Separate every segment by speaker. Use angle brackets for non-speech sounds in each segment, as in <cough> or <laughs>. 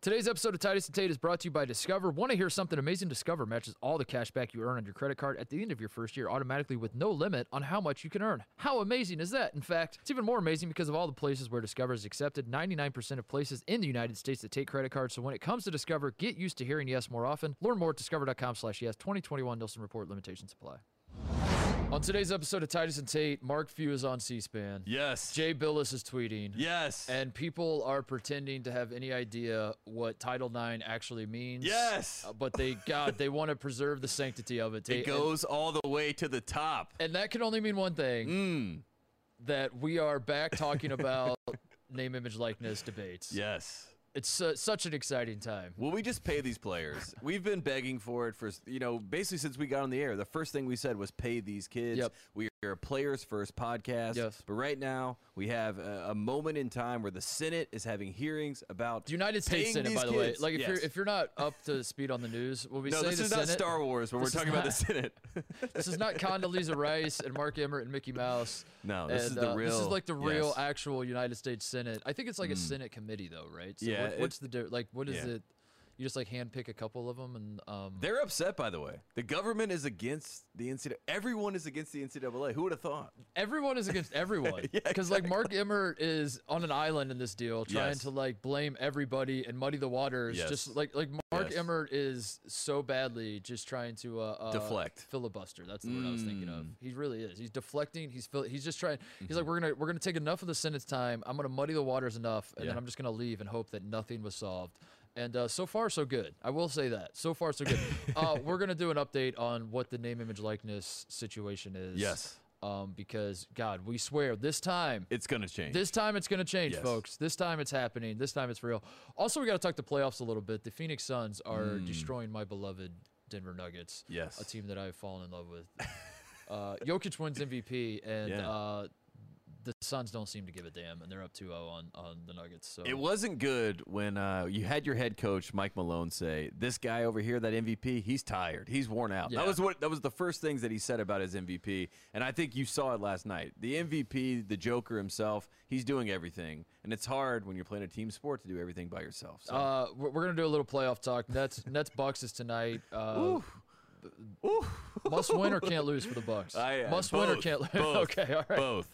Speaker 1: Today's episode of Titus and Tate is brought to you by Discover. Want to hear something amazing? Discover matches all the cash back you earn on your credit card at the end of your first year automatically with no limit on how much you can earn. How amazing is that? In fact, it's even more amazing because of all the places where Discover is accepted 99% of places in the United States that take credit cards. So when it comes to Discover, get used to hearing yes more often. Learn more at discover.com slash yes 2021 Nielsen Report Limitations Apply. On today's episode of Titus and Tate, Mark Few is on C SPAN.
Speaker 2: Yes.
Speaker 1: Jay Billis is tweeting.
Speaker 2: yes.
Speaker 1: And people are pretending to have any idea what Title IX actually means.
Speaker 2: Yes.
Speaker 1: Uh, but they, God, they want to preserve the sanctity of it. They-
Speaker 2: it goes all the way to the top.
Speaker 1: And, and that can only mean one thing
Speaker 2: Mm.
Speaker 1: that we are back talking
Speaker 2: <laughs>
Speaker 1: about name, image, likeness debates.
Speaker 2: Yes.
Speaker 1: It's uh, such an exciting time.
Speaker 2: Will we just pay these players? We've been begging for it for, you know, basically since we got on the air. The first thing we said was pay these kids.
Speaker 1: Yep.
Speaker 2: We are a players first podcast.
Speaker 1: Yes.
Speaker 2: But right now, we have a, a moment in time where the Senate is having hearings about
Speaker 1: The United States
Speaker 2: paying
Speaker 1: Senate,
Speaker 2: these
Speaker 1: by the way.
Speaker 2: kids.
Speaker 1: Like, if,
Speaker 2: Yes.
Speaker 1: you're, if you're not up to speed on the news, when we
Speaker 2: no,
Speaker 1: say
Speaker 2: this
Speaker 1: the
Speaker 2: is
Speaker 1: Senate,
Speaker 2: not Star Wars, but we're
Speaker 1: This is
Speaker 2: talking about the
Speaker 1: not-
Speaker 2: <laughs> Senate.
Speaker 1: This is not Condoleezza Rice and Mark Emmert and Mickey Mouse.
Speaker 2: No, this is
Speaker 1: And,
Speaker 2: the
Speaker 1: uh, This is
Speaker 2: real-
Speaker 1: like the real
Speaker 2: yes. Mm.
Speaker 1: actual United States Senate. I think it's like a Senate committee, though, right? So
Speaker 2: Yeah,
Speaker 1: What, what's
Speaker 2: it-
Speaker 1: the di- like? What is
Speaker 2: yeah.
Speaker 1: it? You just like handpick a couple of them, and um,
Speaker 2: They're upset, by the way. The government is against the NCAA. Everyone is against the NCAA. Who would have thought?
Speaker 1: everyone is
Speaker 2: <laughs>
Speaker 1: against everyone. Because like Mark Emmert is on an island in this deal, trying
Speaker 2: Yes.
Speaker 1: to like blame everybody and muddy the waters.
Speaker 2: Yes.
Speaker 1: Just like like Mark
Speaker 2: Yes.
Speaker 1: Emmert is so badly just trying to uh, uh,
Speaker 2: Deflect.
Speaker 1: filibuster. That's the word I was thinking
Speaker 2: Mm.
Speaker 1: of. He really is. He's deflecting. He's fil- he's just trying. He's
Speaker 2: Mm-hmm.
Speaker 1: like we're gonna we're gonna take enough of the Senate's time. I'm gonna muddy the waters enough, and then
Speaker 2: Yeah.
Speaker 1: I'm just gonna leave and hope that nothing was solved. And uh, so far, so good. I will say that. So far, so good.
Speaker 2: <laughs>
Speaker 1: uh, we're gonna do an update on what the name, image, likeness situation is.
Speaker 2: Yes.
Speaker 1: Um, because God, we swear this time
Speaker 2: It's going to change.
Speaker 1: this time it's going to change,
Speaker 2: Yes.
Speaker 1: folks. This time it's happening. This time it's real. Also, we got to talk the playoffs a little bit. The Phoenix Suns are destroying my beloved Denver Nuggets.
Speaker 2: Mm. Yes.
Speaker 1: A team that I've fallen in love with. uh, Jokic wins MVP, and
Speaker 2: Yeah.
Speaker 1: uh, the Suns don't seem to give a damn, and they're up 2 0 on, on the Nuggets. So
Speaker 2: It wasn't good when uh, you had your head coach Mike Malone say, "This guy over here, that MVP, he's tired, he's worn out."
Speaker 1: Yeah.
Speaker 2: That was what that was the first things that he said about his MVP, and I think you saw it last night. The MVP, the Joker himself, he's doing everything, and it's hard when you're playing a team sport to do everything by yourself. So.
Speaker 1: Uh, we're we're gonna do a little playoff talk. Nets <laughs> Nets Bucks is tonight. Uh, must win or can't lose for the Bucks.
Speaker 2: I, uh,
Speaker 1: must win or
Speaker 2: both,
Speaker 1: can't lose. <laughs>
Speaker 2: both,
Speaker 1: okay, all right.
Speaker 2: both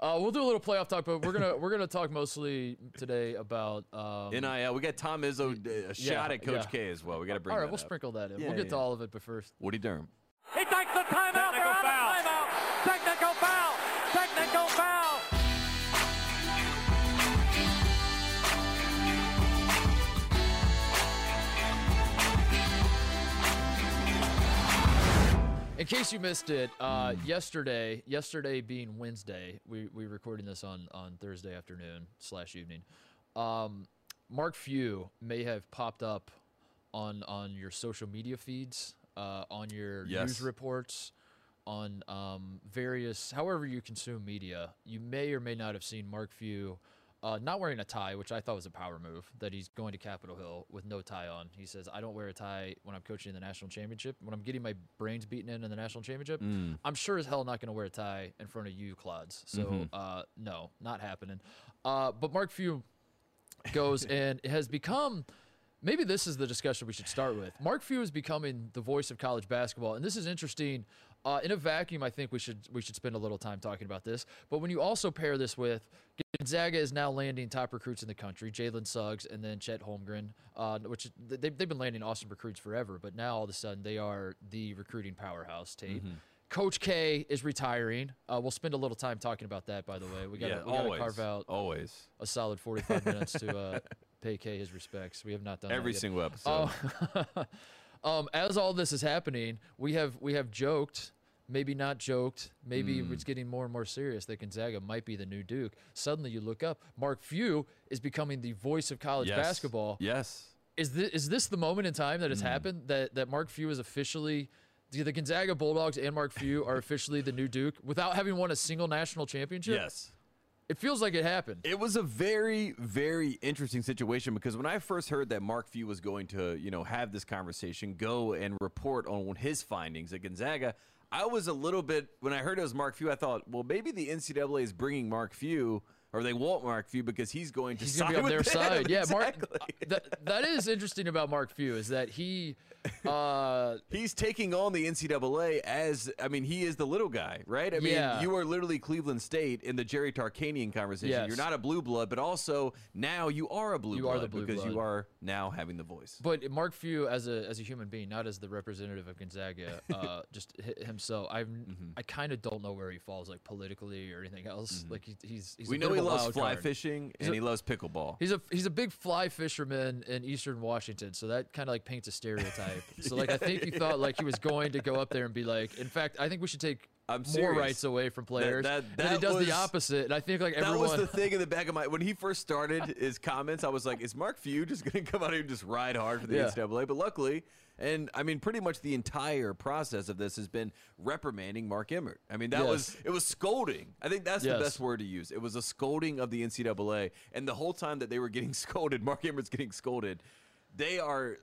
Speaker 1: Uh, we'll do a little playoff talk, but we're gonna we're gonna talk mostly today about. Um,
Speaker 2: nil. We got Tom Izzo uh, a shot at Coach
Speaker 1: yeah.
Speaker 2: K as well. We got to bring.
Speaker 1: all right,
Speaker 2: that
Speaker 1: we'll
Speaker 2: up.
Speaker 1: sprinkle that in.
Speaker 2: Yeah,
Speaker 1: we'll get
Speaker 2: yeah,
Speaker 1: to
Speaker 2: yeah.
Speaker 1: all of it, but first,
Speaker 2: Woody Durham.
Speaker 3: He takes the timeout. They're out of timeout. Technical foul. Technical foul.
Speaker 1: in case you missed it, uh,
Speaker 2: Hmm.
Speaker 1: yesterday, yesterday being Wednesday, we we recording this on on Thursday afternoon slash evening. Um, Mark Few may have popped up on on your social media feeds, uh, on your news
Speaker 2: Yes.
Speaker 1: reports, on um, various however you consume media. You may or may not have seen Mark Few. Uh, not wearing a tie, which I thought was a power move, that he's going to Capitol Hill with no tie on. He says, I don't wear a tie when I'm coaching the national championship. When I'm getting my brains beaten in in the national championship,
Speaker 2: Mm.
Speaker 1: I'm sure as hell not going to wear a tie in front of you, Clods. So, uh, no, not happening. Uh, but Mark Few
Speaker 2: <laughs>
Speaker 1: goes and has become maybe this is the discussion we should start with. Mark Few is becoming the voice of college basketball, and this is interesting. Uh, in a vacuum, I think we should we should spend a little time talking about this. But when you also pair this with Gonzaga is now landing top recruits in the country, Jalen Suggs and then Chet Holmgren, uh, which they, they've been landing awesome recruits forever, but now all of a sudden they are the recruiting powerhouse team.
Speaker 2: Mm-hmm.
Speaker 1: Coach K is retiring. Uh, we'll spend a little time talking about that, by the way. We got
Speaker 2: Yeah,
Speaker 1: to we gotta
Speaker 2: always,
Speaker 1: carve out
Speaker 2: always,
Speaker 1: a solid 45 minutes to
Speaker 2: <laughs>
Speaker 1: uh, pay K his respects. We have not done
Speaker 2: every
Speaker 1: that yet.
Speaker 2: single episode.
Speaker 1: Oh, Um, as all this is happening, we have we have joked, maybe not joked, maybe
Speaker 2: Hmm.
Speaker 1: it's getting more and more serious that Gonzaga might be the new Duke. Suddenly, you look up, Mark Few is becoming the voice of college
Speaker 2: yes.
Speaker 1: basketball.
Speaker 2: Yes.
Speaker 1: Is this is this the moment in time that has
Speaker 2: Hmm.
Speaker 1: happened that that Mark Few is officially the, the Gonzaga Bulldogs and Mark Few are officially the new Duke without having won a single national championship?
Speaker 2: Yes.
Speaker 1: It feels like it happened.
Speaker 2: It was a very, very interesting situation because when I first heard that Mark Few was going to, you know, have this conversation, go and report on his findings at Gonzaga, I was a little bit when I heard it was Mark Few, I thought, well, maybe the NCAA is bringing Mark Few or they want Mark Few because he's going to
Speaker 1: He's
Speaker 2: side
Speaker 1: gonna be on
Speaker 2: with
Speaker 1: their
Speaker 2: them.
Speaker 1: side. Yeah,
Speaker 2: <laughs> Exactly.
Speaker 1: Mark. uh, That, that is interesting about Mark Few is that he, uh,
Speaker 2: He's taking on the NCAA as I mean, he is the little guy, right? I mean,
Speaker 1: Yeah.
Speaker 2: you are literally Cleveland State in the Jerry Tarkanian conversation.
Speaker 1: Yes.
Speaker 2: You're not a blue blood, but also now you are a blue
Speaker 1: You
Speaker 2: blood
Speaker 1: are the blue
Speaker 2: because you
Speaker 1: blood.
Speaker 2: are now having the voice.
Speaker 1: but Mark Few as a as a human being, not as the representative of Gonzaga,
Speaker 2: <laughs>
Speaker 1: uh, just hi- himself. I
Speaker 2: Mm-hmm.
Speaker 1: I kind of don't know where he falls like politically or anything else. Like he, he's he's a
Speaker 2: Mm-hmm. we know
Speaker 1: bit
Speaker 2: he
Speaker 1: of a
Speaker 2: loves
Speaker 1: wild
Speaker 2: fly
Speaker 1: card.
Speaker 2: fishing and
Speaker 1: a-
Speaker 2: he loves pickleball.
Speaker 1: He's a he's a big fly fisherman in Eastern Washington, so that kind of like paints a
Speaker 2: <laughs>
Speaker 1: stereotype. so like I think he thought like he was going to go up there and be like, in fact, I think we should take
Speaker 2: I'm
Speaker 1: more
Speaker 2: serious.
Speaker 1: rights away from players.
Speaker 2: that-
Speaker 1: and then he
Speaker 2: that
Speaker 1: does
Speaker 2: was-
Speaker 1: the opposite, and I think like
Speaker 2: that
Speaker 1: everyone.
Speaker 2: was the thing in the back of my when he first started his comments. I was like, "Is Mark Few just going to <laughs> come out here and just ride hard for the
Speaker 1: Yeah.
Speaker 2: NCAA?" But luckily, and I mean, pretty much the entire process of this has been reprimanding Mark Emmert. I mean, that was
Speaker 1: Yes.
Speaker 2: it was scolding. I think that's
Speaker 1: Yes.
Speaker 2: the best word to use. It was a scolding of the NCAA, and the whole time that they were getting <laughs> scolded, Mark Emmert's getting scolded. They are.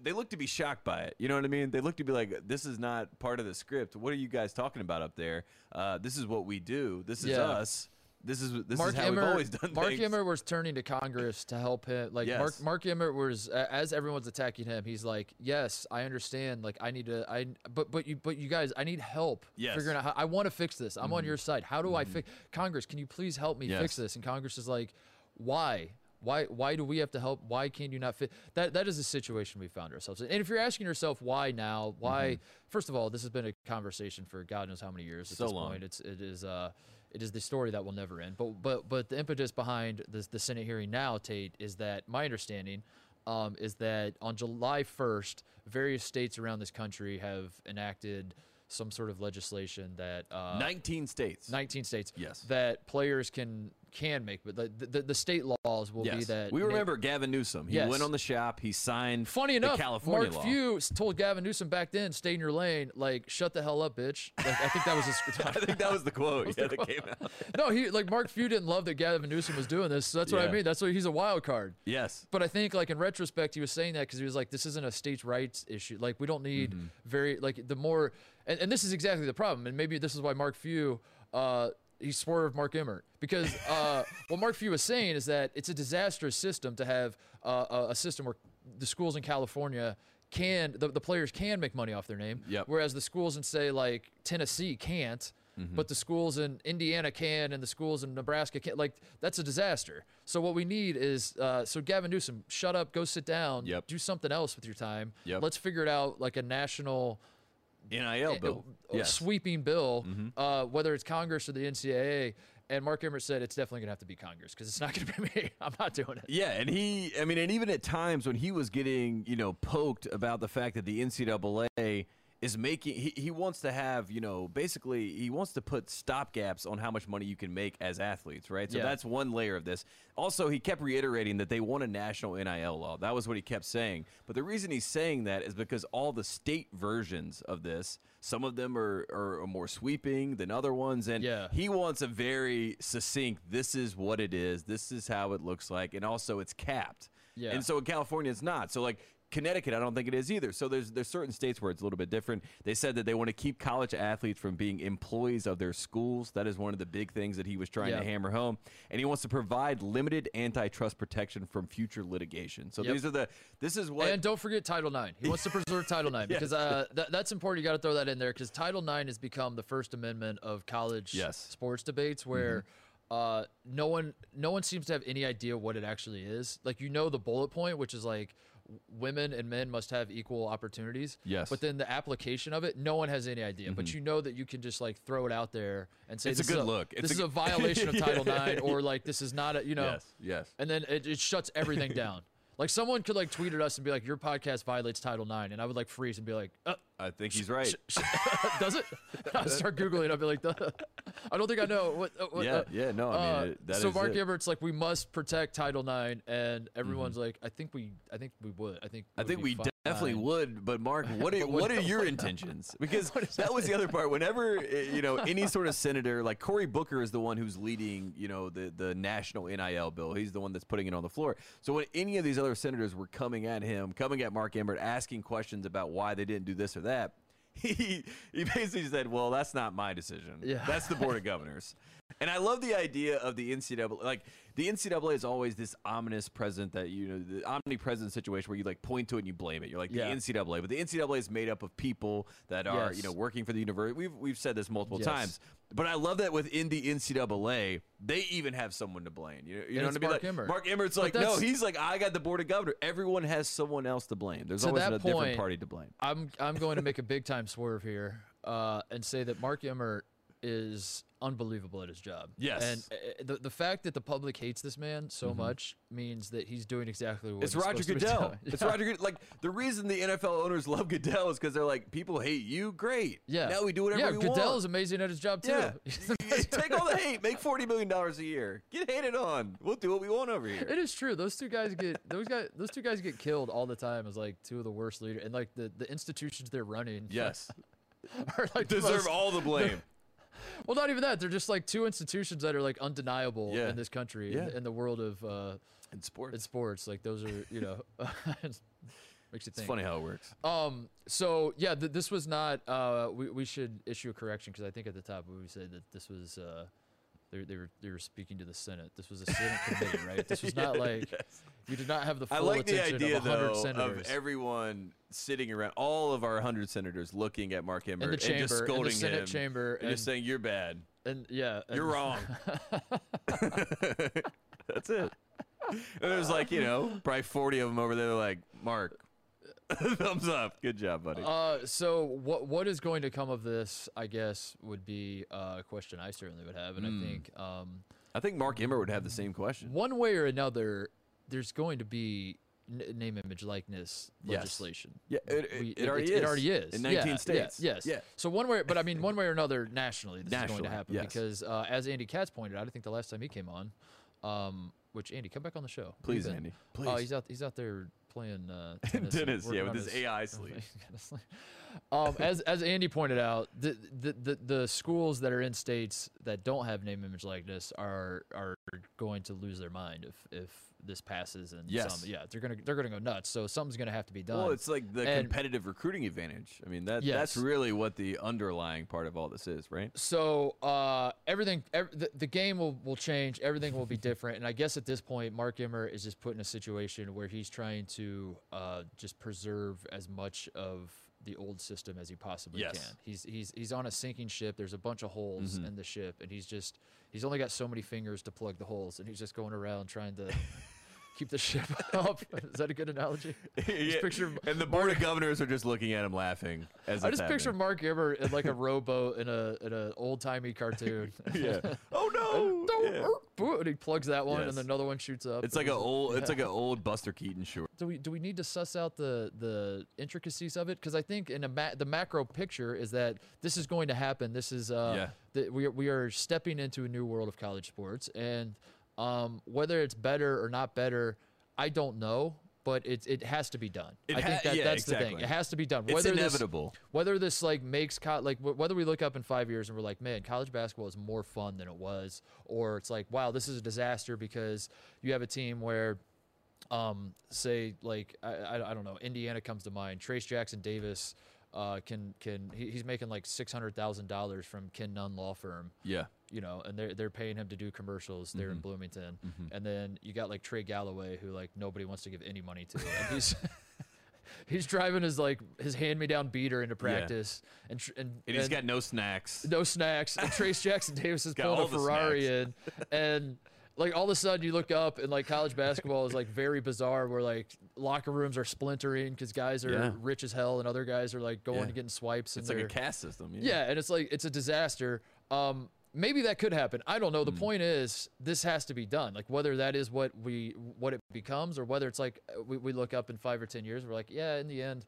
Speaker 2: They look to be shocked by it. You know what I mean? They look to be like, "This is not part of the script. What are you guys talking about up there? Uh, this is what we do. This is
Speaker 1: Yeah.
Speaker 2: us. This is this
Speaker 1: Mark
Speaker 2: is how
Speaker 1: Emmert,
Speaker 2: we've always done
Speaker 1: Mark
Speaker 2: things.
Speaker 1: Emmert was turning to Congress to help him. Like Mark,
Speaker 2: Yes.
Speaker 1: Mark Emmert was, a- as everyone's attacking him, he's like, "Yes, I understand. Like I need to, I but but you but you guys, I need help
Speaker 2: Yes. Mm-hmm.
Speaker 1: figuring out. How, I want to fix this. I'm on your side. How do I fix Congress? Can you please help me
Speaker 2: Yes.
Speaker 1: fix this?" And Congress is like, "Why?" Why, why do we have to help? Why can't you not fit? That that is the situation we found ourselves in. And if you're asking yourself why now, why? First of all, this has been a conversation for God knows how many years at
Speaker 2: Mm-hmm. So
Speaker 1: this
Speaker 2: long.
Speaker 1: point. It's it is uh it is the story that will never end. But but but the impetus behind this the Senate hearing now, Tate, is that my understanding um, is that on July 1st, various states around this country have enacted some sort of legislation that uh,
Speaker 2: 19 states.
Speaker 1: 19 states
Speaker 2: Yes.
Speaker 1: that players can can make, but the the, the state laws will be
Speaker 2: Yes.
Speaker 1: that
Speaker 2: we
Speaker 1: na-
Speaker 2: remember Gavin Newsom. He
Speaker 1: Yes.
Speaker 2: went on the shop. He signed
Speaker 1: Funny enough,
Speaker 2: the California
Speaker 1: Mark
Speaker 2: law.
Speaker 1: Few s- told Gavin Newsom back then, "Stay in your lane, like shut the hell up, bitch." Like, I think that
Speaker 2: <laughs>
Speaker 1: was his.
Speaker 2: <laughs> I think that was the quote yeah, that came out.
Speaker 1: no, he like Mark Few didn't love that Gavin Newsom was doing this. So that's what I
Speaker 2: Yeah.
Speaker 1: mean. That's why he's a wild card.
Speaker 2: Yes.
Speaker 1: But I think like in retrospect, he was saying that because he was like, this isn't a states' rights issue. Like we don't need
Speaker 2: Mm-hmm.
Speaker 1: very like the more, and, and this is exactly the problem. And maybe this is why Mark Few, uh, he swerved Mark Emmert because
Speaker 2: <laughs>
Speaker 1: uh, what Mark Few was saying is that it's a disastrous system to have uh, a, a system where the schools in California can the, the players can make money off their name
Speaker 2: Yep.
Speaker 1: whereas the schools in say like Tennessee can't,
Speaker 2: Mm-hmm.
Speaker 1: but the schools in Indiana can, and the schools in Nebraska can. Like that's a disaster. So what we need is uh, so Gavin Newsom, shut up, go sit down,
Speaker 2: Yep.
Speaker 1: do something else with your time.
Speaker 2: Yep.
Speaker 1: Let's figure it out like a national
Speaker 2: NIL bill.
Speaker 1: uh,
Speaker 2: Yes. Mm-hmm.
Speaker 1: sweeping bill, uh, whether it's Congress or the NCAA. And Mark Emmert said it's definitely gonna have to be Congress because it's not gonna be me. <laughs> I'm not doing it.
Speaker 2: Yeah, and he, I mean, and even at times when he was getting, you know, poked about the fact that the NCAA is making, he, he wants to have, you know, basically he wants to put stopgaps on how much money you can make as athletes, right? So
Speaker 1: Yeah.
Speaker 2: that's one layer of this. Also, he kept reiterating that they want a national NIL law. That was what he kept saying. But the reason he's saying that is because all the state versions of this, some of them are, are, are more sweeping than other ones. And
Speaker 1: Yeah.
Speaker 2: he wants a very succinct, this is what it is, this is how it looks like, and also it's capped.
Speaker 1: Yeah.
Speaker 2: And so in California, it's not. So like Connecticut, I don't think it is either. So there's there's certain states where it's a little bit different. They said that they want to keep college athletes from being employees of their schools. That is one of the big things that he was trying
Speaker 1: Yeah.
Speaker 2: to hammer home. And he wants to provide limited antitrust protection from future litigation. So
Speaker 1: Yep.
Speaker 2: these are the this is what
Speaker 1: And don't forget Title IX. He wants to preserve
Speaker 2: <laughs>
Speaker 1: Title IX because uh, tha- that's important. You got to throw that in there because Title IX has become the First Amendment of college
Speaker 2: Yes. Mm-hmm.
Speaker 1: sports debates, where uh, no one no one seems to have any idea what it actually is. Like you know the bullet point, which is like w- women and men must have equal opportunities.
Speaker 2: Yes. Mm-hmm.
Speaker 1: But then the application of it, no one has any idea. But you know that you can just like throw it out there and say
Speaker 2: It's a
Speaker 1: this is
Speaker 2: good look. It's
Speaker 1: this
Speaker 2: a
Speaker 1: is a
Speaker 2: g- <laughs>
Speaker 1: violation of
Speaker 2: Yeah.
Speaker 1: Title IX, or like this is not a you know
Speaker 2: Yes, yes.
Speaker 1: and then it, it shuts everything down. Like someone could like tweet at us and be like, "Your podcast violates Title IX," and I would like freeze and be like, uh,
Speaker 2: I think he's right.
Speaker 1: <laughs> "Does it?" I start googling. I'd be like, "Duh." "I don't think I know what." uh, what
Speaker 2: Yeah,
Speaker 1: uh,
Speaker 2: yeah, no, I mean, it- that
Speaker 1: so
Speaker 2: is
Speaker 1: Mark
Speaker 2: it.
Speaker 1: Emmert's like, "We must protect Title IX," and everyone's like, "I think we, I think we would, I think,
Speaker 2: Mm-hmm. I
Speaker 1: would
Speaker 2: think
Speaker 1: be
Speaker 2: we
Speaker 1: fine."
Speaker 2: definitely would, but Mark,
Speaker 1: <laughs>
Speaker 2: what are, what are <laughs> your intentions? Because that was the other part. Whenever uh, you know any sort of senator, like Cory Booker is the one who's leading, you know, the the national NIL bill. He's the one that's putting it on the floor. So when any of these other senators were coming at him, coming at Mark Emmert, asking questions about why they didn't do this or that, <laughs> he he basically said, "Well, that's not my decision.
Speaker 1: Yeah.
Speaker 2: That's the board of governors." And I love the idea of the NCAA. Like the NCAA is always this ominous present that you know the omnipresent situation where you like point to it and you blame it. You're like
Speaker 1: Yeah.
Speaker 2: the NCAA, but the NCAA is made up of people that are you
Speaker 1: Yes.
Speaker 2: know working for the university. We've we've said this multiple
Speaker 1: Yes.
Speaker 2: times, but I love that within the NCAA they even have someone to blame. You know, you know
Speaker 1: it's
Speaker 2: what I mean?
Speaker 1: Mark
Speaker 2: like,
Speaker 1: Emmert.
Speaker 2: Mark Emmert's like, no,
Speaker 1: that's-
Speaker 2: he's like, I got the board of governors. Everyone has someone else to blame. There's
Speaker 1: To
Speaker 2: always
Speaker 1: that
Speaker 2: a different
Speaker 1: point,
Speaker 2: party to blame.
Speaker 1: I'm I'm going to make a big time swerve here uh, and say that Mark Emmert is unbelievable at his job.
Speaker 2: Yes. Mm-hmm.
Speaker 1: and uh, the the fact that the public hates this man so much means that he's doing exactly what
Speaker 2: It's
Speaker 1: he's
Speaker 2: Roger
Speaker 1: supposed to be
Speaker 2: Goodell.
Speaker 1: doing.
Speaker 2: It's
Speaker 1: Yeah.
Speaker 2: Roger Goodell. Like the reason the NFL owners love Goodell is because they're like, people hate you. Great.
Speaker 1: Yeah.
Speaker 2: Now we do whatever
Speaker 1: yeah,
Speaker 2: we
Speaker 1: Goodell's
Speaker 2: want.
Speaker 1: amazing at his job too. <laughs>
Speaker 2: Yeah. <laughs>
Speaker 1: it
Speaker 2: Take all the hate. Make forty million dollars a year. Get hated on. We'll do what we want
Speaker 1: <laughs>
Speaker 2: over here.
Speaker 1: is true. Those two guys get those guys those two guys get killed all the time as like two of the worst leaders and like the, the institutions they're running
Speaker 2: Yes.
Speaker 1: <laughs> are like the
Speaker 2: <laughs> Deserve
Speaker 1: most-
Speaker 2: all the blame. <laughs>
Speaker 1: Well, not even that. They're just like two institutions that are like undeniable
Speaker 2: Yeah.
Speaker 1: in this country
Speaker 2: Yeah.
Speaker 1: in, in the world of uh,
Speaker 2: In sports.
Speaker 1: in sports. Like those are, you know, <laughs> makes you
Speaker 2: It's
Speaker 1: think.
Speaker 2: funny how it works.
Speaker 1: Um. So yeah, th- this was not. Uh, we we should issue a correction because I think at the top we said that this was. Uh, they, they were they were speaking to the Senate. This was a
Speaker 2: <laughs>
Speaker 1: Senate committee, right? This was not like you did not have the full
Speaker 2: I like the
Speaker 1: attention
Speaker 2: idea
Speaker 1: of 100
Speaker 2: though
Speaker 1: senators
Speaker 2: of everyone sitting around, all of our hundred senators looking at Mark Emmert
Speaker 1: in the chamber,
Speaker 2: and just scolding
Speaker 1: in the Senate
Speaker 2: him
Speaker 1: chamber,
Speaker 2: and just saying, "You're bad.
Speaker 1: and yeah, and-
Speaker 2: You're
Speaker 1: <laughs>
Speaker 2: wrong." <laughs> That's it. And there's like you know probably forty of them over there. They're like, "Mark, <laughs> thumbs up, good job, buddy."
Speaker 1: Uh, so what what is going to come of this? I guess would be uh, a question I certainly would have, and
Speaker 2: Hmm.
Speaker 1: I think um,
Speaker 2: I think Mark Emmert would have the same question.
Speaker 1: one way or another, there's going to be n- name, image, likeness
Speaker 2: Yes.
Speaker 1: legislation.
Speaker 2: Yeah, it- it- it already
Speaker 1: It
Speaker 2: is.
Speaker 1: already is
Speaker 2: In
Speaker 1: Yeah,
Speaker 2: 19
Speaker 1: yeah,
Speaker 2: states.
Speaker 1: yes.
Speaker 2: Yeah.
Speaker 1: So one way, but I
Speaker 2: <laughs>
Speaker 1: mean, one way or another, nationally, this is going
Speaker 2: Nationally,
Speaker 1: to happen
Speaker 2: yes.
Speaker 1: because, uh, as Andy Katz pointed out, I think the last time he came on, um, which Andy, come back on the show, Where you
Speaker 2: Please,
Speaker 1: been?
Speaker 2: Andy.
Speaker 1: Oh,
Speaker 2: Please.
Speaker 1: he's out. He's out there playing
Speaker 2: <laughs>
Speaker 1: uh, tennis. and
Speaker 2: Dennis, yeah,
Speaker 1: working
Speaker 2: with
Speaker 1: on <laughs>
Speaker 2: his AI sleeve.
Speaker 1: um, as as Andy pointed out, the, the the the schools that are in states that don't have name, image, likeness are are going to lose their mind if if this passes and
Speaker 2: Yes.
Speaker 1: some, yeah, they're gonna they're gonna go nuts. So something's gonna have to be done.
Speaker 2: Well, it's like the
Speaker 1: And-
Speaker 2: competitive recruiting advantage. I mean, that
Speaker 1: Yes.
Speaker 2: that's really what the underlying part of all this is, right?
Speaker 1: so uh, everything, ev- the, the game will, will change. Everything will be different. And I guess at this point, Mark Emmer is just put in a situation where he's trying to uh, just preserve as much of the old system as he possibly
Speaker 2: Yes. Mm-hmm.
Speaker 1: can. He's he's he's on a sinking ship. There's a bunch of holes in the ship, and he's just he's only got so many fingers to plug the holes, and he's just going around trying
Speaker 2: <laughs>
Speaker 1: to. Keep the ship up. Is that a good analogy? Just
Speaker 2: <laughs> Yeah,
Speaker 1: picture
Speaker 2: <laughs> and the board of governors are just looking at him laughing as
Speaker 1: I
Speaker 2: it's
Speaker 1: just picture
Speaker 2: happening.
Speaker 1: Mark Emmer in like a rowboat in a in an old timey cartoon.
Speaker 2: <laughs>
Speaker 1: <laughs>
Speaker 2: yeah oh no
Speaker 1: Don't
Speaker 2: Yeah.
Speaker 1: hurt- boo- and he plugs that one, and
Speaker 2: Yes.
Speaker 1: another one shoots up.
Speaker 2: it's like a old it's like an old buster keaton short
Speaker 1: do we do we need to suss out the the intricacies of it? Because I think in a ma- the macro picture is that this is going to happen. This is uh,
Speaker 2: Yeah.
Speaker 1: that we are- we are stepping into a new world of college sports, and um, whether it's better or not better, I don't know. But it, it has to be done.
Speaker 2: It
Speaker 1: I think
Speaker 2: ha-
Speaker 1: that,
Speaker 2: yeah,
Speaker 1: that's the
Speaker 2: exactly.
Speaker 1: thing. It has to be done.
Speaker 2: It's
Speaker 1: Whether
Speaker 2: inevitable.
Speaker 1: This, whether this like makes co- like wh- whether we look up in five years and we're like, man, college basketball is more fun than it was, or it's like, wow, this is a disaster because you have a team where um, say like I, I, I don't know Indiana comes to mind. Trace Jackson Davis uh, can can he, he's making like six hundred thousand dollars from Ken Nunn Law Firm.
Speaker 2: yeah
Speaker 1: You know, and they're they're paying him to do commercials there in
Speaker 2: Mm-hmm.
Speaker 1: Bloomington, and then you got like Trey Galloway, who like nobody wants to give any money to, and
Speaker 2: <laughs>
Speaker 1: he's <laughs> he's driving his like his hand me down beater into practice, and tr- and,
Speaker 2: and he's
Speaker 1: and-
Speaker 2: got no snacks
Speaker 1: no snacks. And Trace
Speaker 2: <laughs>
Speaker 1: Jackson Davis is
Speaker 2: Got
Speaker 1: pulling
Speaker 2: all
Speaker 1: a
Speaker 2: the
Speaker 1: Ferrari in, and like all of a sudden you look up and like college basketball is like very bizarre, where like locker rooms are splintering because guys are
Speaker 2: Yeah.
Speaker 1: rich as hell and other guys are like going
Speaker 2: Yeah.
Speaker 1: and getting swipes. And
Speaker 2: it's like a
Speaker 1: they're-
Speaker 2: caste system yeah,
Speaker 1: yeah, and it's like it's a disaster. Um, maybe that could happen. I don't know.
Speaker 2: Hmm.
Speaker 1: The point is, this has to be done. Like whether that is what we what it becomes, or whether it's like uh, we, we look up in five or ten years, we're like, yeah, in the end,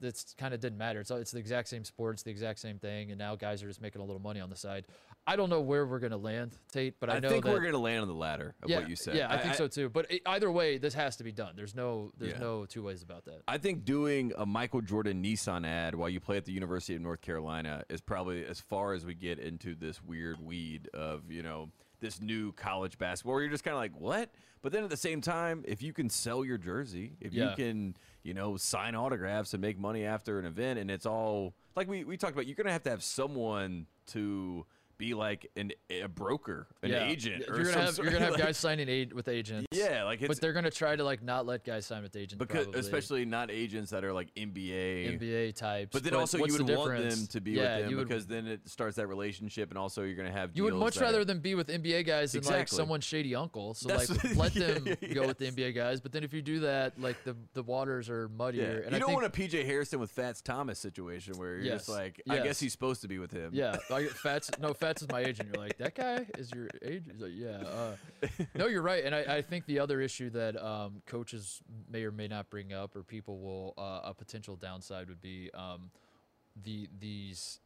Speaker 1: that's kind of didn't matter. It's it's the exact same sport, it's the exact same thing, and now guys are just making a little money on the side. I don't know where we're gonna land, Tate, but I,
Speaker 2: i
Speaker 1: know
Speaker 2: think
Speaker 1: that,
Speaker 2: we're gonna land on the ladder of
Speaker 1: yeah,
Speaker 2: what you said
Speaker 1: Yeah, I, think so too. But e- either way, this has to be done. There's no there's
Speaker 2: Yeah.
Speaker 1: no two ways about that.
Speaker 2: I think doing a Michael Jordan Nissan ad while you play at the University of North Carolina is probably as far as we get into this weird weed of, you know, this new college basketball where you're just kind of like, what? But then at the same time, if you can sell your jersey, if
Speaker 1: Yeah.
Speaker 2: you can, you know, sign autographs and make money after an event, and it's all like we, we talked about, you're going to have to have someone to be like an, a broker, an
Speaker 1: Yeah.
Speaker 2: agent,
Speaker 1: Yeah,
Speaker 2: or
Speaker 1: You're gonna
Speaker 2: some
Speaker 1: have
Speaker 2: sort-
Speaker 1: you're gonna have
Speaker 2: <laughs> like-
Speaker 1: guys signing aid with agents.
Speaker 2: Yeah, like it's
Speaker 1: but they're gonna try to like not let guys sign with agents
Speaker 2: because
Speaker 1: probably.
Speaker 2: especially not agents that are like NBA.
Speaker 1: NBA types.
Speaker 2: But then also you
Speaker 1: what's the
Speaker 2: would want them
Speaker 1: difference?
Speaker 2: to be
Speaker 1: yeah,
Speaker 2: with them
Speaker 1: you would,
Speaker 2: because then it starts that relationship, and also you're going to have
Speaker 1: you would
Speaker 2: deals
Speaker 1: much
Speaker 2: that are-
Speaker 1: rather than be with NBA guys than like
Speaker 2: Exactly.
Speaker 1: someone's shady uncle. So
Speaker 2: That's
Speaker 1: like
Speaker 2: <laughs> what-
Speaker 1: let
Speaker 2: yeah,
Speaker 1: them
Speaker 2: yeah,
Speaker 1: go with the
Speaker 2: yes.
Speaker 1: NBA guys. But then if you do that, like the the waters are
Speaker 2: Yeah.
Speaker 1: muddier. And
Speaker 2: you
Speaker 1: I
Speaker 2: don't
Speaker 1: think,
Speaker 2: want a PJ Harrison with Fats Thomas situation where you're just
Speaker 1: Yes.
Speaker 2: like, I
Speaker 1: Yes.
Speaker 2: guess he's supposed to be with him.
Speaker 1: Yeah, like Fats. No, Fats is my agent. You're like that guy is your agent. He's like,
Speaker 2: <laughs>
Speaker 1: yeah. Uh, no, you're right. And I, I think the other issue that um, coaches may or may not bring up, or people will, uh, a potential downside would be um, the these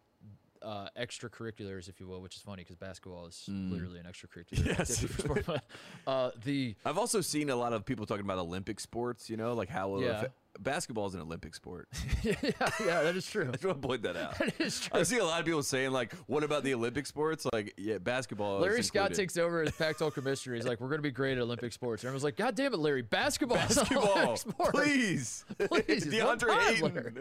Speaker 1: uh, extracurriculars, if you will, which is funny because basketball is literally an
Speaker 2: <laughs>
Speaker 1: extracurricular.
Speaker 2: Mm. Yes.
Speaker 1: activity for sport. <laughs> uh, the <laughs>
Speaker 2: I've also seen a lot of people talking about Olympic sports. You know, like how it'll
Speaker 1: Yeah.
Speaker 2: affect- basketball is an Olympic sport. <laughs> I
Speaker 1: yeah, yeah, that is true.
Speaker 2: just want to point that out.
Speaker 1: <laughs> That is true.
Speaker 2: I see a lot of people saying like, "What about the Olympic sports?" Like, yeah, basketball. is
Speaker 1: Larry Scott
Speaker 2: included.
Speaker 1: takes over as Pac-12 commissioner. He's like, "We're going to be great at Olympic sports." And everyone's like, "God damn it, Larry! Basketball, is an
Speaker 2: basketball,
Speaker 1: Olympic sport.
Speaker 2: please,
Speaker 1: <laughs> Please,
Speaker 2: <laughs>
Speaker 1: it's one
Speaker 2: DeAndre
Speaker 1: time,
Speaker 2: Ayton.
Speaker 1: Larry.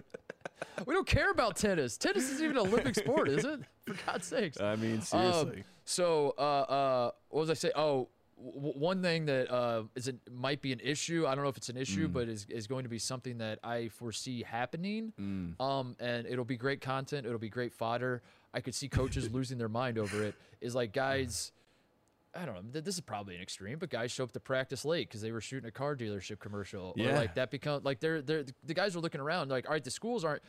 Speaker 1: We don't care about tennis. Tennis isn't even an Olympic sport, is
Speaker 2: <laughs>
Speaker 1: it? For God's sakes.
Speaker 2: I mean,
Speaker 1: Um,
Speaker 2: seriously.
Speaker 1: so, uh, uh, what was I say? Oh, w- one thing that uh, is an, might be an issue. I don't know if it's an issue,
Speaker 2: Mm.
Speaker 1: but is, is going to be something that I foresee happening.
Speaker 2: Mm.
Speaker 1: Um, and it'll be great content. It'll be great fodder. I could see coaches
Speaker 2: <laughs>
Speaker 1: losing their mind over it. Is like guys. I don't know. th- This is probably an extreme, but guys show up to practice late because they were shooting a car dealership commercial. Or
Speaker 2: Yeah.
Speaker 1: like that become like they're they're the guys are looking around like, all right, the schools aren't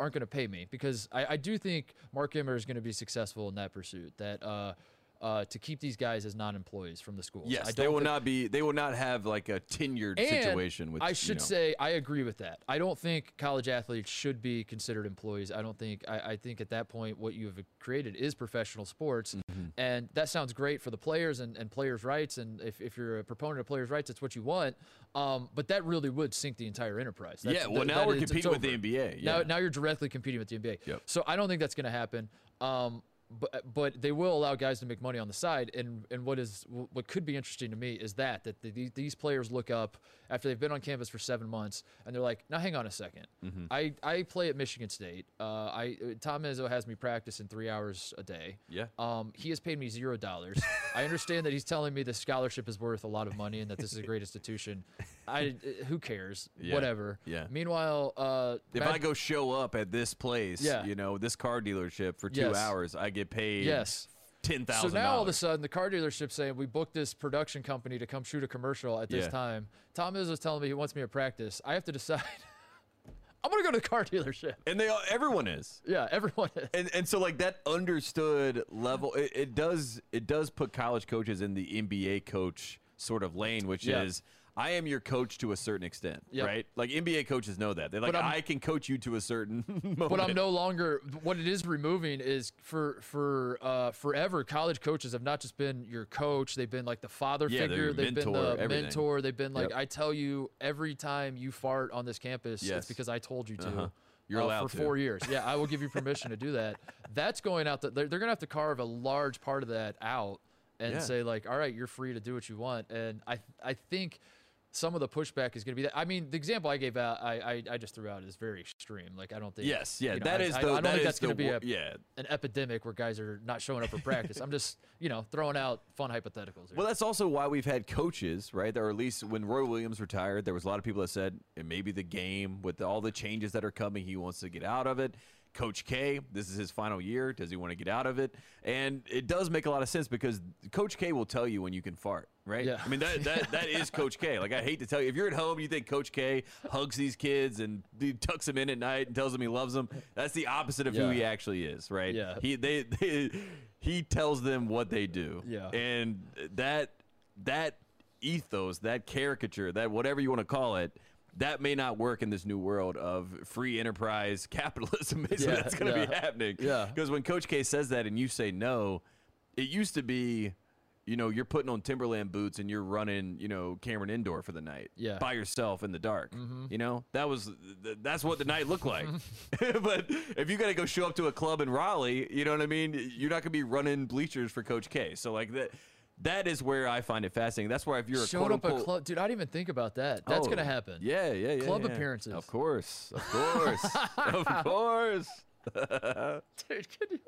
Speaker 1: aren't going to pay me because I, I do think Mark Emmer is going to be successful in that pursuit. That uh, uh, to keep these guys as non-employees from the schools. I
Speaker 2: Yes,
Speaker 1: don't
Speaker 2: they will
Speaker 1: thi-
Speaker 2: not be. They will not have like a tenured
Speaker 1: and
Speaker 2: situation. Which
Speaker 1: I
Speaker 2: you
Speaker 1: should
Speaker 2: know.
Speaker 1: say I agree with that. I don't think college athletes should be considered employees. I don't think I, I think at that point what you have created is professional sports,
Speaker 2: Mm-hmm.
Speaker 1: and that sounds great for the players and, and players' rights. And if, if you're a proponent of players' rights, it's what you want. Um, but that really would sink the entire enterprise. That's-
Speaker 2: Yeah, well, now
Speaker 1: that
Speaker 2: we're
Speaker 1: is- it's
Speaker 2: competing with the
Speaker 1: over.
Speaker 2: NBA,
Speaker 1: Now,
Speaker 2: yeah.
Speaker 1: now you're directly competing with the NBA.
Speaker 2: Yep.
Speaker 1: So I don't think that's going to happen. Um, but but they will allow guys to make money on the side. And and what is what could be interesting to me is that that the, the- these players look up after they've been on campus for seven months and they're like, now hang on a 2nd
Speaker 2: Mm-hmm.
Speaker 1: I I play at Michigan State. Uh, I uh, Tom Izzo has me practice in three hours a day.
Speaker 2: Yeah.
Speaker 1: Um, he has paid me zero dollars. I understand that he's telling me the scholarship is worth a lot of money and that this is a great institution. I uh, who cares?
Speaker 2: Yeah.
Speaker 1: Whatever.
Speaker 2: Yeah.
Speaker 1: Meanwhile, uh,
Speaker 2: If
Speaker 1: Mad-
Speaker 2: I go show up at this place,
Speaker 1: Yeah.
Speaker 2: you know, this car dealership for two
Speaker 1: Yes.
Speaker 2: hours, I get paid
Speaker 1: Yes.
Speaker 2: ten
Speaker 1: So
Speaker 2: thousand
Speaker 1: now all of a
Speaker 2: dollars.
Speaker 1: sudden, the car dealership's saying we booked this production company to come shoot a commercial at this
Speaker 2: Yeah.
Speaker 1: time. Tom Izzo's telling me he wants me to practice. I have to decide. <laughs> I'm gonna go to the car dealership.
Speaker 2: And they all, everyone is.
Speaker 1: Yeah, everyone. Is.
Speaker 2: And and so like that understood level it, it does it does put college coaches in the NBA coach sort of lane, which
Speaker 1: Yeah.
Speaker 2: is I am your coach to a certain extent,
Speaker 1: Yep.
Speaker 2: right? Like NBA coaches know that. They're like,
Speaker 1: But I'm-
Speaker 2: I can coach you to a certain <laughs> moment.
Speaker 1: But I'm no longer. What it is removing is for for uh, forever. College coaches have not just been your coach; they've been like the father
Speaker 2: Yeah, they're
Speaker 1: figure.
Speaker 2: your
Speaker 1: They've been
Speaker 2: mentor,
Speaker 1: the
Speaker 2: everything.
Speaker 1: mentor. They've been like,
Speaker 2: Yep.
Speaker 1: I tell you every time you fart on this campus,
Speaker 2: Yes. Uh-huh.
Speaker 1: it's because I told you to.
Speaker 2: You're
Speaker 1: uh,
Speaker 2: allowed
Speaker 1: for
Speaker 2: to.
Speaker 1: four
Speaker 2: <laughs>
Speaker 1: years. Yeah, I will give you permission to do that. That's going out. The, they're they're going to have to carve a large part of that out and
Speaker 2: Yeah.
Speaker 1: say like, all right, you're free to do what you want. And I I think some of the pushback is going to be that. I mean, the example I gave out, I I, I just threw out is very extreme. Like I don't think.
Speaker 2: Yes, yeah,
Speaker 1: you know,
Speaker 2: that
Speaker 1: I-
Speaker 2: is
Speaker 1: I,
Speaker 2: the
Speaker 1: I don't
Speaker 2: that
Speaker 1: think
Speaker 2: is
Speaker 1: that's going to
Speaker 2: the
Speaker 1: be
Speaker 2: wor-
Speaker 1: a,
Speaker 2: yeah.
Speaker 1: an epidemic where guys are not showing up for practice. I'm just you know throwing out fun hypotheticals. Here.
Speaker 2: Well, that's also why we've had coaches, right? Or at least when Roy Williams retired, there was a lot of people that said it may be the game with all the changes that are coming. He wants to get out of it. Coach K, this is his final year. Does he want to get out of it? And it does make a lot of sense because Coach K will tell you when you can fart, right?
Speaker 1: Yeah.
Speaker 2: I mean, that, that, that is Coach K. Like, I hate to tell you, if you're at home, you think Coach K hugs these kids and he tucks them in at night and tells them he loves them. That's the opposite of who
Speaker 1: Yeah.
Speaker 2: he actually is, right?
Speaker 1: Yeah.
Speaker 2: He, they, they, he tells them what they do.
Speaker 1: Yeah.
Speaker 2: And that that ethos, that caricature, that whatever you want to call it, that may not work in this new world of free enterprise <laughs> capitalism. Is
Speaker 1: Yeah,
Speaker 2: that's going to be
Speaker 1: yeah.
Speaker 2: happening.
Speaker 1: Yeah.
Speaker 2: Because when Coach K says that and you say no, it used to be, you know, you're putting on Timberland boots and you're running, you know, Cameron Indoor for the night.
Speaker 1: Yeah. Mm-hmm.
Speaker 2: By yourself in the dark. You know, that was th- that's what the night looked like. <laughs> but if you got to go show up to a club in Raleigh, you know what I mean. You're not going to be running bleachers for Coach K. So like that. That is where I find it fascinating. That's where if you're a
Speaker 1: Showed
Speaker 2: quote
Speaker 1: up at
Speaker 2: unquote
Speaker 1: club, dude. I didn't even think about that. That's
Speaker 2: Oh,
Speaker 1: gonna happen.
Speaker 2: Yeah, yeah, yeah.
Speaker 1: Club
Speaker 2: yeah.
Speaker 1: appearances.
Speaker 2: Of course, of course,
Speaker 1: <laughs>
Speaker 2: of course.
Speaker 1: Dude, can you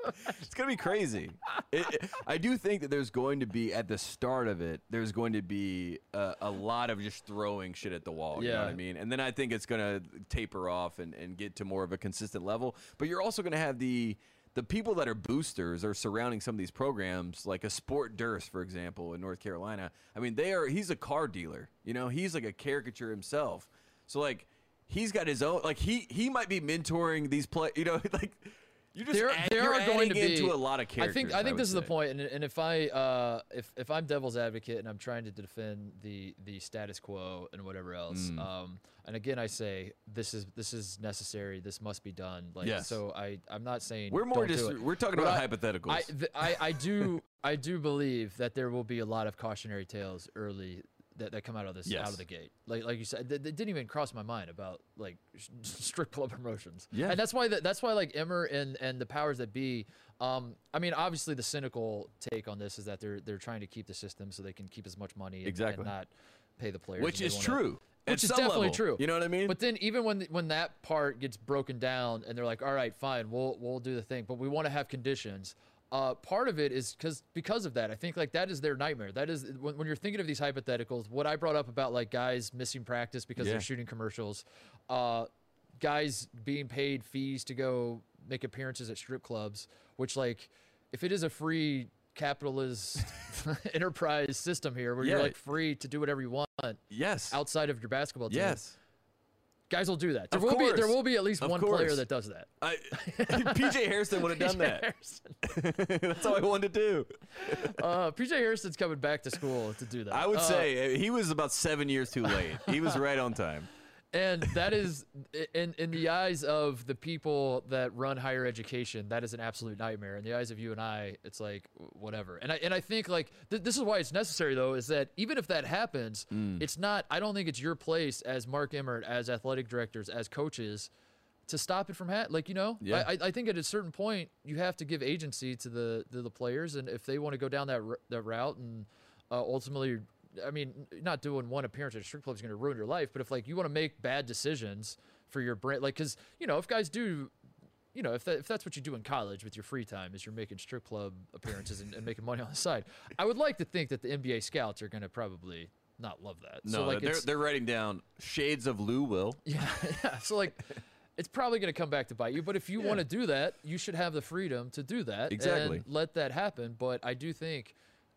Speaker 2: It's gonna be crazy. It, it- I do think that there's going to be at the start of it, there's going to be a, a lot of just throwing shit at the wall. You know what I
Speaker 1: Yeah.
Speaker 2: mean? And then I think it's gonna taper off and, and get to more of a consistent level. But you're also gonna have the the people that are boosters are surrounding some of these programs, like a Sport Durst, for example, in North Carolina. I mean, they are he's a car dealer. You know, he's like a caricature himself. So like he's got his own like he he might be mentoring these play you know, <laughs> like you just
Speaker 1: there,
Speaker 2: add-
Speaker 1: there
Speaker 2: you're
Speaker 1: are going to
Speaker 2: adding
Speaker 1: be
Speaker 2: into a lot of characters.
Speaker 1: I think I think
Speaker 2: would
Speaker 1: this is the
Speaker 2: say.
Speaker 1: point, and, and if I uh, if if I'm devil's advocate and I'm trying to defend the the status quo and whatever else,
Speaker 2: Mm.
Speaker 1: um, and again I say this is this is necessary. This must be done. Like
Speaker 2: Yes.
Speaker 1: so, I I'm not saying
Speaker 2: We're more
Speaker 1: don't do
Speaker 2: just
Speaker 1: it.
Speaker 2: we're
Speaker 1: But
Speaker 2: talking about
Speaker 1: I-
Speaker 2: hypotheticals.
Speaker 1: I, th- I I do I do believe that there will be a lot of cautionary tales early that, that come out of this out
Speaker 2: Yes.
Speaker 1: of the gate. Like like you said, that that didn't even cross my mind about like s- <laughs> strict club promotions.
Speaker 2: Yeah.
Speaker 1: and that's why that, that's why like Emmer and and the powers that be. Um, I mean, obviously the cynical take on this is that they're they're trying to keep the system so they can keep as much money and,
Speaker 2: Exactly.
Speaker 1: and not pay the players,
Speaker 2: which
Speaker 1: and they
Speaker 2: is
Speaker 1: wanna-
Speaker 2: true. at
Speaker 1: Which is
Speaker 2: some
Speaker 1: definitely
Speaker 2: level,
Speaker 1: true.
Speaker 2: You know what I mean?
Speaker 1: But then even when when that part gets broken down and they're like, "All right, fine, we'll we'll do the thing, but we want to have conditions." Uh, part of it is because because of that, I think like that is their nightmare. That is when, when you're thinking of these hypotheticals. What I brought up about like guys missing practice because
Speaker 2: Yeah.
Speaker 1: they're shooting commercials, uh, guys being paid fees to go make appearances at strip clubs, which like if it is a free capitalist <laughs> enterprise system here where
Speaker 2: Yeah.
Speaker 1: you're like free to do whatever you want
Speaker 2: yes.
Speaker 1: outside of your basketball team
Speaker 2: yes.
Speaker 1: guys will do that. There
Speaker 2: Of
Speaker 1: will be there
Speaker 2: course.
Speaker 1: will be at least
Speaker 2: Of
Speaker 1: one
Speaker 2: course.
Speaker 1: player that does that.
Speaker 2: <laughs> I, PJ Harrison would have done that.
Speaker 1: Harrison.
Speaker 2: That's all I wanted to do.
Speaker 1: Uh, PJ Harrison's coming back to school to do that.
Speaker 2: I would
Speaker 1: Uh,
Speaker 2: say uh, he was about seven years too late. He <laughs> was right on time.
Speaker 1: and that is i- in in the eyes of the people that run higher education, that is an absolute nightmare. In the eyes of you and I, it's like w- whatever. And I and I think like th- this is why it's necessary though, is that even if that happens,
Speaker 2: Mm.
Speaker 1: it's not. I don't think it's your place as Mark Emmert, as athletic directors, as coaches. To stop it from hat, like you know,
Speaker 2: Yeah.
Speaker 1: I, I- I think at a certain point you have to give agency to the to the players, and if they want to go down that r- that route, and uh, ultimately, I mean, n- not doing one appearance at a strip club is going to ruin your life, but if like you want to make bad decisions for your brand, like because you know if guys do. You know, if, that, if that's what you do in college with your free time, is you're making strip club appearances and, and making money on the side. I would like to think that the NBA scouts are going to probably not love that.
Speaker 2: No,
Speaker 1: so like
Speaker 2: they're
Speaker 1: it's-
Speaker 2: they're writing down shades of Lou Will.
Speaker 1: yeah, <laughs> yeah. So like, it's probably going to come back to bite you. But if you want to do that, you should have the freedom to do that.
Speaker 2: Exactly.
Speaker 1: And let that happen. But I do think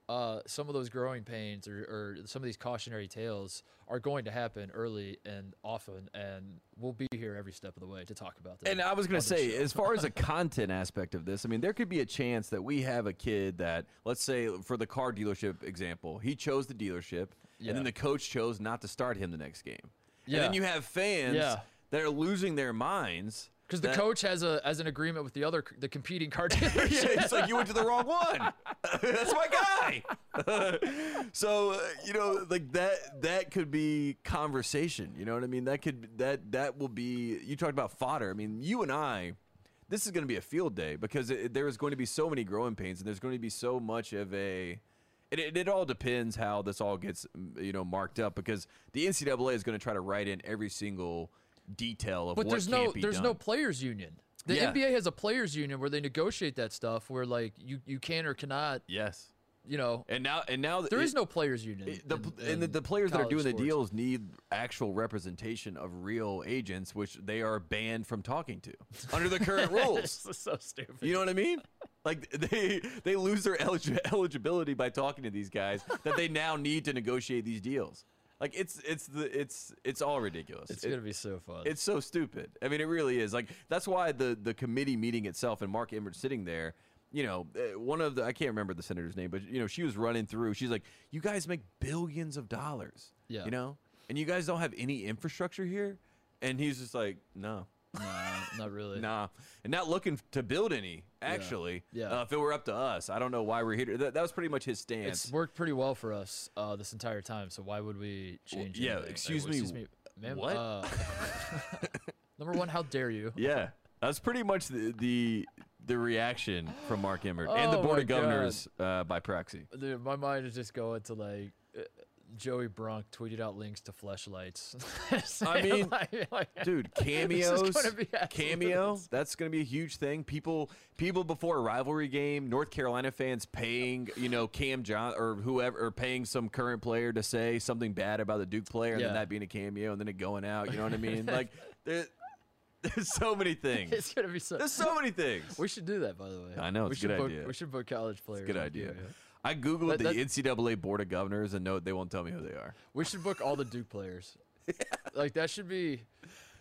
Speaker 1: uh, some of those growing pains or, or some of these cautionary tales are going to happen early and often, and we'll be here every step of the way to talk about that.
Speaker 2: And I was going to say,
Speaker 1: show.
Speaker 2: as
Speaker 1: <laughs>
Speaker 2: far as a content aspect of this, I mean, there could be a chance that we have a kid that, let's say, for the car dealership example, he chose the dealership, and
Speaker 1: Yeah.
Speaker 2: then the coach chose not to start him the next game. And
Speaker 1: Yeah.
Speaker 2: then you have fans
Speaker 1: Yeah.
Speaker 2: that are losing their minds
Speaker 1: because the
Speaker 2: that-
Speaker 1: coach has a as an agreement with the other c- the competing car <laughs>
Speaker 2: <laughs> Yeah,
Speaker 1: dealership.
Speaker 2: it's like you went to the wrong one. <laughs> That's my guy. <laughs> so uh, you know, like that that could be conversation. You know what I mean? That could that that will be. You talked about fodder. I mean, you and I. This is going to be a field day because it, there is going to be so many growing pains, and there's going to be so much of a. It, it, it all depends how this all gets mm, you know marked up because the NCAA is going to try to write in every single detail of
Speaker 1: But
Speaker 2: what
Speaker 1: there's
Speaker 2: can't
Speaker 1: no
Speaker 2: be
Speaker 1: there's
Speaker 2: done.
Speaker 1: no players union. The
Speaker 2: Yeah.
Speaker 1: NBA has a players union where they negotiate that stuff where like you you can or cannot
Speaker 2: yes
Speaker 1: you know
Speaker 2: and now and now
Speaker 1: There
Speaker 2: it-
Speaker 1: is no players union.
Speaker 2: It- the,
Speaker 1: in-
Speaker 2: pl- and the,
Speaker 1: in
Speaker 2: the players that are
Speaker 1: college
Speaker 2: doing the
Speaker 1: sports.
Speaker 2: deals need actual representation of real agents, which they are banned from talking to <laughs> under the current rules.
Speaker 1: This
Speaker 2: <laughs>
Speaker 1: is so stupid.
Speaker 2: You know what I mean? Like <laughs> they they lose their elig- eligibility by talking to these guys that they now need to negotiate these deals. Like it's it's the it's it's all ridiculous.
Speaker 1: it's
Speaker 2: It-
Speaker 1: gonna be so fun.
Speaker 2: it's so stupid. I mean, it really is. Like that's why the the committee meeting itself and Mark Emmert sitting there. You know, uh, one of the I can't remember the senator's name, but you know, she was running through. She's like, "You guys make billions of dollars.
Speaker 1: Yeah.
Speaker 2: You know, and you guys don't have any infrastructure here." And he's just like, "No,
Speaker 1: nah, not really.
Speaker 2: <laughs> nah," and not looking to build any. Actually,
Speaker 1: Yeah.
Speaker 2: Uh, if it were up to us, I don't know why we're here. That, that was pretty much his stance.
Speaker 1: It's
Speaker 2: <laughs>
Speaker 1: worked pretty well for us uh, this entire time. So why would we change?
Speaker 2: yeah,
Speaker 1: anything? Like,
Speaker 2: excuse
Speaker 1: well,
Speaker 2: me,
Speaker 1: Excuse me. Ma'am,
Speaker 2: what? <laughs>
Speaker 1: uh, <laughs> number one, how dare you?
Speaker 2: Yeah, that's pretty much the the the reaction from Mark Emmert and the
Speaker 1: Oh
Speaker 2: board
Speaker 1: my
Speaker 2: of governors uh, by proxy.
Speaker 1: Dude, my mind is just going to like uh, Joey Bronk tweeted out links to fleshlights. <laughs>
Speaker 2: I mean,
Speaker 1: like, <laughs> like-
Speaker 2: Dude,
Speaker 1: is gonna
Speaker 2: cameos,
Speaker 1: be absolute-
Speaker 2: cameo. That's going to be a huge thing. People, people before a rivalry game, North Carolina fans paying, you know, Cam John or whoever, or paying some current player to say something bad about the Duke player, and
Speaker 1: Yeah.
Speaker 2: then that being a cameo, and then it going out. You know what
Speaker 1: <laughs>
Speaker 2: I mean? like, there, there's so many things.
Speaker 1: it's gonna be so.
Speaker 2: There's so many things.
Speaker 1: We should do that, by the way.
Speaker 2: I know,
Speaker 1: we
Speaker 2: it's a good
Speaker 1: should vote-
Speaker 2: idea.
Speaker 1: We should vote college players.
Speaker 2: Good
Speaker 1: on
Speaker 2: idea.
Speaker 1: cameo.
Speaker 2: I googled
Speaker 1: That-
Speaker 2: the
Speaker 1: that-
Speaker 2: NCAA Board of Governors, and no, they won't tell me who they are.
Speaker 1: We should book all the Duke
Speaker 2: <laughs>
Speaker 1: players. Like that should be.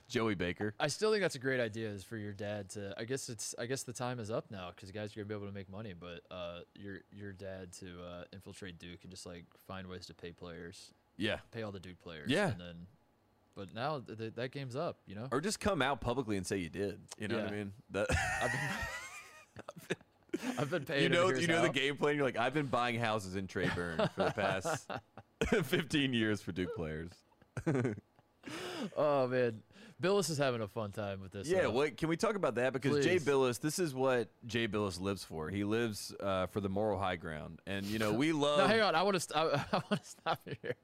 Speaker 2: Joey Baker.
Speaker 1: I still think that's a great idea is for your dad to. I guess it's. I guess the time is up now because guys are gonna be able to make money. But uh, your your dad to uh, infiltrate Duke and just like find ways to pay players,
Speaker 2: Yeah.
Speaker 1: pay all the Duke players.
Speaker 2: Yeah.
Speaker 1: And then, but now th- th- that game's up. You know.
Speaker 2: Or just come out publicly and say you did. You know what I
Speaker 1: Yeah.
Speaker 2: mean? That,
Speaker 1: I've been, I've been paying.
Speaker 2: you
Speaker 1: him,
Speaker 2: know,
Speaker 1: here's
Speaker 2: you know the
Speaker 1: how.
Speaker 2: game plan. You're like, I've been buying houses in Trayburn for the <laughs> past 15 years for Duke players.
Speaker 1: Oh man, Billis is having a fun time with this.
Speaker 2: Yeah,
Speaker 1: uh,
Speaker 2: what can we talk about that? Because Jay
Speaker 1: Please.
Speaker 2: Billis, this is what Jay Billis lives for. He lives uh, for the moral high ground, and you know <laughs> we love.
Speaker 1: No, hang on. I want to. St- <laughs> I, I want to stop you here.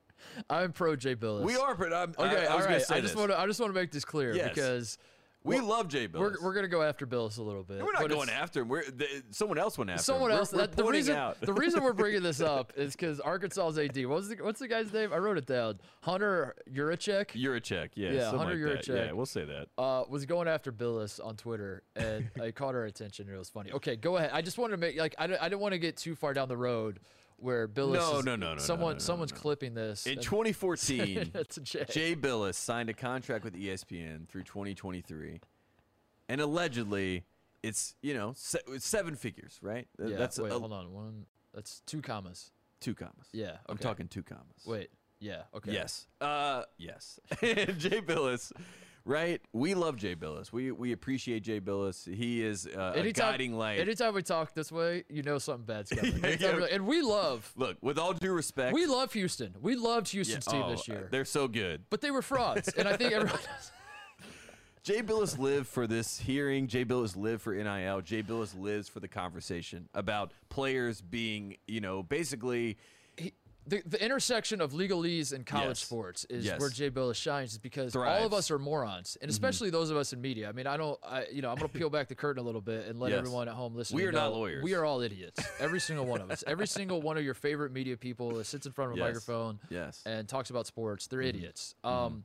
Speaker 1: I'm pro Jay Billis.
Speaker 2: We are, but I'm,
Speaker 1: Okay,
Speaker 2: I, I
Speaker 1: all
Speaker 2: was gonna
Speaker 1: right.
Speaker 2: say
Speaker 1: I just
Speaker 2: this.
Speaker 1: want to. I just want to make this clear
Speaker 2: Yes.
Speaker 1: because
Speaker 2: we love Jay Billis.
Speaker 1: we're, we're gonna go after Billis a little bit.
Speaker 2: We're not
Speaker 1: but
Speaker 2: going
Speaker 1: it's-
Speaker 2: after him. We're th- someone else went after
Speaker 1: Someone
Speaker 2: him. We're-
Speaker 1: else.
Speaker 2: We're,
Speaker 1: that, the
Speaker 2: pointing
Speaker 1: reason.
Speaker 2: out. <laughs>
Speaker 1: the reason we're bringing this up is because Arkansas's AD. What was the, what's the guy's name? I wrote it down. Hunter Yurichek.
Speaker 2: You're a check, yeah.
Speaker 1: Yeah,
Speaker 2: something
Speaker 1: Hunter,
Speaker 2: like
Speaker 1: you're a
Speaker 2: that. Yeah,
Speaker 1: check.
Speaker 2: we'll say that.
Speaker 1: uh, was going after Billis on Twitter,
Speaker 2: <laughs>
Speaker 1: and I caught her attention, and it was funny. Okay, go ahead. I just wanted to make like I, d- I didn't want to get too far down the road where Billis.
Speaker 2: No,
Speaker 1: is-
Speaker 2: no, no, no, no,
Speaker 1: Someone,
Speaker 2: no, no,
Speaker 1: someone's clipping this.
Speaker 2: In
Speaker 1: and
Speaker 2: <laughs> 2014,
Speaker 1: <laughs> that's a J.
Speaker 2: Jay Billis signed a contract with E ESPN through 2023, and allegedly, it's you know se- it's seven figures, right? Th-
Speaker 1: yeah,
Speaker 2: That's
Speaker 1: wait,
Speaker 2: a-
Speaker 1: hold on. One. That's two commas.
Speaker 2: two commas.
Speaker 1: Yeah,
Speaker 2: I'm
Speaker 1: okay.
Speaker 2: talking two commas.
Speaker 1: Wait. Yeah. Okay.
Speaker 2: Yes. Uh, yes. <laughs> Jay Billis, right? We love Jay Billis. We we appreciate Jay Billis. He is uh, a guiding light.
Speaker 1: Anytime we talk this way, you know something
Speaker 2: <laughs>
Speaker 1: bad's coming.
Speaker 2: Yeah,
Speaker 1: Anytime
Speaker 2: yeah.
Speaker 1: we- And we love,
Speaker 2: Look, with all due respect,
Speaker 1: we love Houston. We loved Houston's team
Speaker 2: oh,
Speaker 1: this
Speaker 2: uh,
Speaker 1: year,
Speaker 2: They're so good.
Speaker 1: but they were frauds, and I think everyone. <laughs>
Speaker 2: Jay Billis lived for this hearing. Jay Billis lived for NIL. Jay Billis lives for the conversation about players being, you know, basically
Speaker 1: the, the intersection of legalese and college
Speaker 2: Yes.
Speaker 1: sports is
Speaker 2: Yes.
Speaker 1: where Jay Billis shines is because all of
Speaker 2: Thrives. Mm-hmm.
Speaker 1: us are morons and especially those of us in media. I mean, I don't, I, you know, I'm going to peel back the curtain a little bit and let
Speaker 2: Yes.
Speaker 1: everyone at home listen.
Speaker 2: We are not
Speaker 1: We
Speaker 2: lawyers.
Speaker 1: are all idiots. Every single one of us, every single one of your favorite media people that sits in front of a
Speaker 2: Yes.
Speaker 1: microphone
Speaker 2: Yes.
Speaker 1: and talks about sports. They're
Speaker 2: Mm-hmm.
Speaker 1: idiots. Um,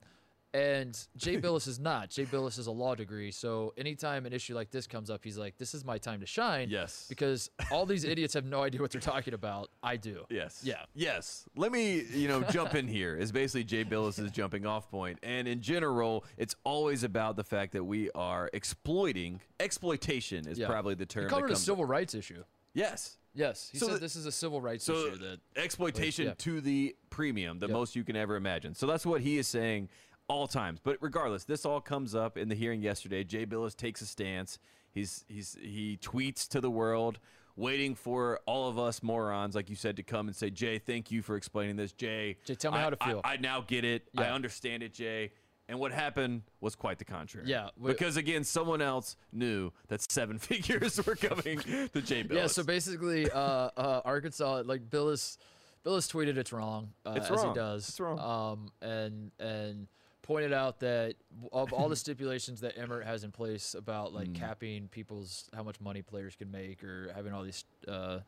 Speaker 1: and Jay Billis is not. Jay Billis is a law degree. So anytime an issue like this comes up, he's like, this is my time to shine.
Speaker 2: Yes.
Speaker 1: Because all
Speaker 2: <laughs>
Speaker 1: these idiots have no idea what they're talking about. I do.
Speaker 2: Yes.
Speaker 1: Yeah.
Speaker 2: Yes. Let me, you know, jump in here is basically Jay
Speaker 1: <laughs>
Speaker 2: Billis's jumping off point. And in general, it's always about the fact that we are exploiting exploitation is
Speaker 1: Yeah.
Speaker 2: probably the term.
Speaker 1: He
Speaker 2: that
Speaker 1: covered a
Speaker 2: comes-
Speaker 1: civil rights issue.
Speaker 2: Yes.
Speaker 1: Yes, he
Speaker 2: So
Speaker 1: said
Speaker 2: the-
Speaker 1: this is a civil rights
Speaker 2: So
Speaker 1: issue that
Speaker 2: exploitation
Speaker 1: yeah.
Speaker 2: to the premium, the most you can ever imagine. So that's what he is saying all times. But regardless, this all comes up in the hearing yesterday. Jay Billis takes a stance. He's he's he tweets to the world, waiting for all of us morons, like you said, to come and say, Jay, thank you for explaining this. Jay,
Speaker 1: Jay, tell me
Speaker 2: I-
Speaker 1: how to
Speaker 2: I-
Speaker 1: feel."
Speaker 2: I, now get it. I
Speaker 1: Yeah.
Speaker 2: understand it, Jay. And what happened was quite the contrary.
Speaker 1: Yeah, we-
Speaker 2: because again, someone else knew that seven <laughs> figures were coming to Jay Billis.
Speaker 1: yeah. So basically, uh, uh, Arkansas like Billis, Billis tweeted it's wrong. Uh,
Speaker 2: It's
Speaker 1: as
Speaker 2: wrong.
Speaker 1: he does.
Speaker 2: It's wrong.
Speaker 1: Um, and and pointed out that of all the stipulations that Emmert has in place about like capping people's how much money players can make or having all these uh,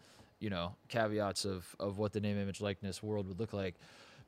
Speaker 1: you know caveats of of what the name, image, likeness world would look like.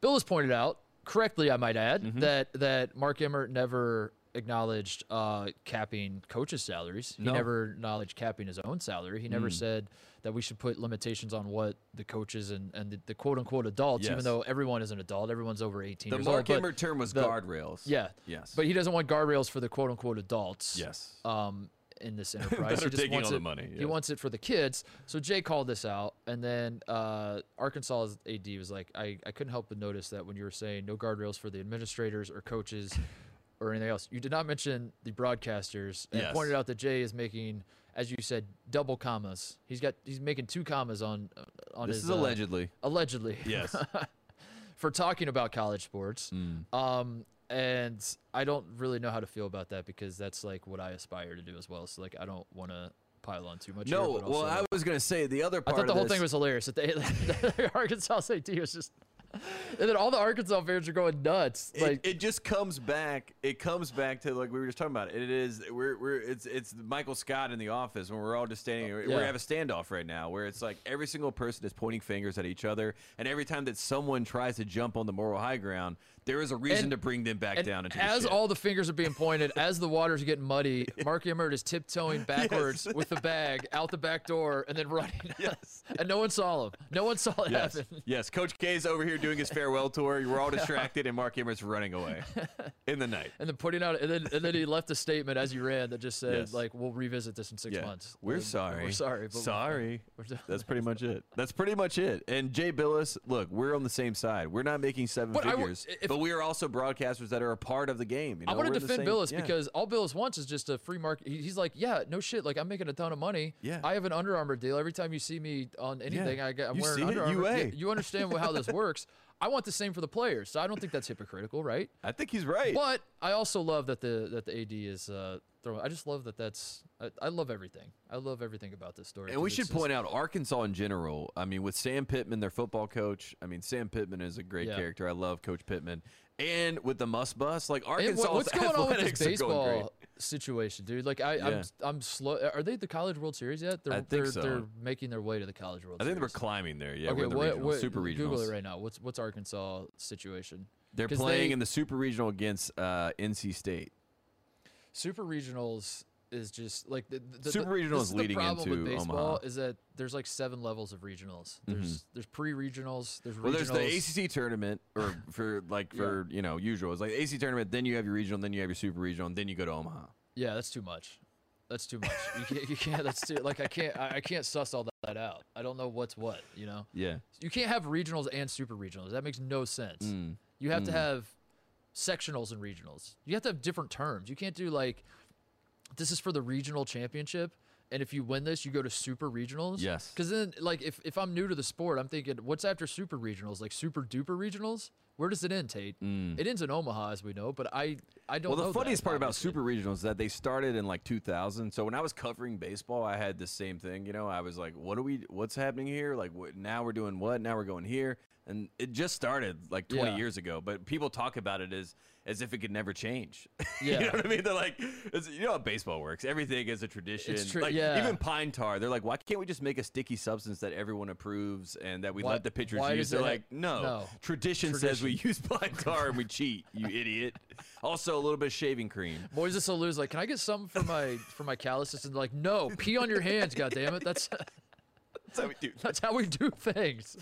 Speaker 1: Billis pointed out correctly, I might add, that that Mark Emmert never acknowledged uh, capping coaches' salaries. He
Speaker 2: No.
Speaker 1: never acknowledged capping his own salary. He never said that we should put limitations on what the coaches and, and the, the quote unquote adults, even
Speaker 2: Yes.
Speaker 1: though everyone is an adult, everyone's over 18
Speaker 2: The
Speaker 1: years
Speaker 2: Mark
Speaker 1: old. but-
Speaker 2: Emmert term was
Speaker 1: the-
Speaker 2: guardrails.
Speaker 1: Yeah.
Speaker 2: Yes.
Speaker 1: But he doesn't want guardrails for the quote unquote adults.
Speaker 2: Yes.
Speaker 1: Um, in
Speaker 2: <laughs>
Speaker 1: this enterprise,
Speaker 2: That
Speaker 1: he
Speaker 2: are
Speaker 1: just
Speaker 2: taking
Speaker 1: wants
Speaker 2: all the
Speaker 1: it-
Speaker 2: money,
Speaker 1: He
Speaker 2: yes.
Speaker 1: wants it for the kids. So Jay called this out, and then uh, Arkansas's AD was like, I, "I couldn't help but notice that when you were saying no guardrails for the administrators or coaches or anything else, you did not mention the broadcasters." And
Speaker 2: Yes.
Speaker 1: pointed out that Jay is making, as you said, double commas. He's got he's making two commas on on
Speaker 2: this
Speaker 1: his
Speaker 2: is
Speaker 1: uh,
Speaker 2: allegedly.
Speaker 1: allegedly
Speaker 2: Yes.
Speaker 1: for talking about college sports.
Speaker 2: Mm.
Speaker 1: Um, and I don't really know how to feel about that because that's like what I aspire to do as well. So like I don't want to pile on too much.
Speaker 2: <laughs> No,
Speaker 1: here, but
Speaker 2: well,
Speaker 1: also-
Speaker 2: I was gonna say the other
Speaker 1: I
Speaker 2: part.
Speaker 1: thought the
Speaker 2: of
Speaker 1: whole
Speaker 2: this,
Speaker 1: thing was hilarious. <laughs> That they, that Arkansas State D was just, and then all the Arkansas fans are going nuts.
Speaker 2: It,
Speaker 1: Like
Speaker 2: it just comes back. It comes back to like we were just talking about. It is we're we're it's it's Michael Scott in the office when we're all just standing. We
Speaker 1: Yeah.
Speaker 2: have a standoff right now where it's like every single person is pointing fingers at each other, and every time that someone tries to jump on the moral high ground, there is a reason
Speaker 1: And-
Speaker 2: to bring them back
Speaker 1: and
Speaker 2: down. Into the
Speaker 1: as
Speaker 2: shit.
Speaker 1: all the fingers are being pointed, as the water's getting
Speaker 2: <laughs>
Speaker 1: muddy, Mark Emmert is tiptoeing backwards with the bag out the back door and then running.
Speaker 2: <laughs> Yes.
Speaker 1: and no one saw him. No one saw it
Speaker 2: Yes,
Speaker 1: happen. <laughs>
Speaker 2: yes. Coach K is over here doing his farewell tour. We're all distracted, and Mark Emmert's
Speaker 1: <laughs>
Speaker 2: running away in the night.
Speaker 1: And then putting out, and then and
Speaker 2: <laughs>
Speaker 1: then he left a statement as he ran that just said
Speaker 2: Yes.
Speaker 1: like, "We'll revisit this in six months."
Speaker 2: We're
Speaker 1: And
Speaker 2: sorry.
Speaker 1: We're sorry. But
Speaker 2: sorry.
Speaker 1: <laughs> We're done.
Speaker 2: That's pretty much it. That's pretty much it. And Jay Billis, look, we're on the same side. We're not making seven
Speaker 1: But I w-
Speaker 2: figures,
Speaker 1: if-
Speaker 2: but we are also broadcasters that are a part of the game. You know?
Speaker 1: I want to
Speaker 2: We're in the
Speaker 1: defend
Speaker 2: same-
Speaker 1: Billis
Speaker 2: yeah.
Speaker 1: because all Billis wants is just a free market. he- He's like, yeah, no shit. Like I'm making a ton of money.
Speaker 2: Yeah.
Speaker 1: I have an Under Armour deal. Every time you see me on anything, I get, I'm
Speaker 2: You
Speaker 1: wearing
Speaker 2: see it?
Speaker 1: Under Armour.
Speaker 2: UA.
Speaker 1: You, you understand how
Speaker 2: <laughs>
Speaker 1: this works. I want the same for the players, so I don't think that's hypocritical, right?
Speaker 2: I think he's right.
Speaker 1: But I also love that the that the AD is uh, throwing. I just love that that's. I, I love everything. I love everything about this story.
Speaker 2: and
Speaker 1: 'cause
Speaker 2: we
Speaker 1: it's
Speaker 2: should
Speaker 1: just-
Speaker 2: point out Arkansas in general. I mean, with Sam Pittman, their football coach. I mean, Sam Pittman is a great
Speaker 1: Yeah.
Speaker 2: character. I love Coach Pittman. And with the must bus, like
Speaker 1: Hey,
Speaker 2: Arkansas,
Speaker 1: what-
Speaker 2: <laughs>
Speaker 1: what's going on with this
Speaker 2: Going great.
Speaker 1: baseball situation, dude? Like, I,
Speaker 2: Yeah.
Speaker 1: I'm, I'm slow. uh, Are they at the College World Series yet? They're,
Speaker 2: I think
Speaker 1: they're,
Speaker 2: so.
Speaker 1: they're making their way to the College World
Speaker 2: I
Speaker 1: Series.
Speaker 2: think they were climbing there. Yeah, we're in the regional, super regionals.
Speaker 1: Google it right now. What's what's Arkansas situation?
Speaker 2: They're
Speaker 1: 'Cause
Speaker 2: playing
Speaker 1: they-
Speaker 2: in the super regional against uh, NC State.
Speaker 1: super regionals is just like the, the- the
Speaker 2: Super
Speaker 1: the-
Speaker 2: regionals
Speaker 1: this is
Speaker 2: leading
Speaker 1: the problem with
Speaker 2: into
Speaker 1: baseball
Speaker 2: Omaha. Mm-hmm.
Speaker 1: is that there's like seven levels of regionals. There's there's pre-regionals. There's regionals.
Speaker 2: Well, there's the ACC tournament, or <laughs> for like for you know usual. It's like ACC tournament, then you have your regional, then you have your super regional, and then you go to Omaha.
Speaker 1: Yeah, that's too much. That's too much. You can't. You can't. That's too. Like I can't. I, I can't suss all that out. I don't know what's what. You know.
Speaker 2: Yeah,
Speaker 1: You can't have regionals and super regionals. That makes no sense.
Speaker 2: Mm.
Speaker 1: You have to have sectionals and regionals. You have to have different terms. You can't do like this is for the regional championship. And if you win this, you go to super regionals.
Speaker 2: Yes.
Speaker 1: Because then, like, if, if I'm new to the sport, I'm thinking, what's after super regionals? Like super duper regionals? Where does it end, Tate? It ends in Omaha, as we know, but I, I don't know.
Speaker 2: Mm. Well, the
Speaker 1: that,
Speaker 2: funniest part about
Speaker 1: obviously.
Speaker 2: super regionals is that they started in like 2000. So when I was covering baseball, I had the same thing. You know, I was like, "What are we? What's happening here? Like, what, now we're doing what? Now we're going here." And it just started like 20
Speaker 1: Yeah.
Speaker 2: years ago. But people talk about it as as if it could never change. <laughs> you know
Speaker 1: Yeah.
Speaker 2: what I mean? They're like, it's, you know how baseball works. Everything is a tradition.
Speaker 1: true,
Speaker 2: Like
Speaker 1: yeah.
Speaker 2: even pine tar. They're like, why can't we just make a sticky substance that everyone approves and that we
Speaker 1: Why-
Speaker 2: let the pitchers
Speaker 1: why
Speaker 2: use?
Speaker 1: does
Speaker 2: They're
Speaker 1: it ha-
Speaker 2: like, no,
Speaker 1: No.
Speaker 2: tradition, says we
Speaker 1: Tradition.
Speaker 2: use pine tar and we cheat.
Speaker 1: <laughs>
Speaker 2: You idiot. Also, a little bit of shaving cream.
Speaker 1: Moises Salu's like, can I get some for my for my calluses? And they're like, no, pee on your hands, goddammit. That's <laughs>
Speaker 2: That's how we do.
Speaker 1: that's how we do Uh. things.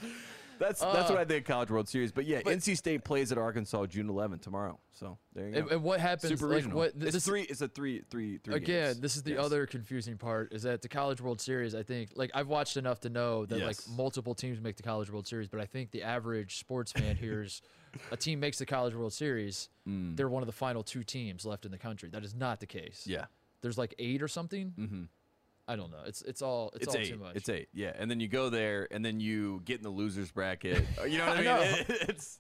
Speaker 2: That's that's what I think of College World Series. But yeah, NC State plays at Arkansas June 11th tomorrow. So there you go.
Speaker 1: And, and what happens?
Speaker 2: Super
Speaker 1: like,
Speaker 2: regional.
Speaker 1: What, th-
Speaker 2: it's
Speaker 1: this,
Speaker 2: three. It's a three, three, three.
Speaker 1: again,
Speaker 2: games.
Speaker 1: this is the
Speaker 2: Yes.
Speaker 1: other confusing part is that the College World Series, I think, like I've watched enough to know that
Speaker 2: Yes.
Speaker 1: like multiple teams make the College World Series, but I think the average sports fan
Speaker 2: <laughs>
Speaker 1: hears a team makes the College World Series, they're one of the final two teams left in the country. That is not the case.
Speaker 2: Mm. Yeah,
Speaker 1: There's like eight or something. Mm-hmm. I don't know. It's it's all it's,
Speaker 2: it's
Speaker 1: all
Speaker 2: eight.
Speaker 1: too much.
Speaker 2: It's eight. Yeah, and then you go there, and then you get in the losers
Speaker 1: <laughs>
Speaker 2: bracket. You know what I
Speaker 1: I
Speaker 2: mean?
Speaker 1: know.
Speaker 2: <laughs> it's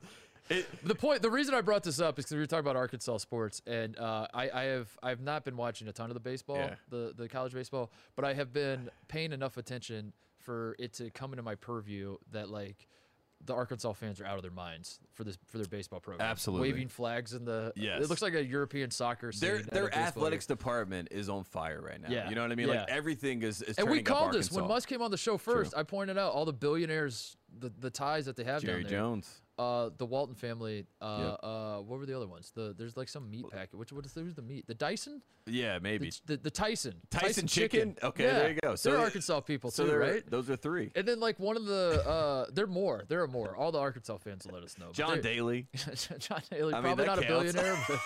Speaker 2: it,
Speaker 1: the point the reason i brought this up is because we were talking about arkansas sports and uh, I, I have i've not been watching a ton of the baseball
Speaker 2: Yeah.
Speaker 1: the, the college baseball but i have been paying enough attention for it to come into my purview that like the arkansas fans are out of their minds for this for their baseball program
Speaker 2: Absolutely.
Speaker 1: waving flags in the
Speaker 2: Yes.
Speaker 1: it looks like a european soccer scene
Speaker 2: their
Speaker 1: at a
Speaker 2: their
Speaker 1: baseball game.
Speaker 2: athletics department is on fire right now.
Speaker 1: Yeah,
Speaker 2: you know what I mean? Like
Speaker 1: yeah.
Speaker 2: everything is. is
Speaker 1: and we
Speaker 2: turning up
Speaker 1: called this when
Speaker 2: Arkansas.
Speaker 1: musk came on the show first i pointed out all the billionaires the, the ties that they have
Speaker 2: Jerry
Speaker 1: down there
Speaker 2: Jones.
Speaker 1: Uh, the Walton family. Uh,
Speaker 2: Yep.
Speaker 1: uh, what were the other ones? The there's like some meat packet. Which what is who's the meat? The Dyson?
Speaker 2: Yeah, maybe
Speaker 1: The, the, the Tyson.
Speaker 2: Tyson, chicken? Okay, there you go. So
Speaker 1: they're
Speaker 2: it-
Speaker 1: Arkansas people
Speaker 2: So
Speaker 1: too,
Speaker 2: there-
Speaker 1: right?
Speaker 2: Those are three.
Speaker 1: And then like one of the uh, there are more. There are more. All the Arkansas fans will let us know. but they're-
Speaker 2: John Daly,
Speaker 1: <laughs> John Daly,
Speaker 2: I mean,
Speaker 1: probably
Speaker 2: that
Speaker 1: not a
Speaker 2: counts.
Speaker 1: billionaire,
Speaker 2: <laughs>
Speaker 1: but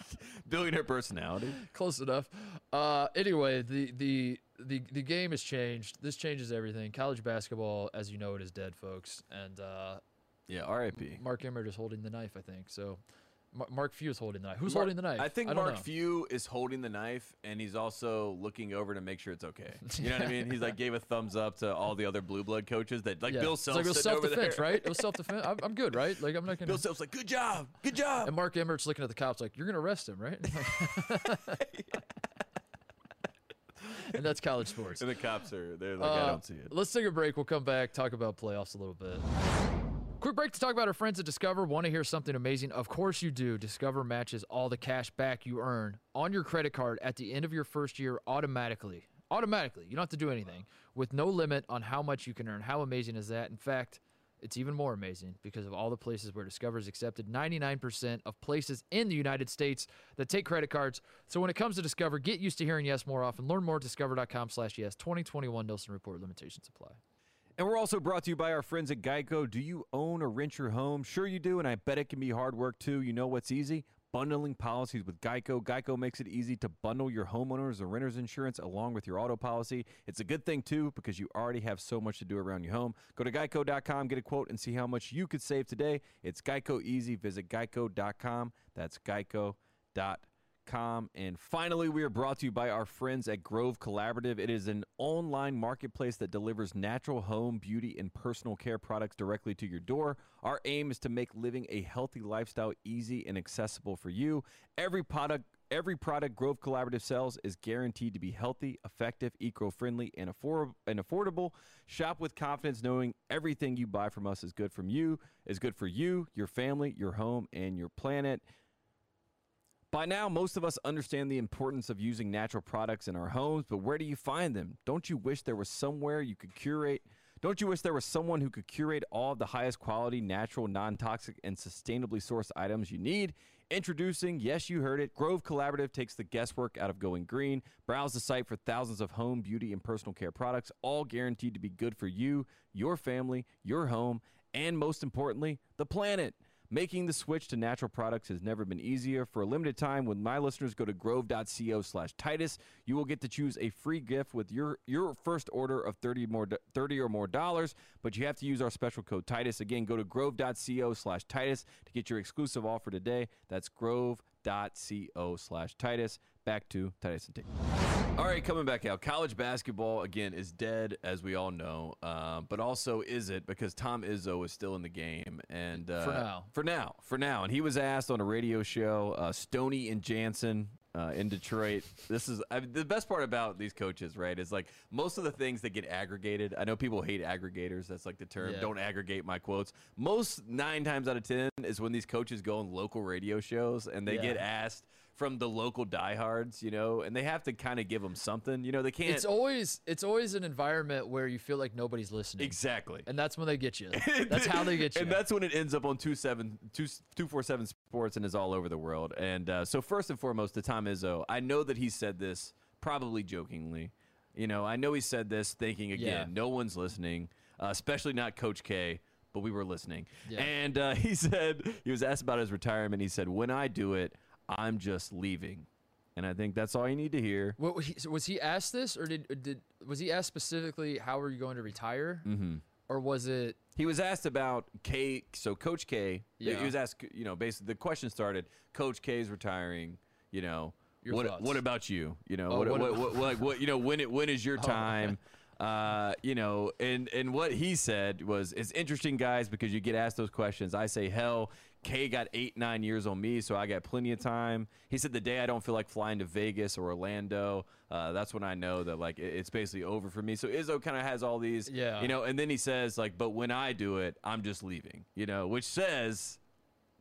Speaker 1: <laughs>
Speaker 2: billionaire personality.
Speaker 1: close enough. Uh, anyway, the the. The, the game has changed. This changes everything. College basketball, as you know, it is dead, folks. And uh,
Speaker 2: Yeah, R.I.P.
Speaker 1: Mark Emmert is holding the knife, I think. So, Mar- Mark Few is holding the knife. Who's
Speaker 2: Mark-
Speaker 1: holding the knife?
Speaker 2: I think
Speaker 1: don't
Speaker 2: Mark
Speaker 1: know.
Speaker 2: Few is holding the knife, and he's also looking over to make sure it's okay. You know what I mean?
Speaker 1: <laughs>
Speaker 2: He's like gave a thumbs up to all the other blue blood coaches that like
Speaker 1: Yeah.
Speaker 2: Bill
Speaker 1: It's
Speaker 2: Self
Speaker 1: like it was
Speaker 2: sitting over
Speaker 1: self-defense,
Speaker 2: there.
Speaker 1: right? It was self-defense. I'm, I'm good, right? Like I'm not gonna.
Speaker 2: <laughs> Bill Self's like, good job, good job.
Speaker 1: and Mark Emmert's looking at the cops like, "You're gonna arrest him, right?" <laughs> and that's college sports.
Speaker 2: <laughs> And the cops are they're like, I
Speaker 1: Uh,
Speaker 2: don't see it.
Speaker 1: Let's take a break. We'll come back, talk about playoffs a little bit. Quick break to talk about our friends at Discover. Want to hear something amazing? Of course you do. Discover matches all the cash back you earn on your credit card at the end of your first year automatically. Automatically. You don't have to do anything with no limit on how much you can earn. How amazing is that? In fact, it's even more amazing because of all the places where Discover is accepted. 99% of places in the United States that take credit cards. So when it comes to Discover, get used to hearing yes more often. Learn more at discover.com slash yes. 2021 Nielsen Report limitations apply.
Speaker 2: And we're also brought to you by our friends at Geico. Do you own or rent your home? Sure, you do, and I bet it can be hard work too. You know what's easy? Bundling policies with Geico. Geico makes it easy to bundle your homeowners or renter's insurance along with your auto policy. It's a good thing too because you already have so much to do around your home. Go to geico.com, get a quote, and see how much you could save today. It's Geico Easy. Visit geico.com. That's geico.com com and finally we are brought to you by our friends at grove collaborative it is an online marketplace that delivers natural home beauty and personal care products directly to your door our aim is to make living a healthy lifestyle easy and accessible for you every product every product grove collaborative sells is guaranteed to be healthy effective eco-friendly and, affor- and affordable shop with confidence knowing everything you buy from us is good from you is good for you your family your home and your planet by now, most of us understand the importance of using natural products in our homes, but where do you find them? Don't you wish there was somewhere you could curate? Don't you wish there was someone who could curate all of the highest quality, natural, non toxic, and sustainably sourced items you need? Introducing, yes, you heard it, Grove Collaborative takes the guesswork out of going green. Browse the site for thousands of home, beauty, and personal care products, all guaranteed to be good for you, your family, your home, and most importantly, the planet. Making the switch to natural products has never been easier. For a limited time, when my listeners go to grove.co slash Titus, you will get to choose a free gift with your, your first order of 30, more, 30 or more dollars, but you have to use our special code Titus. Again, go to grove.co slash Titus to get your exclusive offer today. That's grove.co slash Titus. Back to Titus and T. All right, coming back out. College basketball again is dead, as we all know, um, but also is it because Tom Izzo is still in the game and uh,
Speaker 1: now.
Speaker 2: for now, for now. And he was asked on a radio show, uh, Stoney and Jansen uh, in Detroit. This is I mean, the best part about these coaches, right? Is like most of the things that get aggregated. I know people hate aggregators. That's like the term.
Speaker 1: Yeah.
Speaker 2: Don't aggregate my quotes. Most nine times out of ten is when these coaches go on local radio shows and they
Speaker 1: Yeah.
Speaker 2: get asked from the local diehards, you know, and they have to kind of give them something. You know, they can't
Speaker 1: It's always it's always an environment where you feel like nobody's listening.
Speaker 2: exactly.
Speaker 1: And that's when they get you. That's how they get you.
Speaker 2: <laughs> And that's when it ends up on 27 two- 247 Sports and is all over the world. And uh, so, first and foremost, to Tom Izzo, I know that he said this probably jokingly. You know, I know he said this thinking, again,
Speaker 1: Yeah.
Speaker 2: no one's listening, uh, especially not Coach K, but we were listening.
Speaker 1: Yeah.
Speaker 2: And uh, <laughs> he said, he was asked about his retirement. He said, when I do it, I'm just leaving. And I think that's all you need to hear.
Speaker 1: What, was he- so was he asked this, or did or did was he asked specifically how are you going to retire, mm-hmm. or was it
Speaker 2: He was asked about K. So Coach K.
Speaker 1: Yeah.
Speaker 2: He was asked. You know, basically the question started. Coach K is retiring. You know,
Speaker 1: Your
Speaker 2: what
Speaker 1: thoughts.
Speaker 2: what about you? You know,
Speaker 1: Oh,
Speaker 2: what,
Speaker 1: what Oh,
Speaker 2: what,
Speaker 1: ab-
Speaker 2: what, like what you know when it
Speaker 1: <laughs>
Speaker 2: when is your time? Uh, you know, and and what he said was it's interesting, guys, because you get asked those questions. I say, hell, K got eight nine years on me, so I got plenty of time. He said the day I don't feel like flying to Vegas or Orlando, uh, that's when I know that like it- it's basically over for me. So Izzo kind of has all these,
Speaker 1: Yeah.
Speaker 2: you know know, and then he says like, "But when I do it, I'm just leaving," you know, which says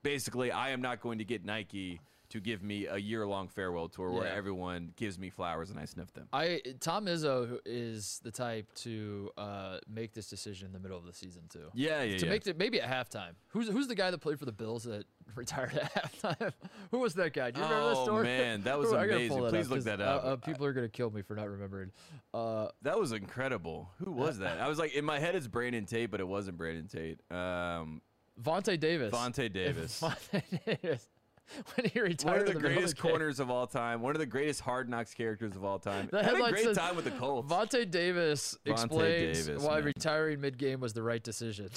Speaker 2: basically I am not going to get Nike to give me a year long farewell tour where
Speaker 1: Yeah. Uh,
Speaker 2: everyone gives me flowers and I sniff them.
Speaker 1: I Tom Izzo is the type to uh, make this decision in the middle of the season too.
Speaker 2: Yeah, yeah,
Speaker 1: To
Speaker 2: yeah.
Speaker 1: make it maybe at halftime. Who's who's the guy that played for the Bills that <laughs> retired at halftime? <laughs> Who was that guy? Do you remember that
Speaker 2: Oh,
Speaker 1: story?
Speaker 2: man,
Speaker 1: <laughs>
Speaker 2: that was
Speaker 1: Who- I gotta pull that
Speaker 2: amazing. Please
Speaker 1: up,
Speaker 2: look
Speaker 1: 'cause,
Speaker 2: that
Speaker 1: uh,
Speaker 2: up.
Speaker 1: uh, people are gonna kill me for not remembering. Uh,
Speaker 2: that was incredible. Who was that? I was like in my head it's Brandon Tate, but it wasn't Brandon Tate. Um,
Speaker 1: Vontae Davis.
Speaker 2: Vontae
Speaker 1: <laughs>
Speaker 2: Davis.
Speaker 1: Vontae Davis. <laughs> when he retired,
Speaker 2: One of the
Speaker 1: in middle
Speaker 2: greatest
Speaker 1: of game.
Speaker 2: corners of all time. One of the greatest hard knocks characters of all time.
Speaker 1: The
Speaker 2: Had a
Speaker 1: headline
Speaker 2: great
Speaker 1: says,
Speaker 2: time with the Colts.
Speaker 1: Vontae Davis explains
Speaker 2: Davis,
Speaker 1: why
Speaker 2: man.
Speaker 1: retiring mid-game was the right
Speaker 2: <laughs>
Speaker 1: decision.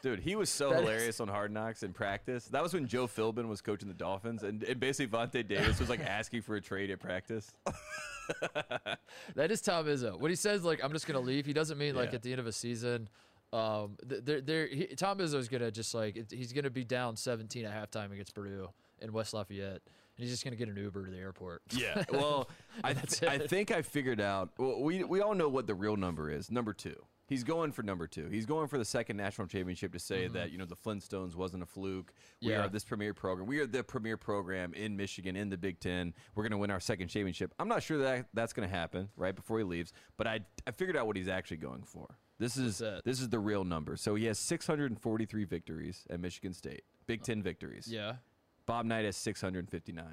Speaker 2: Dude, he was so
Speaker 1: That is-
Speaker 2: hilarious on Hard Knocks in practice. That was when Joe Philbin was coaching the Dolphins, and, and basically Vontae Davis was like asking for a trade at practice.
Speaker 1: that is Tom Izzo. When he says like I'm just gonna leave, he doesn't mean like
Speaker 2: Yeah.
Speaker 1: at the end of a season. Um, th- there, there, he, Tom Izzo's gonna just like it- he's gonna be down 17 at halftime against Purdue in West Lafayette, he's just gonna get an Uber to the airport.
Speaker 2: Yeah. <laughs> Well, I,
Speaker 1: <laughs> That's
Speaker 2: th- I
Speaker 1: it.
Speaker 2: think I figured out. Well, we we all know what the real number is. Number two. He's going for number two. He's going for the second national championship to say that you know the Flintstones wasn't a fluke. We
Speaker 1: Mm-hmm. Yeah.
Speaker 2: are this premier program. We are the premier program in Michigan in the Big Ten. We're going to win our second championship. I'm not sure that that's going to happen right before he leaves, but I I figured out what he's actually going for. This is
Speaker 1: that?
Speaker 2: this is the real number. So he has 643 victories at Michigan State, Big Ten victories.
Speaker 1: Oh. yeah.
Speaker 2: Bob Knight has 659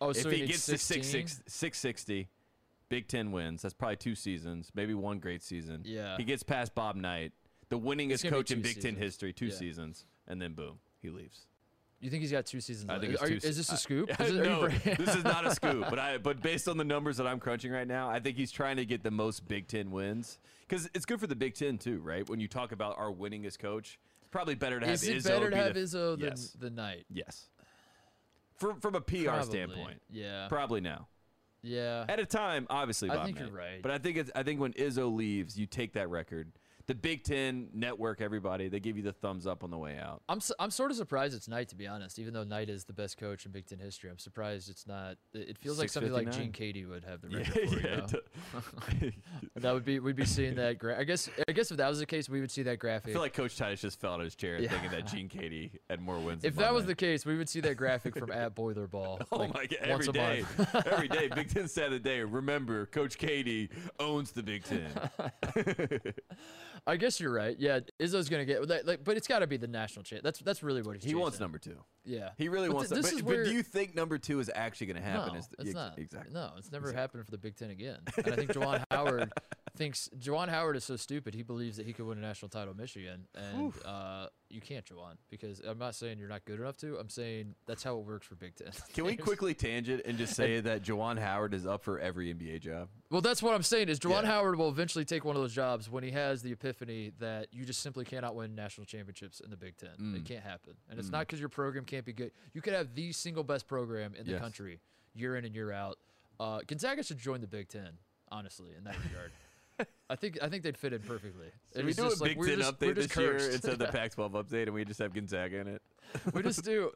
Speaker 1: Oh,
Speaker 2: if
Speaker 1: so
Speaker 2: he
Speaker 1: needs
Speaker 2: gets to 6
Speaker 1: 16?
Speaker 2: 6 660, Big Ten wins. That's probably two seasons, maybe one great season.
Speaker 1: Yeah.
Speaker 2: He gets past Bob Knight, the winningest
Speaker 1: gonna be
Speaker 2: coach in
Speaker 1: two
Speaker 2: Big Ten
Speaker 1: seasons.
Speaker 2: history, two
Speaker 1: Yeah.
Speaker 2: seasons, and then boom, he leaves.
Speaker 1: you think he's got two seasons?
Speaker 2: I
Speaker 1: left?
Speaker 2: think it's
Speaker 1: Are
Speaker 2: two
Speaker 1: you-
Speaker 2: se-
Speaker 1: is this
Speaker 2: I-
Speaker 1: a scoop?
Speaker 2: <laughs> I-
Speaker 1: Is it- are you
Speaker 2: no,
Speaker 1: bra- <laughs>
Speaker 2: this is not a scoop. But I but based on the numbers that I'm crunching right now, I think he's trying to get the most Big Ten wins because it's good for the Big Ten too, right? When you talk about our winningest coach, it's probably better to have
Speaker 1: is it
Speaker 2: Izzo
Speaker 1: better to
Speaker 2: be
Speaker 1: have
Speaker 2: the,
Speaker 1: Izzo than
Speaker 2: yes,
Speaker 1: the night?
Speaker 2: yes. From from a PR
Speaker 1: Probably.
Speaker 2: standpoint,
Speaker 1: Yeah.
Speaker 2: probably now.
Speaker 1: yeah.
Speaker 2: at a time, obviously.
Speaker 1: I
Speaker 2: Bob
Speaker 1: think you're
Speaker 2: Knight.
Speaker 1: right.
Speaker 2: But I think it's I think when Izzo leaves, you take that record. The Big Ten Network, everybody, they give you the thumbs up on the way out.
Speaker 1: I'm s am sort of surprised it's Knight to be honest. Even though Knight is the best coach in Big Ten history, I'm surprised it's not. It it feels like something like Gene
Speaker 2: 659.
Speaker 1: Katie would have
Speaker 2: <laughs>
Speaker 1: the record for. you know?
Speaker 2: I
Speaker 1: That would be we'd be seeing that. Gra- I guess I guess if that was the case, we would see that graphic.
Speaker 2: feel like Coach Titus just fell out of his chair thinking that Gene Katie had more wins.
Speaker 1: if
Speaker 2: than
Speaker 1: that
Speaker 2: Bob
Speaker 1: was the
Speaker 2: Knight.
Speaker 1: case, we would see that graphic from at Boiler Ball.
Speaker 2: <laughs> Oh
Speaker 1: like,
Speaker 2: my god!
Speaker 1: once
Speaker 2: Every
Speaker 1: a
Speaker 2: day,
Speaker 1: month. <laughs>
Speaker 2: every day, Big Ten Saturday. Remember, Coach Katie owns the Big
Speaker 1: <laughs>
Speaker 2: Ten.
Speaker 1: I guess you're right. Yeah, Izzo's gonna get like, like but it's got to be the national champ. That's that's really what he's
Speaker 2: He wants
Speaker 1: chasing.
Speaker 2: number two.
Speaker 1: Yeah,
Speaker 2: He really
Speaker 1: But
Speaker 2: wants.
Speaker 1: th-
Speaker 2: that.
Speaker 1: This
Speaker 2: But,
Speaker 1: is
Speaker 2: but
Speaker 1: where
Speaker 2: do you think number two is actually going to happen?
Speaker 1: no,
Speaker 2: is the-
Speaker 1: it's
Speaker 2: ex-
Speaker 1: not
Speaker 2: exactly.
Speaker 1: No, it's never happened for the Big Ten again. And I think
Speaker 2: <laughs>
Speaker 1: Jawan Howard thinks Jawan Howard is so stupid. He believes that he could win a national title in Michigan, and uh, you can't, Jawan, because I'm not saying you're not good enough to. I'm saying that's how it works for Big Ten. <laughs>
Speaker 2: Can we quickly tangent and just say that Jawan Howard is up for every NBA job?
Speaker 1: Well, that's what I'm saying is Jawan
Speaker 2: Yeah.
Speaker 1: Howard will eventually take one of those jobs when he has the epiphany that you just simply cannot win national championships in the Big Ten.
Speaker 2: Mm.
Speaker 1: It can't happen. And it's not because your program can't be good. You could have the single best program in the
Speaker 2: Yes.
Speaker 1: country year in and year out. Uh, Gonzaga should join the Big Ten, honestly, in that regard. I think I think they'd fit in perfectly. It
Speaker 2: we
Speaker 1: was
Speaker 2: do a
Speaker 1: just like,
Speaker 2: Big
Speaker 1: we're
Speaker 2: Ten
Speaker 1: just- we're
Speaker 2: update
Speaker 1: just
Speaker 2: this year
Speaker 1: cursed. <laughs>
Speaker 2: instead of the Pac-12 update, and we just have Gonzaga in it.
Speaker 1: we just do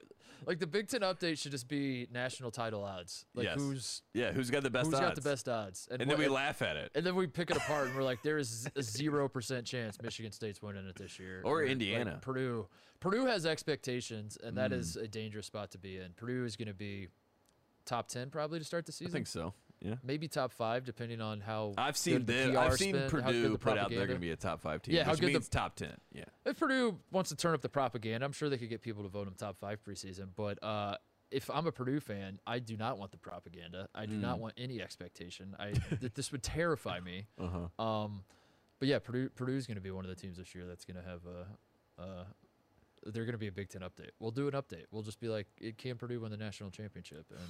Speaker 1: like the Big Ten update should just be national title odds. Like
Speaker 2: Yes.
Speaker 1: who's
Speaker 2: Yeah, who's got the best
Speaker 1: who's
Speaker 2: odds?
Speaker 1: got the best odds,
Speaker 2: And then
Speaker 1: what-
Speaker 2: we laugh at it.
Speaker 1: And then we pick it apart and we're like, there is a zero percent chance Michigan State's winning it this year.
Speaker 2: Or
Speaker 1: like,
Speaker 2: Indiana. Hmm.
Speaker 1: Purdue. Purdue has expectations, and that is a dangerous spot to be in. Purdue is going to be top ten probably to start the
Speaker 2: I
Speaker 1: season.
Speaker 2: think so. Yeah.
Speaker 1: Maybe top five, depending on how
Speaker 2: I've seen
Speaker 1: good the
Speaker 2: them.
Speaker 1: PR
Speaker 2: I've seen
Speaker 1: spin- how good
Speaker 2: Purdue
Speaker 1: the
Speaker 2: put out they're
Speaker 1: propaganda-
Speaker 2: going to be a top five team,
Speaker 1: Yeah, how
Speaker 2: which
Speaker 1: good the-
Speaker 2: means top ten. Yeah.
Speaker 1: If Purdue wants to turn up the propaganda, I'm sure they could get people to vote them top five preseason. But uh, if I'm a Purdue fan, I do not want the propaganda. I do
Speaker 2: Hmm.
Speaker 1: not want any expectation. I th- this would terrify me. Uh-huh. Um, but yeah, Purdue Purdue's going to be one of the teams this year that's going to have a. Uh, they're going to be a Big Ten update. We'll do an update. We'll just be like, it can Purdue win the national championship? And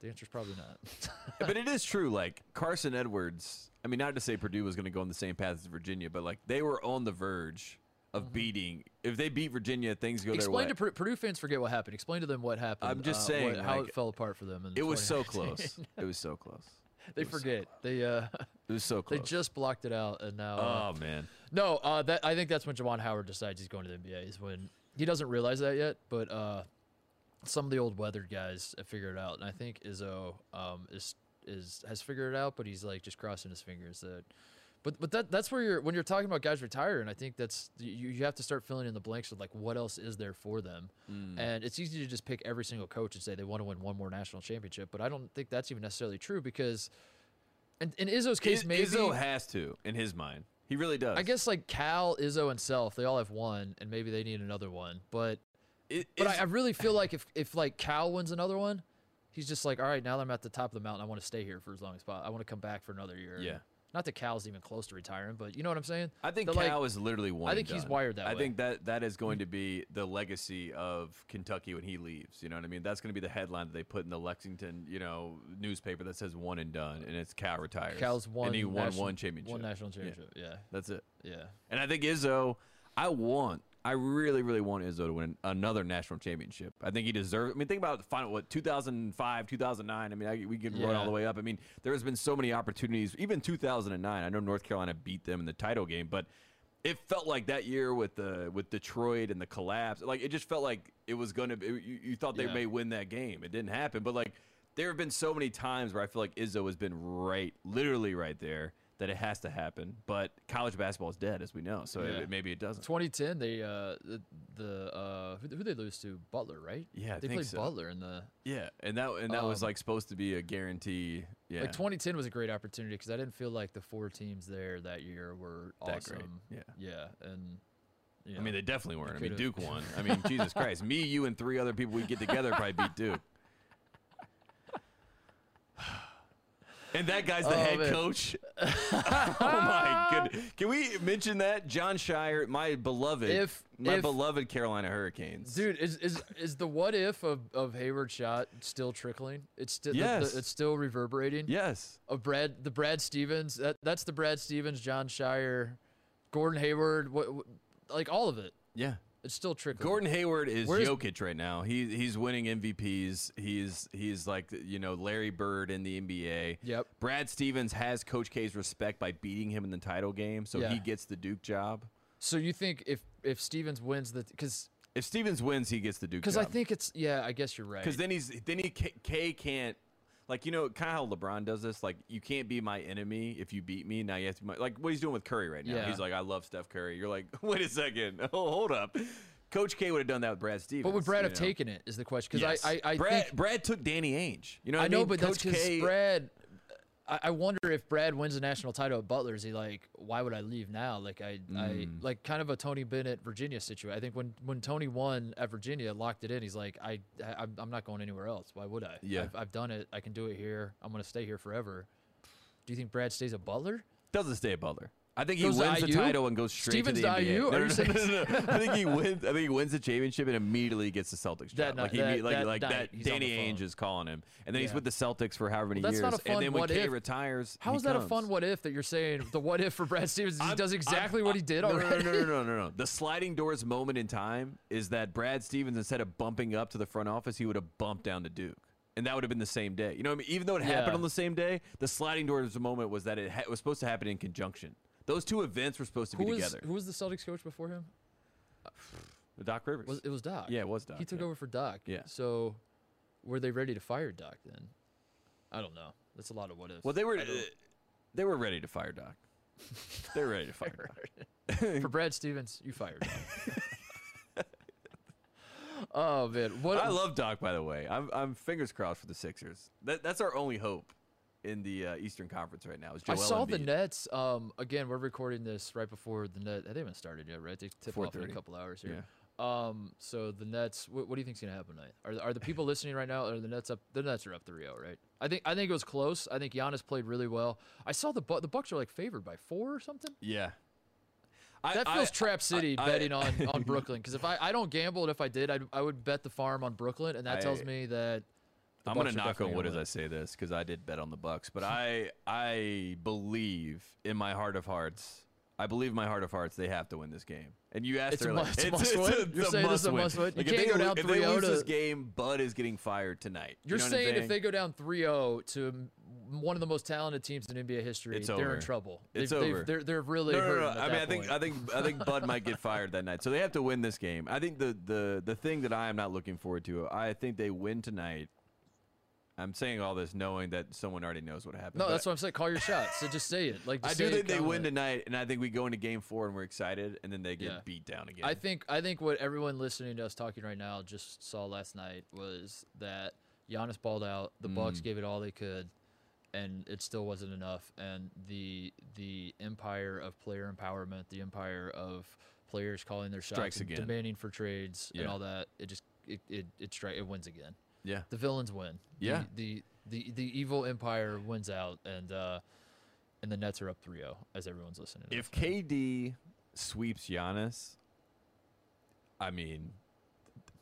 Speaker 1: the answer's probably <laughs>
Speaker 2: <laughs>
Speaker 1: not.
Speaker 2: <laughs> but it is true. Like Carson Edwards. I mean, not to say Purdue was going to go on the same path as Virginia, but like they were on the verge of beating. If they beat Virginia, things go their way.
Speaker 1: Uh-huh. Explain to Purdue, Purdue fans forget what happened. Explain to them what happened.
Speaker 2: I'm just
Speaker 1: uh, what-
Speaker 2: saying,
Speaker 1: how
Speaker 2: like,
Speaker 1: it fell apart for them. in
Speaker 2: it
Speaker 1: <laughs>
Speaker 2: was so
Speaker 1: 2019.
Speaker 2: close. It was so close.
Speaker 1: <laughs> They forget. They uh, <laughs>
Speaker 2: It was so
Speaker 1: they
Speaker 2: close.
Speaker 1: just blocked it out, and now. uh,
Speaker 2: Oh man.
Speaker 1: no, uh, that I think that's when Jawan Howard decides he's going to the NBA. Is when he doesn't realize that yet, but uh, some of the old weathered guys have figured it out, and I think Izzo um, is is has figured it out, but he's like just crossing his fingers that. But but that that's where you're when you're talking about guys retiring. I think that's you you have to start filling in the blanks with like what else is there for them,
Speaker 2: Mm.
Speaker 1: and it's easy to just pick every single coach and say they want to win one more national championship, but I don't think that's even necessarily true because. And in Izzo's case,
Speaker 2: Iz-
Speaker 1: maybe
Speaker 2: Izzo has to in his mind. He really does.
Speaker 1: I guess like Cal, Izzo, and Self, they all have one, and maybe they need another one. But
Speaker 2: I-
Speaker 1: but I,
Speaker 2: Iz-
Speaker 1: I really feel like if if like Cal wins another one, he's just like, all right, now that I'm at the top of the mountain, I want to stay here for as long as possible. I want to come back for another year.
Speaker 2: Yeah.
Speaker 1: Not that Cal's even close to retiring, but you know what I'm saying.
Speaker 2: I think
Speaker 1: That, like,
Speaker 2: Cal is literally one.
Speaker 1: I
Speaker 2: and
Speaker 1: think he's
Speaker 2: done.
Speaker 1: wired that
Speaker 2: I
Speaker 1: way.
Speaker 2: think that that is going to be the legacy of Kentucky when he leaves. You know what I mean? That's going to be the headline that they put in the Lexington, you know, newspaper that says "one and done," and it's Cal retires.
Speaker 1: Cal's won.
Speaker 2: and he won
Speaker 1: national-
Speaker 2: one championship.
Speaker 1: One national championship. Yeah.
Speaker 2: That's it.
Speaker 1: Yeah.
Speaker 2: And I think Izzo, I want, I really, really want Izzo to win another national championship. I think he deserves. I mean, think about the final what 2005, 2009. I mean, I, we can run all
Speaker 1: Yeah.
Speaker 2: the way up. I mean, there has been so many opportunities. Even 2009, I know North Carolina beat them in the title game, but it felt like that year with the with Detroit and the collapse, like it just felt like it was gonna. Be, you, you thought they
Speaker 1: Yeah.
Speaker 2: may win that game. It didn't happen, but like there have been so many times where I feel like Izzo has been right, literally right there that it has to happen. But college basketball is dead, as we know, so
Speaker 1: Yeah.
Speaker 2: it, maybe it doesn't.
Speaker 1: 2010, they uh the, the uh who, who they lose to Butler, right?
Speaker 2: Yeah, I
Speaker 1: they
Speaker 2: think
Speaker 1: played
Speaker 2: so.
Speaker 1: Butler in the
Speaker 2: Yeah, and that and that was
Speaker 1: Um,
Speaker 2: like supposed to be a guarantee. Yeah,
Speaker 1: like 2010 was a great opportunity because I didn't feel like the four teams there that year were
Speaker 2: That
Speaker 1: awesome.
Speaker 2: great, yeah.
Speaker 1: yeah, and you
Speaker 2: I mean,
Speaker 1: know,
Speaker 2: they definitely weren't. I mean,
Speaker 1: could've-
Speaker 2: Duke won. I mean,
Speaker 1: <laughs>
Speaker 2: Jesus Christ, me, you, and three other people we get together probably beat Duke. And that guy's the
Speaker 1: Oh,
Speaker 2: head
Speaker 1: man. <laughs>
Speaker 2: coach. oh my goodness! Can we mention that John Shire, my beloved,
Speaker 1: If-
Speaker 2: my
Speaker 1: if-
Speaker 2: beloved Carolina Hurricanes?
Speaker 1: dude, is is is the what if of of Hayward shot still trickling? It's still
Speaker 2: Yes.
Speaker 1: it's still reverberating.
Speaker 2: yes,
Speaker 1: of Brad the Brad Stevens. That that's the Brad Stevens, John Shire, Gordon Hayward. What, what like all of it?
Speaker 2: yeah.
Speaker 1: It's still trickling.
Speaker 2: Gordon Hayward is
Speaker 1: Where's-
Speaker 2: Jokic right now. He he's winning MVPs. He's he's like you know Larry Bird in the NBA.
Speaker 1: Yep.
Speaker 2: Brad Stevens has Coach K's respect by beating him in the title game, so
Speaker 1: Yeah.
Speaker 2: he gets the Duke job.
Speaker 1: So you think if if Stevens wins the because
Speaker 2: If Stevens wins, he gets the Duke
Speaker 1: because
Speaker 2: job.
Speaker 1: I think it's yeah I guess you're right.
Speaker 2: because then he's then he K, K can't like you know kind of how LeBron does this. Like you can't be my enemy if you beat me. Now you have to be my, like what he's doing with Curry right now.
Speaker 1: Yeah.
Speaker 2: He's like I love Steph Curry. You're like <laughs> wait a second. Oh hold up. Coach K would have done that with Brad Stevens.
Speaker 1: but would Brad
Speaker 2: you
Speaker 1: have
Speaker 2: know?
Speaker 1: taken it is the question because
Speaker 2: Yes.
Speaker 1: I I, I
Speaker 2: Brad,
Speaker 1: think,
Speaker 2: Brad took Danny Ainge. You know, what
Speaker 1: I know
Speaker 2: mean?
Speaker 1: but that's
Speaker 2: Coach
Speaker 1: because
Speaker 2: K-
Speaker 1: Brad. I, I wonder if Brad wins the national title at Butler is he like why would I leave now like I I
Speaker 2: Mm.
Speaker 1: like kind of a Tony Bennett Virginia situation. I think when when Tony won at Virginia locked it in he's like I, I I'm- I'm not going anywhere else. Why would I?
Speaker 2: Yeah.
Speaker 1: I've, I've done it. I can do it here. I'm gonna stay here forever. Do you think Brad stays at Butler?
Speaker 2: doesn't stay at Butler. I think he
Speaker 1: Goes to
Speaker 2: wins the
Speaker 1: IU?
Speaker 2: title and goes straight
Speaker 1: Stevens
Speaker 2: to the
Speaker 1: to
Speaker 2: NBA.
Speaker 1: IU?
Speaker 2: No,
Speaker 1: Are
Speaker 2: no,
Speaker 1: you
Speaker 2: no,
Speaker 1: saying-
Speaker 2: no, no, no.
Speaker 1: <laughs>
Speaker 2: I think he wins. I think he wins the championship and immediately gets the Celtics
Speaker 1: That
Speaker 2: job.
Speaker 1: night-
Speaker 2: like he
Speaker 1: that-
Speaker 2: meet- like
Speaker 1: that
Speaker 2: like
Speaker 1: night,
Speaker 2: that.
Speaker 1: he's on
Speaker 2: Danny
Speaker 1: the
Speaker 2: Ainge
Speaker 1: phone.
Speaker 2: is calling him, and then he's
Speaker 1: Yeah.
Speaker 2: with the Celtics for however many
Speaker 1: That's
Speaker 2: years.
Speaker 1: not a fun
Speaker 2: and then when
Speaker 1: what
Speaker 2: K
Speaker 1: if.
Speaker 2: retires,
Speaker 1: How
Speaker 2: he
Speaker 1: is that a
Speaker 2: comes.
Speaker 1: fun what if that you're saying the what if for Brad Stevens is he
Speaker 2: I'm-
Speaker 1: does
Speaker 2: I'm-
Speaker 1: exactly what he
Speaker 2: <laughs>
Speaker 1: did
Speaker 2: no, no,
Speaker 1: already?
Speaker 2: No, no, no, no, no,
Speaker 1: <laughs>
Speaker 2: no. The sliding doors moment in time is that Brad Stevens, instead of bumping up to the front office, he would have bumped down to Duke. And that would have been the same day. You know what I mean? Even though it happened
Speaker 1: Yeah.
Speaker 2: on the same day, the sliding doors moment was that it, ha- was supposed to happen in conjunction. Those two events were supposed to
Speaker 1: Who
Speaker 2: be
Speaker 1: was
Speaker 2: together.
Speaker 1: who was the Celtics coach before him?
Speaker 2: Doc Rivers.
Speaker 1: Was it was Doc?
Speaker 2: Yeah, it was Doc,
Speaker 1: He took
Speaker 2: yeah.
Speaker 1: over for Doc.
Speaker 2: Yeah.
Speaker 1: So, were they ready to fire Doc then? I don't know. That's a lot of what ifs.
Speaker 2: well, they were
Speaker 1: I don't-
Speaker 2: uh, they were ready to
Speaker 1: <laughs>
Speaker 2: fire Doc. they were ready to fire Doc.
Speaker 1: for Brad Stevens. You fired. Doc. <laughs> oh man, what
Speaker 2: I love Doc, by the way. I'm, I'm fingers crossed for the Sixers. That, that's our only hope in the uh, Eastern Conference right now. Is
Speaker 1: I
Speaker 2: Joel
Speaker 1: saw the
Speaker 2: Embiid.
Speaker 1: Nets. Um, again, we're recording this right before the net. They haven't started yet, right? They tip off in a
Speaker 2: 4:30.
Speaker 1: couple hours here. Um, so the Nets. What, what do you think's gonna happen tonight? Are, the- are the people listening right now? Are the Nets up? The Nets are up 3-0, right? I think. I think it was close. I think Giannis played really well. I saw the Bu- the Bucks are like favored by four or something.
Speaker 2: Yeah. I,
Speaker 1: That
Speaker 2: I-
Speaker 1: feels
Speaker 2: I-
Speaker 1: trap city
Speaker 2: I-
Speaker 1: betting on
Speaker 2: <laughs>
Speaker 1: on Brooklyn because if I I don't gamble and if I did I'd, I would bet the farm on Brooklyn and that tells
Speaker 2: I-
Speaker 1: me that the
Speaker 2: I'm gonna
Speaker 1: Bucks are
Speaker 2: knock on
Speaker 1: definitely
Speaker 2: wood
Speaker 1: gonna
Speaker 2: as I say this because I did bet on the Bucks, but I I believe in my heart of hearts. I believe in my heart of hearts they have to win this game. And you asked
Speaker 1: It's a
Speaker 2: earlier, like, <laughs>
Speaker 1: must- must win? You're saying this is a must win? You
Speaker 2: Like, if
Speaker 1: can't
Speaker 2: they
Speaker 1: go
Speaker 2: lo-
Speaker 1: down
Speaker 2: If they lose
Speaker 1: 3-0
Speaker 2: this
Speaker 1: to-
Speaker 2: game, Bud is getting fired tonight. You
Speaker 1: You're
Speaker 2: know what I'm
Speaker 1: saying, if they go down 3-0 to m- one of the most talented teams in NBA history,
Speaker 2: It's
Speaker 1: they're
Speaker 2: over.
Speaker 1: in trouble.
Speaker 2: It's
Speaker 1: they've,
Speaker 2: over.
Speaker 1: They've, they're, they're really
Speaker 2: no, no,
Speaker 1: hurting
Speaker 2: no.
Speaker 1: at
Speaker 2: I mean,
Speaker 1: that
Speaker 2: I think
Speaker 1: point.
Speaker 2: I think I think Bud might get fired that night, so they have to win this game. I think the the the thing that I am not looking forward to. I think they win tonight. I'm saying all this knowing that someone already knows what happened.
Speaker 1: no,
Speaker 2: but
Speaker 1: that's what I'm saying. Call your shots. So just say it.
Speaker 2: <laughs>
Speaker 1: Like
Speaker 2: I
Speaker 1: just
Speaker 2: do
Speaker 1: say it,
Speaker 2: think they win
Speaker 1: comment.
Speaker 2: tonight, and I think we go into game four and we're excited, and then they get
Speaker 1: Yeah.
Speaker 2: beat down again.
Speaker 1: I think I think what everyone listening to us talking right now just saw last night was that Giannis balled out. The
Speaker 2: Mm.
Speaker 1: Bucks gave it all they could, and it still wasn't enough. And the the empire of player empowerment, the empire of players calling their shots,
Speaker 2: Strikes
Speaker 1: and
Speaker 2: again.
Speaker 1: demanding for trades and
Speaker 2: Yeah.
Speaker 1: all that, it just it it it, stri- it wins again.
Speaker 2: yeah.
Speaker 1: The villains win. The-
Speaker 2: Yeah.
Speaker 1: The the the, evil empire wins out, and uh, and the Nets are up 3-0 as everyone's listening. to
Speaker 2: If
Speaker 1: this.
Speaker 2: KD sweeps Giannis, I mean,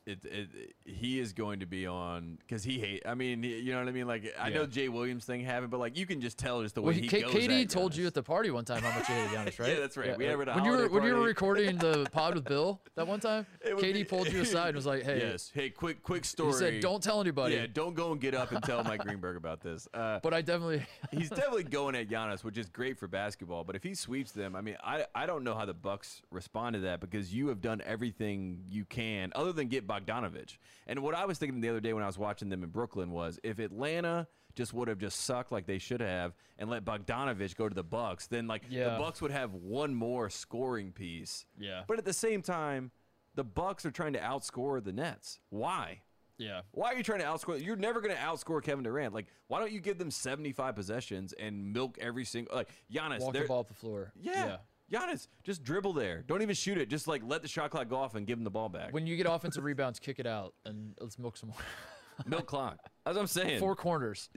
Speaker 2: it, it, he is going to be on because he hate. I mean, y- you know what I mean. Like I
Speaker 1: Yeah.
Speaker 2: know Jay Williams thing happened, but like you can just tell just the way
Speaker 1: Well,
Speaker 2: he
Speaker 1: K-
Speaker 2: goes.
Speaker 1: Katie
Speaker 2: at
Speaker 1: told
Speaker 2: Giannis.
Speaker 1: you at the party one time how much you hated
Speaker 2: <laughs>
Speaker 1: Giannis, right?
Speaker 2: that's right. We had her at a
Speaker 1: when you were
Speaker 2: holiday
Speaker 1: when you were
Speaker 2: party.
Speaker 1: recording the
Speaker 2: <laughs>
Speaker 1: pod with Bill that one time,
Speaker 2: It would
Speaker 1: Katie
Speaker 2: be-
Speaker 1: pulled you aside and was like,
Speaker 2: <laughs>
Speaker 1: "Hey,
Speaker 2: Yes. Hey, quick, quick story.
Speaker 1: he said, don't tell anybody."
Speaker 2: Yeah, don't go and get up and tell Mike Greenberg about this. Uh,
Speaker 1: But I definitely <laughs>
Speaker 2: he's definitely going at Giannis, which is great for basketball. But if he sweeps them, I mean, I I don't know how the Bucks respond to that because you have done everything you can other than get Bogdanovich. And what I was thinking the other day when I was watching them in Brooklyn was if Atlanta just would have just sucked like they should have and let Bogdanovich go to the Bucks, then like
Speaker 1: Yeah.
Speaker 2: the Bucks would have one more scoring piece.
Speaker 1: Yeah.
Speaker 2: But at the same time, the Bucks are trying to outscore the Nets. Why?
Speaker 1: yeah.
Speaker 2: Why are you trying to outscore? You're never going to outscore Kevin Durant. Like, why don't you give them 75 possessions and milk every single like Giannis?
Speaker 1: Walk the
Speaker 2: they're-
Speaker 1: ball up the floor.
Speaker 2: Yeah, Giannis, just dribble there. Don't even shoot it. Just like let the shot clock go off and give them the ball back.
Speaker 1: When you get offensive rebounds, kick it out and let's milk some more.
Speaker 2: <laughs> milk clock. That's what I'm saying.
Speaker 1: Four corners.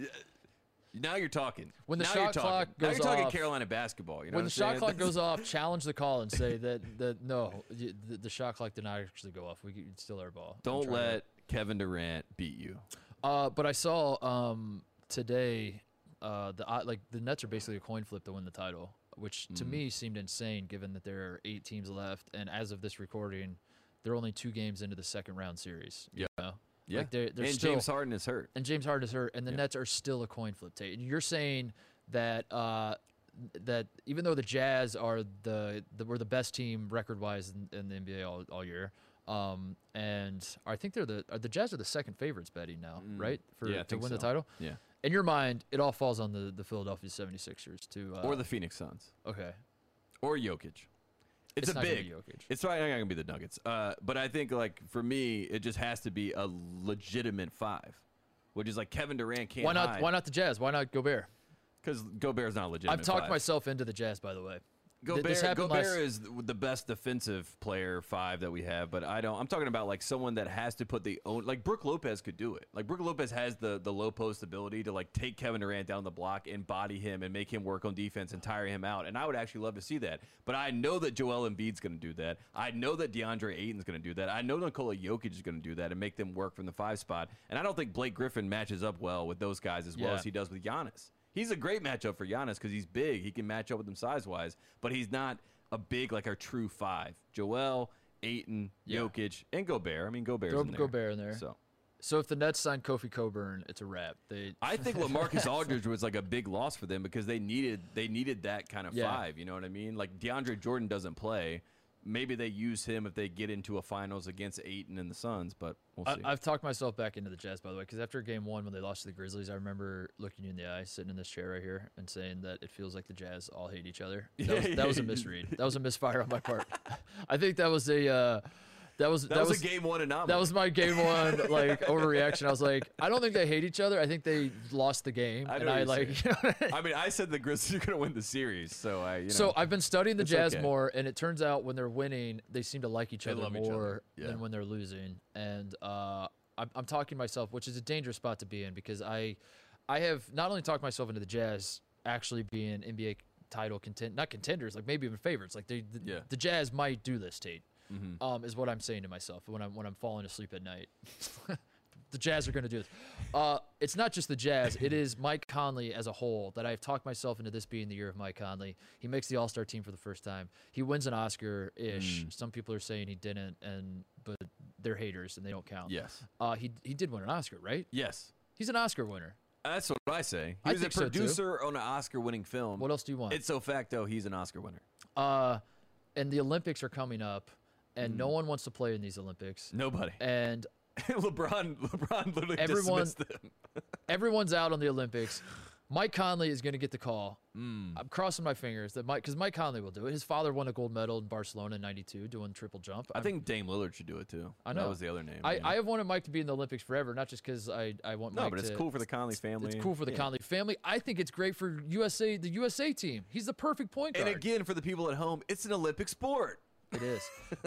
Speaker 2: now you're talking.
Speaker 1: When the
Speaker 2: Now
Speaker 1: shot
Speaker 2: you're talking.
Speaker 1: clock
Speaker 2: now you're
Speaker 1: goes
Speaker 2: talking
Speaker 1: off-
Speaker 2: Carolina basketball. You know
Speaker 1: when
Speaker 2: what
Speaker 1: the
Speaker 2: I'm
Speaker 1: shot
Speaker 2: saying?
Speaker 1: clock goes off, challenge the call and say that that no, y- the, the shot clock did not actually go off. We could still our ball. and
Speaker 2: <laughs> Don't
Speaker 1: try to-
Speaker 2: let Kevin Durant beat you.
Speaker 1: Uh, but I saw um, today uh, the I- like the Nets are basically a coin flip to win the title, which to
Speaker 2: Mm-hmm.
Speaker 1: me seemed insane given that there are eight teams left, and as of this recording, they're only two games into the second round series. you know?
Speaker 2: Yeah.
Speaker 1: like they're, they're
Speaker 2: and
Speaker 1: still
Speaker 2: James Harden is hurt.
Speaker 1: and James Harden is hurt, and the Nets are still a coin flip. Tate, And you're saying that uh, that even though the Jazz are the, the were the best team record wise in, in the NBA all, all year, um, and I think they're the are the Jazz are the second favorites betting now, right? For
Speaker 2: Mm. Yeah, I
Speaker 1: to
Speaker 2: think
Speaker 1: win the
Speaker 2: so.
Speaker 1: title.
Speaker 2: Yeah.
Speaker 1: In your mind, it all falls on the, the Philadelphia 76ers to uh,
Speaker 2: Or the Phoenix Suns.
Speaker 1: okay.
Speaker 2: Or Jokic. It's,
Speaker 1: It's
Speaker 2: a
Speaker 1: not gonna be
Speaker 2: big.
Speaker 1: Jokic.
Speaker 2: It's probably not going to be the Nuggets. Uh, but I think like for me, it just has to be a legitimate five, which is like Kevin Durant can't.
Speaker 1: Why not? Why not the Jazz? Why not Gobert?
Speaker 2: Because Gobert's not a legitimate.
Speaker 1: I've talked
Speaker 2: five.
Speaker 1: myself into the Jazz, by the way. Th-
Speaker 2: Gobert,
Speaker 1: this happened
Speaker 2: Gobert
Speaker 1: last-
Speaker 2: is th- the best defensive player five that we have, but I don't. I'm talking about like someone that has to put the own. Like Brooke Lopez could do it. Like Brooke Lopez has the the low post ability to like take Kevin Durant down the block and body him and make him work on defense and tire him out. And I would actually love to see that. But I know that Joel Embiid's going to do that. I know that DeAndre Ayton's going to do that. I know Nikola Jokic is going to do that and make them work from the five spot. And I don't think Blake Griffin matches up well with those guys as well
Speaker 1: Yeah.
Speaker 2: as he does with Giannis. He's a great matchup for Giannis because he's big. He can match up with him size wise, but he's not a big like our true five. Joel, Ayton, Jokic, and Gobert. I mean, Gobert's
Speaker 1: Throw
Speaker 2: in there.
Speaker 1: Gobert in there. So.
Speaker 2: So
Speaker 1: if the Nets sign Kofi Coburn, it's a wrap. They
Speaker 2: I think Lamarcus Aldridge was like a big loss for them because they needed they needed that kind of
Speaker 1: Yeah.
Speaker 2: five. You know what I mean? Like DeAndre Jordan doesn't play. Maybe they use him if they get into a finals against Ayton and the Suns, but we'll
Speaker 1: I,
Speaker 2: see.
Speaker 1: I've talked myself back into the Jazz, by the way, because after Game One, when they lost to the Grizzlies, I remember looking you in the eye, sitting in this chair right here, and saying that it feels like the Jazz all hate each
Speaker 2: <laughs>
Speaker 1: other. That was, that was a misread. That was a misfire on my part. <laughs> I think that was a uh, that was
Speaker 2: that, was, a game one anomaly.
Speaker 1: That was my
Speaker 2: <laughs>
Speaker 1: game one like overreaction. I was like, I don't think they hate each other. I think they lost the game,
Speaker 2: I know
Speaker 1: and I
Speaker 2: what you're
Speaker 1: <laughs> like.
Speaker 2: saying. I mean, I said the Grizzlies are going to win the series, so I you know.
Speaker 1: So I've been studying the Jazz
Speaker 2: okay.
Speaker 1: more, and it turns out when they're winning, they seem to like each other
Speaker 2: love each
Speaker 1: more
Speaker 2: other, yeah.
Speaker 1: than when they're losing. And uh, I'm, I'm talking myself, which is a dangerous spot to be in because I, I have not only talked myself into the Jazz actually being NBA title content, not contenders, like maybe even favorites. Like they, the,
Speaker 2: Yeah.
Speaker 1: the Jazz might do this, Tate. Um, is what I'm saying to myself when I'm when I'm falling asleep at night. <laughs> the Jazz are going to do this. Uh, it's not just the Jazz. It is Mike Conley as a whole that I've talked myself into this being the year of Mike Conley. He makes the All Star team for the first time. He wins an Oscar ish. Some people are saying he didn't, and but they're haters and they don't count.
Speaker 2: Yes.
Speaker 1: Uh, he he did win an Oscar, right?
Speaker 2: yes,
Speaker 1: He's an Oscar winner.
Speaker 2: That's what I say.
Speaker 1: I
Speaker 2: He was a
Speaker 1: think so, too.
Speaker 2: producer on an Oscar-winning film.
Speaker 1: What else do you want?
Speaker 2: It's so facto he's an Oscar winner.
Speaker 1: uh, and the Olympics are coming up, and no one wants to play in these Olympics.
Speaker 2: Nobody.
Speaker 1: And
Speaker 2: <laughs> LeBron. LeBron literally
Speaker 1: Eh. Everyone-
Speaker 2: dismissed them.
Speaker 1: everyone's out on the Olympics. Mike Conley is going to get the call.
Speaker 2: Hmm.
Speaker 1: I'm crossing my fingers that Mike, because Mike Conley will do it. His father won a gold medal in Barcelona in '92 doing triple jump.
Speaker 2: I think Dame Lillard should do it too.
Speaker 1: I know
Speaker 2: that was the other name.
Speaker 1: I,
Speaker 2: yeah.
Speaker 1: I have wanted Mike to be in the Olympics forever, not just because I I want.
Speaker 2: no,
Speaker 1: Mike
Speaker 2: but it's
Speaker 1: to-
Speaker 2: cool for the Conley family.
Speaker 1: It's cool for the
Speaker 2: Yeah.
Speaker 1: Conley family. I think it's great for USA, the USA team. He's the perfect point guard.
Speaker 2: And again, for the people at home, it's an Olympic sport.
Speaker 1: It
Speaker 2: <laughs>
Speaker 1: is.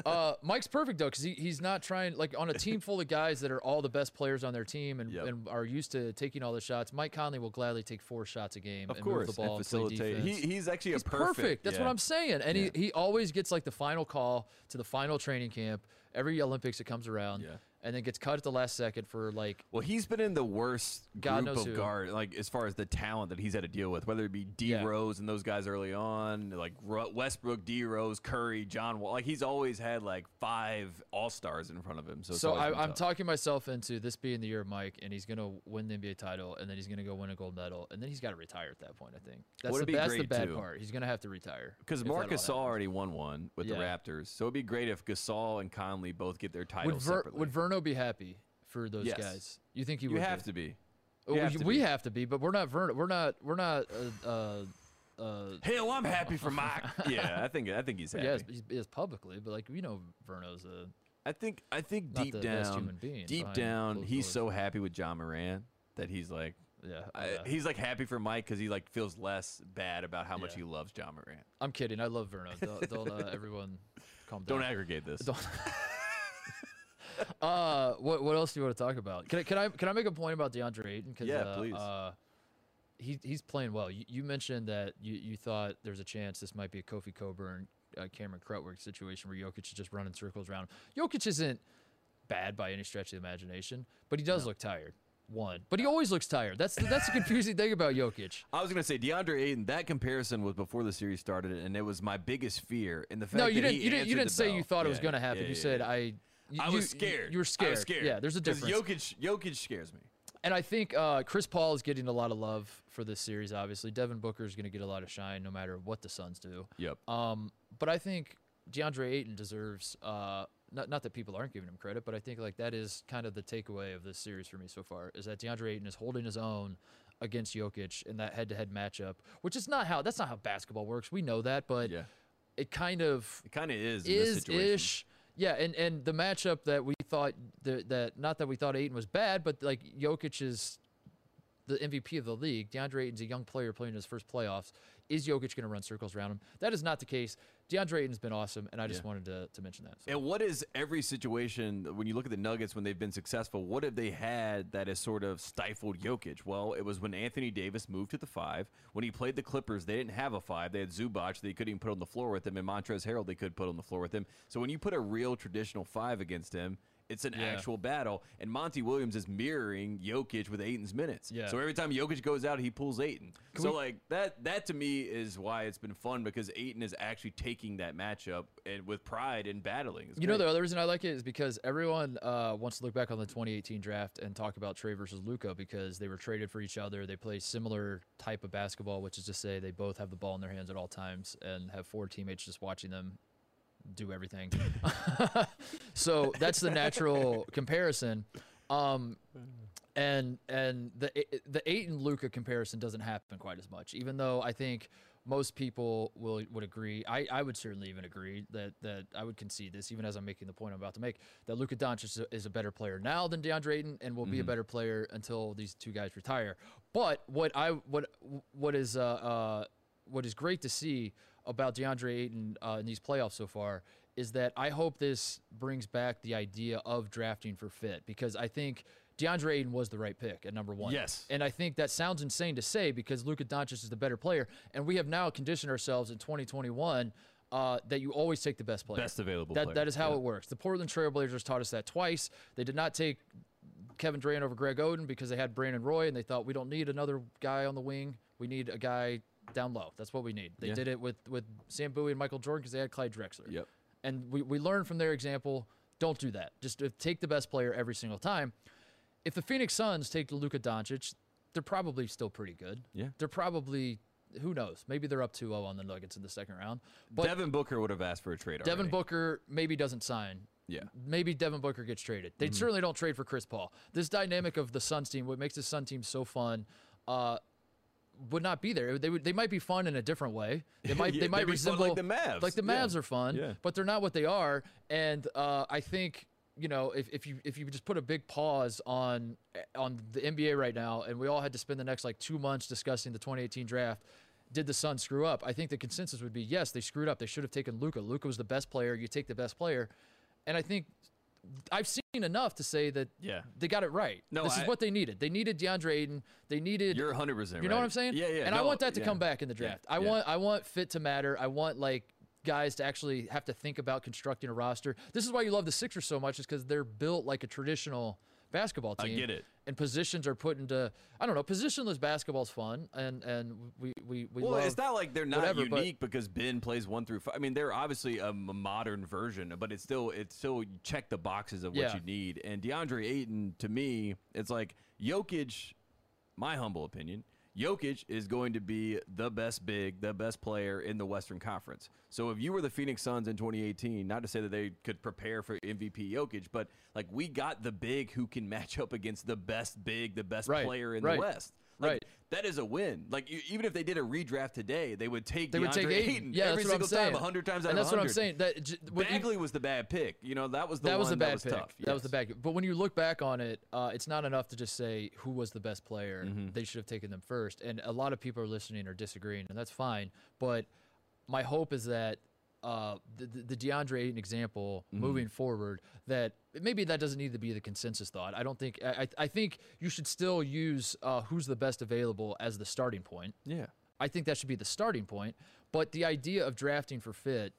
Speaker 1: Uh, Mike's perfect though, because he, he's not trying like on a team full of guys that are all the best players on their team and,
Speaker 2: Yep.
Speaker 1: and are used to taking all the shots. Mike Conley will gladly take four shots a game
Speaker 2: Of
Speaker 1: and
Speaker 2: course,
Speaker 1: move the ball
Speaker 2: and
Speaker 1: and, play
Speaker 2: facilitate.
Speaker 1: defense.
Speaker 2: He, he's actually
Speaker 1: He's
Speaker 2: a perfect.
Speaker 1: That's
Speaker 2: yeah.
Speaker 1: what I'm saying. And
Speaker 2: Yeah.
Speaker 1: he, he always gets like the final call to the final training camp every Olympics that comes around.
Speaker 2: Yeah.
Speaker 1: and then gets cut at the last second for like
Speaker 2: Well, he's been in the worst
Speaker 1: God
Speaker 2: group
Speaker 1: knows
Speaker 2: of
Speaker 1: who.
Speaker 2: guard, like as far as the talent that he's had to deal with, whether it be D
Speaker 1: Yeah.
Speaker 2: Rose and those guys early on, like Ru- Westbrook, D Rose, Curry, John Wall. Like he's always had like five All Stars in front of him. So, it's
Speaker 1: So
Speaker 2: always been
Speaker 1: I, I'm
Speaker 2: tough.
Speaker 1: talking myself into this being the year of Mike, and he's gonna win the NBA title, and then he's gonna go win a gold medal, and then he's got to retire at that point. I think that's
Speaker 2: Would've
Speaker 1: the
Speaker 2: been
Speaker 1: that's the
Speaker 2: great,
Speaker 1: bad
Speaker 2: too.
Speaker 1: part. He's gonna have to retire
Speaker 2: Because
Speaker 1: if that all
Speaker 2: Marcus
Speaker 1: happens.
Speaker 2: already won one with the
Speaker 1: Yeah.
Speaker 2: Raptors, so it'd be great if Gasol and Conley both get their
Speaker 1: would
Speaker 2: titles
Speaker 1: Ver,
Speaker 2: separately.
Speaker 1: would Verno be happy for those
Speaker 2: Yes.
Speaker 1: guys? You think he
Speaker 2: you
Speaker 1: would?
Speaker 2: have
Speaker 1: be?
Speaker 2: to be.
Speaker 1: Oh,
Speaker 2: you
Speaker 1: we,
Speaker 2: have to
Speaker 1: we
Speaker 2: be.
Speaker 1: have to be, but we're not Verno. We're not. We're not. Uh, uh, uh,
Speaker 2: Hell, I'm happy for Mike.
Speaker 1: <laughs>
Speaker 2: yeah, I think I think he's happy.
Speaker 1: yes, he's, he's publicly, but like we know, Verno's a
Speaker 2: I think I think
Speaker 1: Not
Speaker 2: deep
Speaker 1: the best
Speaker 2: down,
Speaker 1: human being
Speaker 2: deep
Speaker 1: behind
Speaker 2: down,
Speaker 1: closed
Speaker 2: he's
Speaker 1: doors.
Speaker 2: so happy with John Moran that he's like,
Speaker 1: yeah.
Speaker 2: I,
Speaker 1: yeah.
Speaker 2: he's like happy for Mike because he like feels less bad about how much
Speaker 1: Yeah.
Speaker 2: he loves John Moran.
Speaker 1: I'm kidding. I love Verno. Don't, don't uh,
Speaker 2: <laughs>
Speaker 1: everyone calm down.
Speaker 2: Don't aggregate this.
Speaker 1: Don't- uh, what what else do you want to talk about? Can I can I can I make a point about DeAndre Ayton? 'Cause,
Speaker 2: Yeah,
Speaker 1: uh,
Speaker 2: please.
Speaker 1: Uh, he he's playing well. You, you mentioned that you, you thought there's a chance this might be a Kofi Coburn, uh, Cameron Crutwig situation where Jokic is just running circles around. him. Jokic isn't bad by any stretch of the imagination, but he does look tired. One, but he always looks tired. That's the, that's the confusing thing about Jokic.
Speaker 2: I was gonna say DeAndre Ayton. That comparison was before the series started, and it was my biggest fear. And the fact
Speaker 1: No, you
Speaker 2: that
Speaker 1: didn't.
Speaker 2: he
Speaker 1: You didn't. You
Speaker 2: answered
Speaker 1: didn't
Speaker 2: the
Speaker 1: say you
Speaker 2: bell.
Speaker 1: thought it
Speaker 2: Yeah,
Speaker 1: was going to
Speaker 2: yeah,
Speaker 1: happen.
Speaker 2: yeah,
Speaker 1: you
Speaker 2: yeah.
Speaker 1: said I. y-
Speaker 2: I
Speaker 1: you-
Speaker 2: was scared.
Speaker 1: You were scared.
Speaker 2: I was scared.
Speaker 1: Yeah, there's a
Speaker 2: 'Cause
Speaker 1: difference.
Speaker 2: Jokic, Jokic scares me.
Speaker 1: And I think uh, Chris Paul is getting a lot of love for this series. Obviously, Devin Booker is going to get a lot of shine no matter what the Suns do.
Speaker 2: Yep.
Speaker 1: Um, but I think DeAndre Ayton deserves. Uh, not not that people aren't giving him credit, but I think like that is kind of the takeaway of this series for me so far is that DeAndre Ayton is holding his own against Jokic in that head-to-head matchup, which is not how that's not how basketball works. We know that, but
Speaker 2: Yeah.
Speaker 1: it kind of
Speaker 2: It kind of is. in this
Speaker 1: is
Speaker 2: situation.
Speaker 1: ish. Yeah, and and the matchup that we thought that, that not that we thought Ayton was bad, but like Jokic is the MVP of the league. DeAndre Ayton's a young player playing his first playoffs. Is Jokic going to run circles around him? That is not the case. DeAndre Ayton's been awesome, and I just
Speaker 2: Yeah.
Speaker 1: wanted to, to mention that. So.
Speaker 2: And what is every situation when you look at the Nuggets when they've been successful? What have they had that has sort of stifled Jokic? Well, it was when Anthony Davis moved to the five. When he played the Clippers, they didn't have a five. They had Zubac they couldn't even put on the floor with him, and Montrezl Harrell they could put on the floor with him. So when you put a real traditional five against him, it's an
Speaker 1: Yeah.
Speaker 2: actual battle. And Monty Williams is mirroring Jokic with Aiton's minutes.
Speaker 1: Yeah.
Speaker 2: So every time Jokic goes out, he pulls Aiton. so
Speaker 1: we-
Speaker 2: like that that to me is why it's been fun because Aiton is actually taking that matchup and with pride and battling. It's
Speaker 1: You know,
Speaker 2: great.
Speaker 1: the other reason I like it is because everyone uh, wants to look back on the 2018 draft and talk about Trey versus Luca because they were traded for each other. They play similar type of basketball, which is to say they both have the ball in their hands at all times and have four teammates just watching them do everything. <laughs> so that's the natural comparison. Um, and and the the Aiton Luca comparison doesn't happen quite as much, even though I think most people will would agree. I, I would certainly even agree that that I would concede this, even as I'm making the point I'm about to make, that Luka Doncic is a, is a better player now than DeAndre Ayton, and will be a better player until these two guys retire. But what I what what is uh, uh what is great to see about DeAndre Ayton uh, in these playoffs so far is that I hope this brings back the idea of drafting for fit because I think DeAndre Ayton was the right pick at number one.
Speaker 2: Yes.
Speaker 1: And I think that sounds insane to say because Luka Doncic is the better player. And we have now conditioned ourselves in 2021 uh, that you always take the best player.
Speaker 2: Best available
Speaker 1: That,
Speaker 2: player,
Speaker 1: that is how it works. The Portland Trailblazers taught us that twice. They did not take Kevin Durant over Greg Oden because they had Brandon Roy and they thought we don't need another guy on the wing. We need a guy down low. That's what we need. They
Speaker 2: Yeah.
Speaker 1: did it with with Sam Bowie and Michael Jordan because they had Clyde Drexler.
Speaker 2: Yep.
Speaker 1: And we, we learned from their example, don't do that. Just uh, take the best player every single time. If the Phoenix Suns take Luka Doncic, they're probably still pretty good.
Speaker 2: Yeah.
Speaker 1: They're probably who knows? Maybe they're up 2-0 on the Nuggets in the second round. But
Speaker 2: Devin Booker would have asked for a trade.
Speaker 1: Devin
Speaker 2: already.
Speaker 1: Booker maybe doesn't sign.
Speaker 2: Yeah. Mm-hmm.
Speaker 1: Maybe Devin Booker gets traded. They certainly don't trade for Chris Paul. This dynamic of the Suns team, what makes the Sun team so fun, uh, would not be there. It would- They would, they might be fun in a different way. They might
Speaker 2: <laughs> Yeah,
Speaker 1: they might
Speaker 2: they'd be fun
Speaker 1: resemble
Speaker 2: like the Mavs.
Speaker 1: Like the
Speaker 2: Yeah.
Speaker 1: Mavs are fun,
Speaker 2: Yeah.
Speaker 1: but they're not what they are. And uh, I think you know if, if you if you just put a big pause on on the NBA right now, and we all had to spend the next like two months discussing the 2018 draft. Did the Suns screw up? I think the consensus would be yes, they screwed up. They should have taken Luca. Luca was the best player. You take the best player, and I think I've seen enough to say that
Speaker 2: Yeah.
Speaker 1: they got it right.
Speaker 2: No,
Speaker 1: this
Speaker 2: I-
Speaker 1: is what they needed. They needed DeAndre Ayton. They needed
Speaker 2: You're 100. percent
Speaker 1: you know what I'm saying?
Speaker 2: Yeah, yeah.
Speaker 1: And I
Speaker 2: no,
Speaker 1: want that to
Speaker 2: yeah.
Speaker 1: come back in the draft. I
Speaker 2: yeah.
Speaker 1: want I want fit to matter. I want like guys to actually have to think about constructing a roster. This is why you love the Sixers so much, is because they're built like a traditional basketball team.
Speaker 2: get it.
Speaker 1: And positions are put into I don't know. Positionless basketball's fun, and and we we we
Speaker 2: Well,
Speaker 1: love.
Speaker 2: it's not like they're not
Speaker 1: whatever, but-
Speaker 2: unique because Ben plays one through five. I mean, they're obviously a m- modern version, but it's still it's still you check the boxes of what
Speaker 1: Yeah.
Speaker 2: you need. And DeAndre Ayton, to me, it's like Jokic. My humble opinion, Jokic is going to be the best big, the best player in the Western Conference. So if you were the Phoenix Suns in 2018, not to say that they could prepare for MVP Jokic, but like we got the big who can <laughs> match up against the best big, the best
Speaker 1: Right,
Speaker 2: player in
Speaker 1: right,
Speaker 2: the West. Like,
Speaker 1: right.
Speaker 2: that is a win. Like you, even if they did a redraft today, they would take
Speaker 1: they would
Speaker 2: DeAndre
Speaker 1: take Aiden.
Speaker 2: Ayton
Speaker 1: Yeah,
Speaker 2: every
Speaker 1: that's what I'm
Speaker 2: single
Speaker 1: saying.
Speaker 2: time, hundred times out
Speaker 1: and
Speaker 2: of
Speaker 1: that's what I'm
Speaker 2: 100.
Speaker 1: saying. That j- when you-
Speaker 2: Bagley was the bad pick. You know that was the
Speaker 1: that
Speaker 2: one
Speaker 1: was a bad
Speaker 2: that was
Speaker 1: pick.
Speaker 2: tough.
Speaker 1: That was the
Speaker 2: Yes.
Speaker 1: bad. But when you look back on it, uh, it's not enough to just say who was the best player.
Speaker 2: Mm-hmm.
Speaker 1: They should have taken them first. And a lot of people are listening or disagreeing, and that's fine. But my hope is that uh, the, the the DeAndre Ayton example
Speaker 2: Mm-hmm.
Speaker 1: moving forward, that maybe that doesn't need to be the consensus thought. I don't think. I I- I think you should still use uh, who's the best available as the starting point.
Speaker 2: Yeah.
Speaker 1: I think that should be the starting point. But the idea of drafting for fit,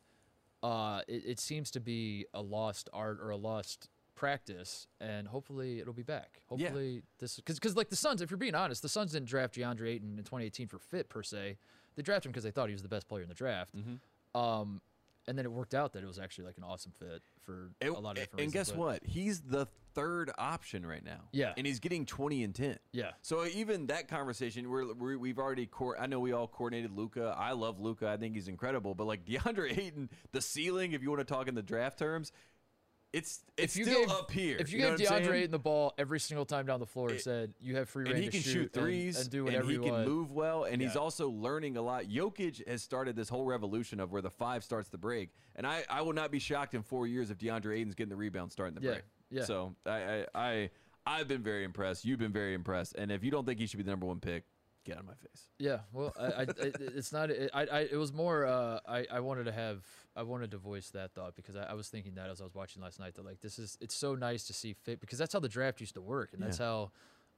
Speaker 1: uh, it, it seems to be a lost art or a lost practice, and hopefully it'll be back.
Speaker 2: Yeah.
Speaker 1: Hopefully this because because like the Suns, if you're being honest, the Suns didn't draft DeAndre Ayton in 2018 for fit per se. They drafted him because they thought he was the best player in the draft.
Speaker 2: Mm-hmm.
Speaker 1: Um, and then it worked out that it was actually like an awesome fit for
Speaker 2: And,
Speaker 1: a lot of different
Speaker 2: and
Speaker 1: reasons.
Speaker 2: guess
Speaker 1: but-
Speaker 2: what? He's the third option right now.
Speaker 1: Yeah.
Speaker 2: And he's getting 20 and 10.
Speaker 1: Yeah.
Speaker 2: So even that conversation, we're, we we've already, co- I know we all coordinated Luca. I love Luca. I think he's incredible. But like <laughs> DeAndre Ayton, the ceiling, if you want to talk in the draft terms, it's it's
Speaker 1: If you
Speaker 2: still
Speaker 1: gave,
Speaker 2: up here.
Speaker 1: If you,
Speaker 2: know
Speaker 1: gave
Speaker 2: what I'm saying?
Speaker 1: DeAndre Ayton the ball every single time down the floor and said you have free reign
Speaker 2: and he
Speaker 1: to
Speaker 2: can shoot,
Speaker 1: shoot, and-
Speaker 2: threes
Speaker 1: and, do whatever
Speaker 2: he
Speaker 1: you
Speaker 2: can
Speaker 1: want.
Speaker 2: move well and he's
Speaker 1: Yeah.
Speaker 2: also learning a lot jokic has started this whole revolution of where the five starts the break and i, I will not be shocked in four years if deandre ayton's getting the rebound starting the
Speaker 1: Yeah,
Speaker 2: break
Speaker 1: yeah.
Speaker 2: so I, I i i've been very impressed you've been very impressed and if you don't think he should be the number one pick get out of my face
Speaker 1: Yeah, well, I, I, I- it's not. It, I, I, it was more. Uh, I, I wanted to have. I wanted to voice that thought because I, I was thinking that as I was watching last night. That like this is. It's so nice to see fit because that's how the draft used to work, and that's how.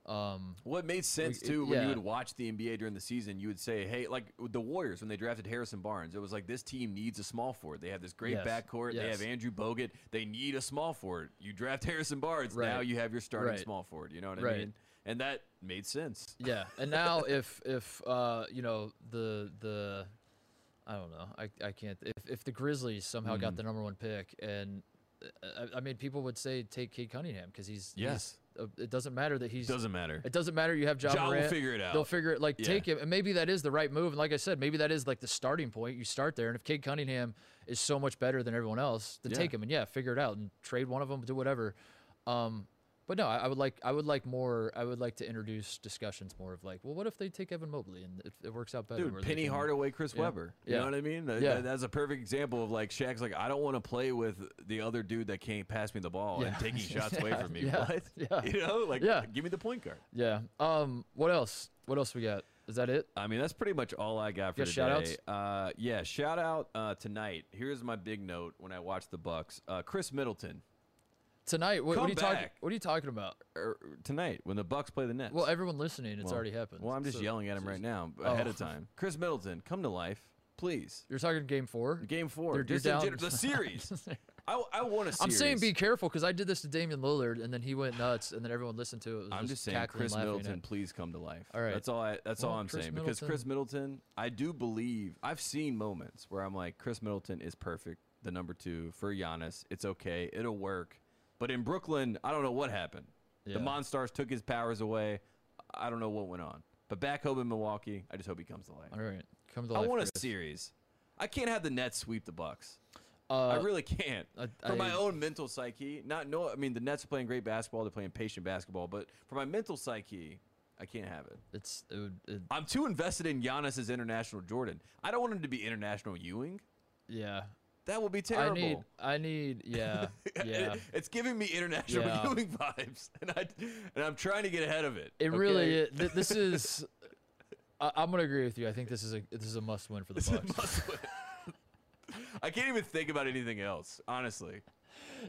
Speaker 1: Um,
Speaker 2: Well, it made sense
Speaker 1: it-
Speaker 2: too when
Speaker 1: yeah.
Speaker 2: you would watch the NBA during the season. You would say, "Hey, like the Warriors when they drafted Harrison Barnes, it was like this team needs a small forward. They have this great
Speaker 1: Yes,
Speaker 2: backcourt. They
Speaker 1: yes.
Speaker 2: have Andrew Bogut. They need a small forward. You draft Harrison Barnes, now
Speaker 1: Right,
Speaker 2: you have your starting
Speaker 1: right,
Speaker 2: small forward. You know what
Speaker 1: right.
Speaker 2: I mean? And that made sense.
Speaker 1: yeah, and
Speaker 2: <laughs>
Speaker 1: now if if uh you know the the. I don't know. I, I can't. If, if the Grizzlies somehow
Speaker 2: Mm.
Speaker 1: got the number one pick, and uh, I, I mean, people would say take Cade Cunningham because he's he's-
Speaker 2: Yes.
Speaker 1: uh, it doesn't matter that he's
Speaker 2: Doesn't matter.
Speaker 1: It doesn't matter. You have John.
Speaker 2: Ja will
Speaker 1: Morant.
Speaker 2: figure it
Speaker 1: They'll
Speaker 2: out.
Speaker 1: figure it. Like
Speaker 2: Yeah.
Speaker 1: take him, and maybe that is the right move. And like I said, maybe that is like the starting point. You start there, and if Cade Cunningham is so much better than everyone else, then
Speaker 2: Yeah.
Speaker 1: take him and yeah, figure it out and trade one of them, do whatever. Um, but no, I, I would like I would like more. I would like to introduce discussions more of like, well, what if they take Evan Mobley and it, it works out better? where
Speaker 2: Dude,
Speaker 1: they
Speaker 2: Penny
Speaker 1: can-
Speaker 2: Hardaway, Chris Webber. You
Speaker 1: Yeah.
Speaker 2: know what I mean? That-
Speaker 1: Yeah.
Speaker 2: that- that's a perfect example of like Shaq's like, I don't want to play with the other dude that can't pass me the ball and
Speaker 1: Yeah. <laughs>
Speaker 2: taking shots away from me.
Speaker 1: Yeah.
Speaker 2: What?
Speaker 1: Yeah.
Speaker 2: <laughs> You know, like,
Speaker 1: Yeah.
Speaker 2: give me the point guard.
Speaker 1: Yeah. Um. What else? What else we got? Is that it?
Speaker 2: I mean, that's pretty much all I got for
Speaker 1: You got
Speaker 2: today.
Speaker 1: shout-outs?
Speaker 2: Uh, yeah, shout out uh, tonight. Here's my big note when I watched the Bucks. Uh, Chris Middleton
Speaker 1: Tonight? What, what
Speaker 2: Come
Speaker 1: are you talking?
Speaker 2: back.
Speaker 1: What are you talking about?
Speaker 2: er, tonight when the Bucks play the Nets.
Speaker 1: Well, everyone listening, it's
Speaker 2: Well,
Speaker 1: already happened.
Speaker 2: Well, I'm just
Speaker 1: so- Oh.
Speaker 2: yelling at him right
Speaker 1: <laughs>
Speaker 2: now ahead of time. Chris Middleton, come to life, please.
Speaker 1: You're talking game four.
Speaker 2: Game 4
Speaker 1: They're-
Speaker 2: just
Speaker 1: they're
Speaker 2: in
Speaker 1: down.
Speaker 2: gen- the series.
Speaker 1: <laughs>
Speaker 2: I, I want a series.
Speaker 1: I'm saying be careful because I did this to Damian Lillard and then he went nuts and then everyone listened to it. was
Speaker 2: I'm just saying,
Speaker 1: cackling,
Speaker 2: Chris
Speaker 1: laughing at-
Speaker 2: Middleton, please come to life.
Speaker 1: All right.
Speaker 2: that's all. I, that's all
Speaker 1: Well,
Speaker 2: I'm
Speaker 1: Chris
Speaker 2: saying because Chris Middleton, I do believe I've seen moments where I'm like, Chris Middleton is perfect, the number two for Giannis. It's okay, it'll work. But in Brooklyn, I don't know what happened.
Speaker 1: Yeah.
Speaker 2: The Monstars took his powers away. I don't know what went on. But back home in Milwaukee, I just hope he comes to life.
Speaker 1: All right, come to
Speaker 2: I
Speaker 1: life.
Speaker 2: want
Speaker 1: Chris.
Speaker 2: a series. I can't have the Nets sweep the Bucks.
Speaker 1: Uh,
Speaker 2: I really can't.
Speaker 1: I-
Speaker 2: for my
Speaker 1: I-
Speaker 2: own mental psyche, not no. I mean, the Nets are playing great basketball. They're playing patient basketball, but for my mental psyche, I can't have it.
Speaker 1: it's it would, it,
Speaker 2: I'm too invested in Giannis as international Jordan. I don't want him to be international Ewing.
Speaker 1: yeah.
Speaker 2: That will be
Speaker 1: I
Speaker 2: terrible. <laughs>
Speaker 1: need I need yeah yeah.
Speaker 2: It- it's giving me international
Speaker 1: Yeah.
Speaker 2: Ewing <laughs> vibes, and I and I'm trying to get ahead of it.
Speaker 1: It really
Speaker 2: okay?
Speaker 1: is. Th- this is. I, I'm gonna agree with you. I think this is a this is a must win for the Bucks.
Speaker 2: Must win. I can't even think about anything else, honestly.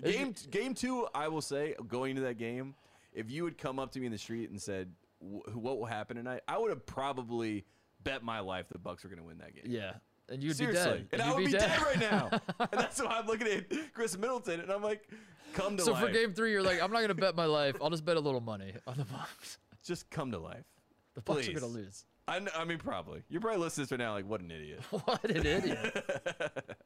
Speaker 2: Game game two, I will say, going to that game, if you had come up to me in the street and said, "Wh- "What will happen tonight?" I would have probably bet my life the Bucks were going to win that game.
Speaker 1: Yeah, and you'd be
Speaker 2: Seriously.
Speaker 1: dead.
Speaker 2: And I
Speaker 1: you'd
Speaker 2: would be dead.
Speaker 1: <laughs>
Speaker 2: right now. and that's why I'm looking at Chris Middleton and I'm like, come
Speaker 1: <laughs>
Speaker 2: to
Speaker 1: so
Speaker 2: life.
Speaker 1: for game three, you're like, I'm not gonna bet my life. I'll just bet a little money on the Bucks. <laughs>
Speaker 2: Just come to life.
Speaker 1: The Bucks are gonna
Speaker 2: Please.
Speaker 1: lose. <laughs>
Speaker 2: I, kn- I mean, probably. You're probably listening to this right now like, what an idiot.
Speaker 1: What an idiot!
Speaker 2: <laughs>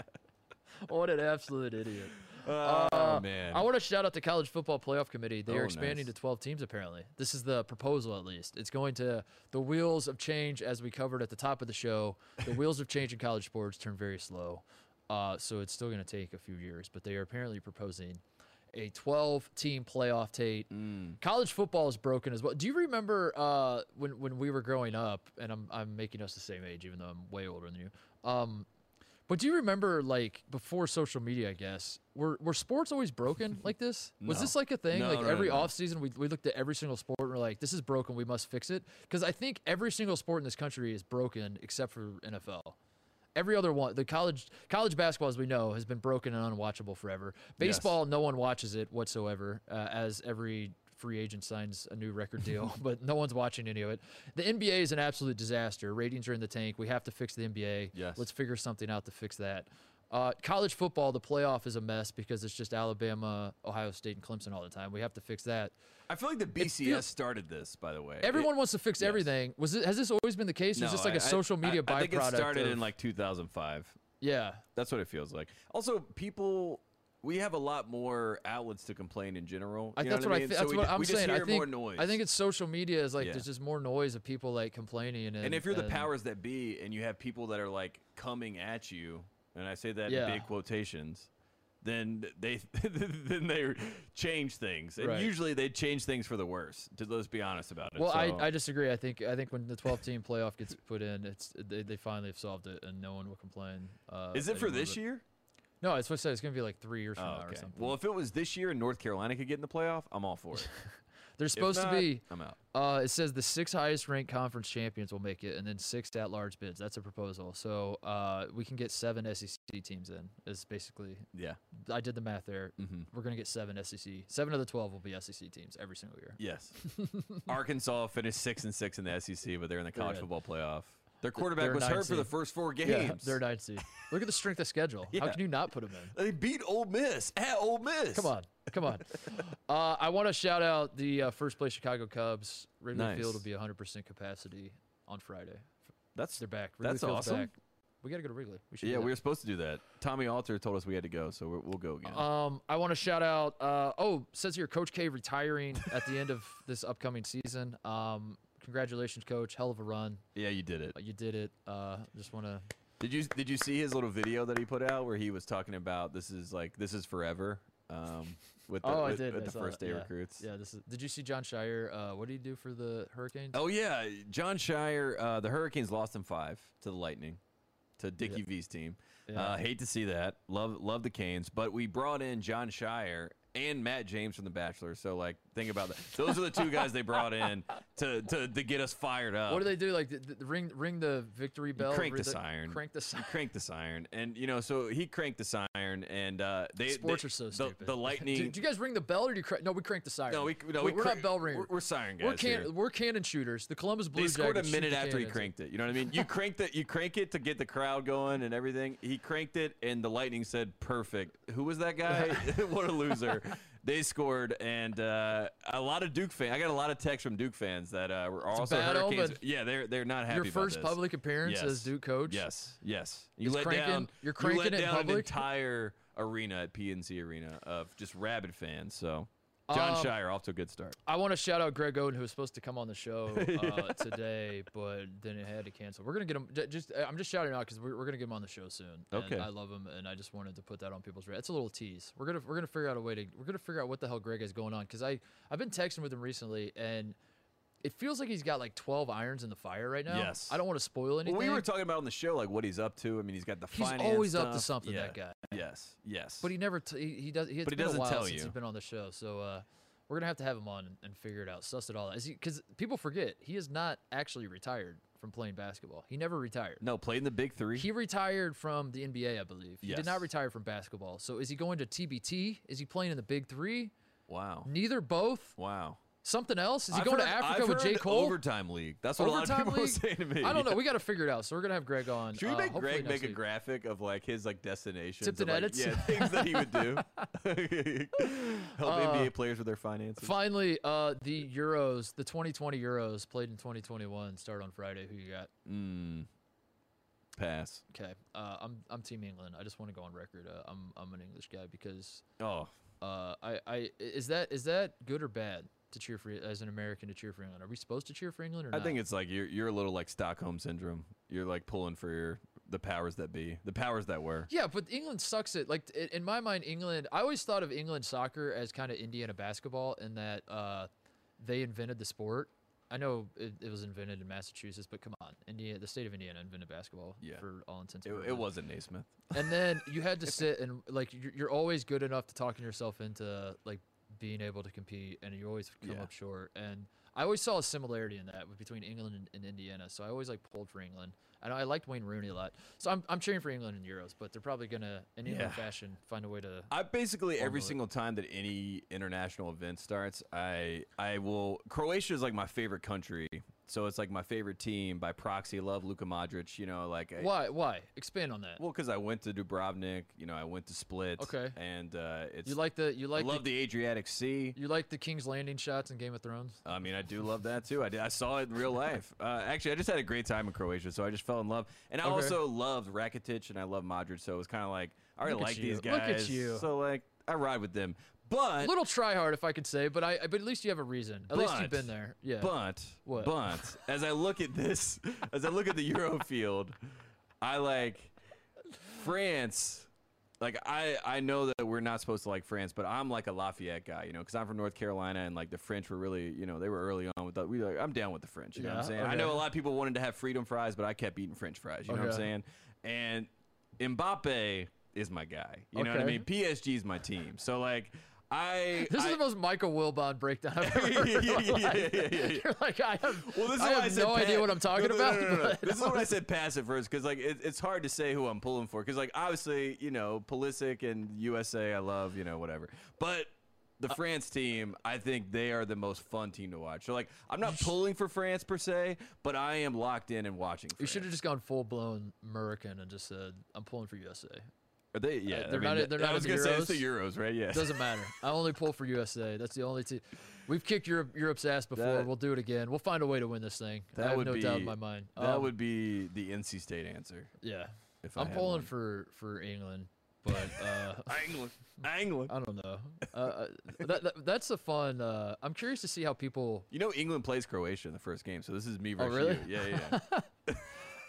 Speaker 1: what an absolute idiot!
Speaker 2: oh, man.
Speaker 1: I want to shout out the College Football Playoff Committee. They
Speaker 2: Oh,
Speaker 1: are expanding
Speaker 2: nice.
Speaker 1: to 12 teams, apparently. This is the proposal, at least. It's going to the wheels of change, as we covered at the top of the show. The wheels of change in college sports turn very slow. Uh, so it's still going to take a few years, but they are apparently proposing a 12 team playoff tape.
Speaker 2: Mm.
Speaker 1: College football is broken as well. Do you remember uh, when, when we were growing up, and I'm, I'm making us the same age, even though I'm way older than you? Um, but do you remember, like before social media, I guess, were were sports always
Speaker 2: <laughs>
Speaker 1: broken like this? Was
Speaker 2: No.
Speaker 1: this like a thing?
Speaker 2: No,
Speaker 1: like
Speaker 2: no, no,
Speaker 1: every
Speaker 2: no.
Speaker 1: off season, we we looked at every single sport and we're like, this is broken. We must fix it. Because I think every single sport in this country is broken except for NFL. Every other one, the college college basketball, as we know, has been broken and unwatchable forever. Baseball, no one watches it whatsoever, uh, as every free agent signs a new record
Speaker 2: <laughs>
Speaker 1: deal, but no one's watching any of it. The NBA is an absolute disaster. Ratings are in the tank. We have to fix the NBA.
Speaker 2: Yes.
Speaker 1: Let's figure something out to fix that. Uh, college football, the playoff is a mess because it's just Alabama, Ohio State, and Clemson all the time. We have to fix that.
Speaker 2: I feel like the BCS
Speaker 1: feels-
Speaker 2: started this, by the way. It-
Speaker 1: Everyone wants to fix
Speaker 2: yes.
Speaker 1: everything. Was it, has this always been the case? or is this like
Speaker 2: a
Speaker 1: a social media
Speaker 2: I,
Speaker 1: byproduct?
Speaker 2: I think it started
Speaker 1: of-
Speaker 2: in like 2005.
Speaker 1: yeah.
Speaker 2: That's what it feels like. Also, people, we have a lot more outlets to complain in general.
Speaker 1: I,
Speaker 2: You know
Speaker 1: that's what I,
Speaker 2: mean?
Speaker 1: thi-
Speaker 2: So
Speaker 1: that's
Speaker 2: we,
Speaker 1: what
Speaker 2: ju-
Speaker 1: I'm
Speaker 2: we
Speaker 1: saying.
Speaker 2: Just hear
Speaker 1: I think
Speaker 2: more noise.
Speaker 1: I think it's social media is like
Speaker 2: Yeah.
Speaker 1: there's just more noise of people like complaining and
Speaker 2: and if you're the
Speaker 1: and-
Speaker 2: powers that be, and you have people that are like coming at you, and I say that
Speaker 1: Yeah.
Speaker 2: in big quotations, then they <laughs> then they change things, and
Speaker 1: Right.
Speaker 2: usually they change things for the worse. To let's be honest about it.
Speaker 1: Well,
Speaker 2: So-
Speaker 1: I, I disagree. I think I think when the 12 team playoff gets put in, it's they, they finally have solved it and no one will complain. Uh,
Speaker 2: is it for
Speaker 1: anymore,
Speaker 2: this
Speaker 1: but-
Speaker 2: year?
Speaker 1: No, it's what I said. It's gonna be like three years from
Speaker 2: Oh,
Speaker 1: now or
Speaker 2: okay.
Speaker 1: something.
Speaker 2: Well, if it was this year and North Carolina could get in the playoff, I'm all for it.
Speaker 1: They're <laughs>
Speaker 2: If
Speaker 1: supposed
Speaker 2: not,
Speaker 1: to be.
Speaker 2: I'm out.
Speaker 1: Uh, it says the six highest ranked conference champions will make it, and then six at large bids. That's a proposal. So uh, we can get seven SEC teams in. Is basically
Speaker 2: Yeah.
Speaker 1: I did the math there.
Speaker 2: Mm-hmm.
Speaker 1: We're gonna get seven SEC. Seven of the 12 will be SEC teams every single year.
Speaker 2: Yes. Arkansas finished six and six in the SEC, but they're in the college
Speaker 1: in.
Speaker 2: football playoff. Their quarterback
Speaker 1: they're
Speaker 2: was
Speaker 1: nine
Speaker 2: hurt for the
Speaker 1: seed.
Speaker 2: first four games.
Speaker 1: Yeah, they're nine seed. Look at the strength of schedule. How
Speaker 2: Yeah.
Speaker 1: can you not put them
Speaker 2: <laughs>
Speaker 1: in?
Speaker 2: They beat Ole Miss at Ole Miss.
Speaker 1: Come on, come on. Uh, I want to shout out the uh, first place Chicago Cubs. Wrigley Field will
Speaker 2: Nice.
Speaker 1: be 100% capacity on Friday.
Speaker 2: That's
Speaker 1: They're back. Wrigley
Speaker 2: That's
Speaker 1: Field's
Speaker 2: awesome.
Speaker 1: Back. We got to go to Wrigley. We should.
Speaker 2: Yeah,
Speaker 1: do
Speaker 2: we were
Speaker 1: that.
Speaker 2: supposed to do that. Tommy Alter told us we had to go, so we're, we'll go again.
Speaker 1: Um, I want to shout out. Uh, oh, says here Coach K retiring at the end of <laughs> this upcoming season. Um, congratulations, Coach. Hell of a run.
Speaker 2: yeah, you did it.
Speaker 1: Uh, You did it. Uh, just want to.
Speaker 2: Did you Did you see his little video that he put out where he was talking about this is like this is forever? Um, with the,
Speaker 1: Oh, I
Speaker 2: with,
Speaker 1: did.
Speaker 2: with
Speaker 1: I
Speaker 2: the
Speaker 1: saw
Speaker 2: first
Speaker 1: that.
Speaker 2: day
Speaker 1: Yeah.
Speaker 2: recruits.
Speaker 1: Yeah. This is. Did you see John Shire? Uh, what did he do for the Hurricanes?
Speaker 2: Oh yeah, John Shire. Uh, the Hurricanes lost in five to the Lightning, to Dickie V's team. Uh,
Speaker 1: Yeah.
Speaker 2: hate to see that. Love love the Canes, but we brought in John Shire and Matt James from The Bachelor. So like, think about that. Those are the two guys they brought in to to, to get us fired up.
Speaker 1: What do they do? Like th- th- ring ring the victory bell.
Speaker 2: crank
Speaker 1: ring
Speaker 2: this iron.
Speaker 1: Crank the siren.
Speaker 2: cranked this iron, and you know, so he cranked this iron, and uh, they
Speaker 1: Sports
Speaker 2: they-
Speaker 1: are so
Speaker 2: the,
Speaker 1: stupid. <laughs>
Speaker 2: The Lightning.
Speaker 1: do, do you guys ring the bell or do you crank? No, we crank the siren.
Speaker 2: no, we no,
Speaker 1: we're,
Speaker 2: we
Speaker 1: we're
Speaker 2: cra-
Speaker 1: not bell ringers.
Speaker 2: We're, we're siren guys.
Speaker 1: We're
Speaker 2: here.
Speaker 1: can we're cannon shooters. The Columbus Blue
Speaker 2: They scored a
Speaker 1: Jackets shoot
Speaker 2: minute
Speaker 1: the
Speaker 2: after he
Speaker 1: cannons.
Speaker 2: cranked it. You know what I mean? You cranked it. You crank it to get the crowd going and everything. He cranked it, and the Lightning said, "Perfect." Who was
Speaker 1: <laughs>
Speaker 2: that guy? <laughs> what a loser! They scored, and uh, a lot of Duke fans. I got a lot of texts from Duke fans that uh, were also
Speaker 1: bad
Speaker 2: Hurricanes.
Speaker 1: omen.
Speaker 2: Yeah, they're they're not happy.
Speaker 1: Your
Speaker 2: about
Speaker 1: first
Speaker 2: this.
Speaker 1: public appearance
Speaker 2: Yes.
Speaker 1: as Duke coach.
Speaker 2: Yes, yes. You
Speaker 1: He's
Speaker 2: let
Speaker 1: cranking-
Speaker 2: down.
Speaker 1: you're
Speaker 2: you let
Speaker 1: cranking it in
Speaker 2: down an
Speaker 1: public?
Speaker 2: entire arena at PNC Arena of just rabid fans. So. John
Speaker 1: Um,
Speaker 2: Shire off to a good start.
Speaker 1: I want to shout out Greg Oden, who was supposed to come on the
Speaker 2: <laughs>
Speaker 1: show uh, today, but then it had to cancel. We're gonna get him. j- Just I'm just shouting out because we're, we're gonna get him on the show soon. and
Speaker 2: Okay.
Speaker 1: I love him, and I just wanted to put that on people's radar. It's a little tease. We're gonna we're gonna figure out a way to we're gonna figure out what the hell Greg is going on because I I've been texting with him recently and. It feels like he's got like 12 irons in the fire right now.
Speaker 2: Yes.
Speaker 1: I don't want to spoil anything.
Speaker 2: Well, we were talking about on the show like what he's up to. I mean, he's got the
Speaker 1: He's
Speaker 2: finance
Speaker 1: always up to
Speaker 2: stuff.
Speaker 1: something,
Speaker 2: Yeah.
Speaker 1: that guy.
Speaker 2: Yes, yes.
Speaker 1: But he never t- he, he does. He, it's
Speaker 2: But he
Speaker 1: been
Speaker 2: doesn't
Speaker 1: a while
Speaker 2: tell
Speaker 1: since
Speaker 2: you.
Speaker 1: he's been on the show, so uh, we're gonna have to have him on and, and figure it out, suss it all out. Because people forget he is not actually retired from playing basketball. He never retired.
Speaker 2: no played in the big three.
Speaker 1: He retired from the NBA, I believe. He did
Speaker 2: Yes.
Speaker 1: not retire from basketball. So is he going to TBT? Is he playing in the Big Three?
Speaker 2: wow,
Speaker 1: Neither, both.
Speaker 2: wow.
Speaker 1: Something else? Is he
Speaker 2: I've
Speaker 1: going to
Speaker 2: heard-
Speaker 1: Africa
Speaker 2: I've
Speaker 1: with J.
Speaker 2: heard
Speaker 1: Cole?
Speaker 2: Overtime league. That's what a lot of
Speaker 1: Overtime
Speaker 2: people are
Speaker 1: league?
Speaker 2: saying to me.
Speaker 1: I don't know. We got to figure it out. So we're gonna have Greg on.
Speaker 2: <laughs> Should we
Speaker 1: uh,
Speaker 2: make
Speaker 1: hopefully
Speaker 2: Greg
Speaker 1: next
Speaker 2: make a
Speaker 1: week.
Speaker 2: graphic of like his like destinations?
Speaker 1: Tipped and
Speaker 2: of, like,
Speaker 1: edits?
Speaker 2: Yeah, things that he
Speaker 1: <laughs>
Speaker 2: would do. Help
Speaker 1: Uh,
Speaker 2: NBA players with their finances.
Speaker 1: Finally, uh, the Euros, the 2020 Euros played in 2021 start on Friday. Who you got?
Speaker 2: Mm. Pass.
Speaker 1: Okay, uh, I'm I'm Team England. I just want to go on record. Uh, I'm I'm an English guy because
Speaker 2: Oh,
Speaker 1: uh, I I is that is that good or bad to cheer for as an American to cheer for England? Are we supposed to cheer for England or
Speaker 2: I
Speaker 1: not?
Speaker 2: think it's like you're you're a little like Stockholm syndrome. You're like pulling for your the powers that be, the powers that were.
Speaker 1: yeah, but England sucks at like i- in my mind England. I always thought of England soccer as kind of Indiana basketball in that uh, they invented the sport. I know it, it was invented in Massachusetts, but come on, Indiana, the state of Indiana invented basketball
Speaker 2: Yeah.
Speaker 1: for all intents.
Speaker 2: It,
Speaker 1: and
Speaker 2: it
Speaker 1: purposes.
Speaker 2: wasn't Naismith.
Speaker 1: and then you had
Speaker 2: <laughs>
Speaker 1: to sit and like you're, you're always good enough to talking yourself into like being able to compete and you always come
Speaker 2: Yeah.
Speaker 1: up short and i always saw a similarity in that with- between england and, and indiana so i always like pulled for england and i liked wayne rooney a lot so i'm, I'm cheering for england in euros but they're probably gonna in england
Speaker 2: Yeah.
Speaker 1: fashion find a way to
Speaker 2: I basically every
Speaker 1: Formula.
Speaker 2: single time that any international event starts, I I will Croatia is like my favorite country. So it's like my favorite team by proxy. Love Luka Modric, you know, like I-
Speaker 1: why why expand on that
Speaker 2: well cuz I went to Dubrovnik, you know, I went to Split
Speaker 1: Okay.
Speaker 2: and uh it's
Speaker 1: you like the you
Speaker 2: I
Speaker 1: like
Speaker 2: love the Adriatic Sea.
Speaker 1: you like the king's landing shots in game of thrones
Speaker 2: I mean, I do love that too. I, did, I saw it in real
Speaker 1: <laughs>
Speaker 2: life. Uh, actually, I just had a great time in Croatia, so I just fell in love. And I
Speaker 1: Okay.
Speaker 2: also loved Rakitic and I love Modric, so it was kind of like I already
Speaker 1: Look at
Speaker 2: like these
Speaker 1: you. Look at
Speaker 2: guys,
Speaker 1: you.
Speaker 2: so like I ride with them. But
Speaker 1: a little try hard if i could say but i but at least you have a reason at least you've
Speaker 2: But-
Speaker 1: been there yeah
Speaker 2: But
Speaker 1: What?
Speaker 2: but
Speaker 1: <laughs>
Speaker 2: as I look at this, as I look at the Euro field, I like France. Like I I know that we're not supposed to like France, but I'm like a Lafayette guy, you know, because I'm from North Carolina and like the French were really, you know, they were early on with that. We like I'm down with the French, you know what I'm
Speaker 1: Yeah,
Speaker 2: saying? I know a
Speaker 1: okay.
Speaker 2: lot of people wanted to have freedom fries, but I kept eating French fries, you know what I'm
Speaker 1: Okay.
Speaker 2: saying? And Mbappe is my guy, you know what I
Speaker 1: Okay.
Speaker 2: mean? PSG is my team, so like. I
Speaker 1: This
Speaker 2: I, <laughs>
Speaker 1: is the most Michael Wilbon breakdown I've ever heard. in my
Speaker 2: Yeah, yeah,
Speaker 1: life.
Speaker 2: yeah, yeah, yeah.
Speaker 1: <laughs> You're like, I have,
Speaker 2: Well, this is
Speaker 1: I
Speaker 2: why
Speaker 1: have
Speaker 2: I said
Speaker 1: no idea
Speaker 2: pa-
Speaker 1: what I'm talking
Speaker 2: No, no,
Speaker 1: about.
Speaker 2: no, no, no, no.
Speaker 1: but
Speaker 2: This is what I said pass at first because like it, it's hard to say who I'm pulling for because like obviously you know Pulisic and USA I love you know whatever, but the
Speaker 1: Uh,
Speaker 2: France team I think they are the most fun team to watch. So like I'm not pulling for France per se, but I am locked in and watching.
Speaker 1: <laughs> You
Speaker 2: France.
Speaker 1: should have just gone full blown American and just said, I'm pulling for USA.
Speaker 2: Are they, yeah,
Speaker 1: Uh, they're not-
Speaker 2: th-
Speaker 1: they're
Speaker 2: I
Speaker 1: not
Speaker 2: was
Speaker 1: in the
Speaker 2: gonna say it's the Euros, right? Yeah.
Speaker 1: Doesn't matter.
Speaker 2: <laughs>
Speaker 1: I only pull for USA. That's the only team. We've kicked Europe, Europe's ass before.
Speaker 2: That-
Speaker 1: we'll do it again. We'll find a way to win this thing. I
Speaker 2: That
Speaker 1: have
Speaker 2: would
Speaker 1: no
Speaker 2: be
Speaker 1: doubt in my mind.
Speaker 2: That
Speaker 1: Um,
Speaker 2: would be the NC State answer.
Speaker 1: yeah.
Speaker 2: If I
Speaker 1: I'm
Speaker 2: had
Speaker 1: pulling
Speaker 2: one.
Speaker 1: for, for England, but uh, <laughs>
Speaker 2: England. England.
Speaker 1: I don't know. Uh, Uh, that, that, that's a fun. Uh, I'm curious to see how people
Speaker 2: You know England plays Croatia in the first game, so this is me versus
Speaker 1: Oh, really?
Speaker 2: you. Yeah, yeah.
Speaker 1: <laughs>
Speaker 2: yeah.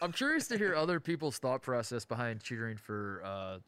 Speaker 1: I'm curious to hear other people's thought process behind cheering for uh,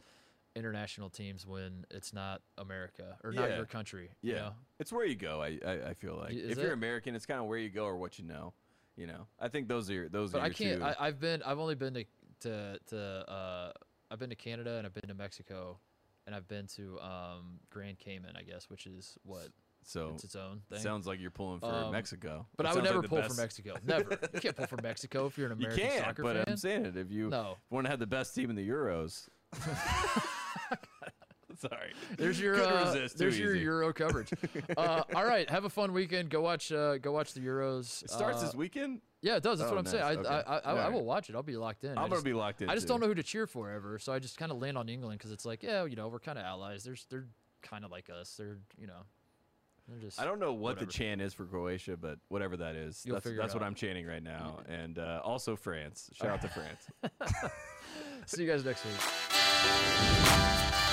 Speaker 1: international teams when it's not America or not
Speaker 2: Yeah.
Speaker 1: your country. you
Speaker 2: Yeah,
Speaker 1: know?
Speaker 2: it's where you go. I, I, I feel like
Speaker 1: Y- is
Speaker 2: if you're
Speaker 1: it?
Speaker 2: American, it's kind of where you go or what you know. You know, I think those are your, those
Speaker 1: But
Speaker 2: are
Speaker 1: I
Speaker 2: your
Speaker 1: can't.
Speaker 2: two.
Speaker 1: I, I've been. I've only been to to to. Uh, I've been to Canada and I've been to Mexico, and I've been to um, Grand Cayman, I guess, which is what
Speaker 2: so
Speaker 1: it's its own thing.
Speaker 2: Oh. sounds like you're pulling for
Speaker 1: Um,
Speaker 2: Mexico,
Speaker 1: but
Speaker 2: It
Speaker 1: I would
Speaker 2: sounds like
Speaker 1: never
Speaker 2: the
Speaker 1: pull
Speaker 2: best-
Speaker 1: for Mexico. Never. You can't pull for Mexico if you're an
Speaker 2: <laughs> You
Speaker 1: American
Speaker 2: can,
Speaker 1: soccer
Speaker 2: but
Speaker 1: fan.
Speaker 2: I'm saying it. If you
Speaker 1: No.
Speaker 2: want to have the best team in the Euros, <laughs> sorry.
Speaker 1: There's your
Speaker 2: Couldn't
Speaker 1: uh,
Speaker 2: resist, too
Speaker 1: there's your
Speaker 2: easy.
Speaker 1: Euro
Speaker 2: <laughs>
Speaker 1: coverage. uh, all right, have a fun weekend. Go watch uh, go watch the Euros.
Speaker 2: It starts
Speaker 1: uh,
Speaker 2: this weekend.
Speaker 1: Yeah, it does. That's
Speaker 2: Oh,
Speaker 1: what I'm saying. I,
Speaker 2: nice. Okay.
Speaker 1: I, I, I, I
Speaker 2: Alright.
Speaker 1: will watch it. I'll be locked in. I
Speaker 2: I'm gonna
Speaker 1: just-
Speaker 2: be locked in.
Speaker 1: I just don't know who to cheer for ever, so I just kind of land on England because it's like, yeah, you know, we're kind of allies. There's, they're kind of like us. They're, you know, they're just. <laughs>
Speaker 2: I don't know what
Speaker 1: whatever.
Speaker 2: the chant is for Croatia, but whatever that is,
Speaker 1: You'll
Speaker 2: that's,
Speaker 1: figure
Speaker 2: that's what
Speaker 1: out.
Speaker 2: I'm chanting right now. And uh,
Speaker 1: <laughs>
Speaker 2: also France. Shout out to France.
Speaker 1: See you guys next week.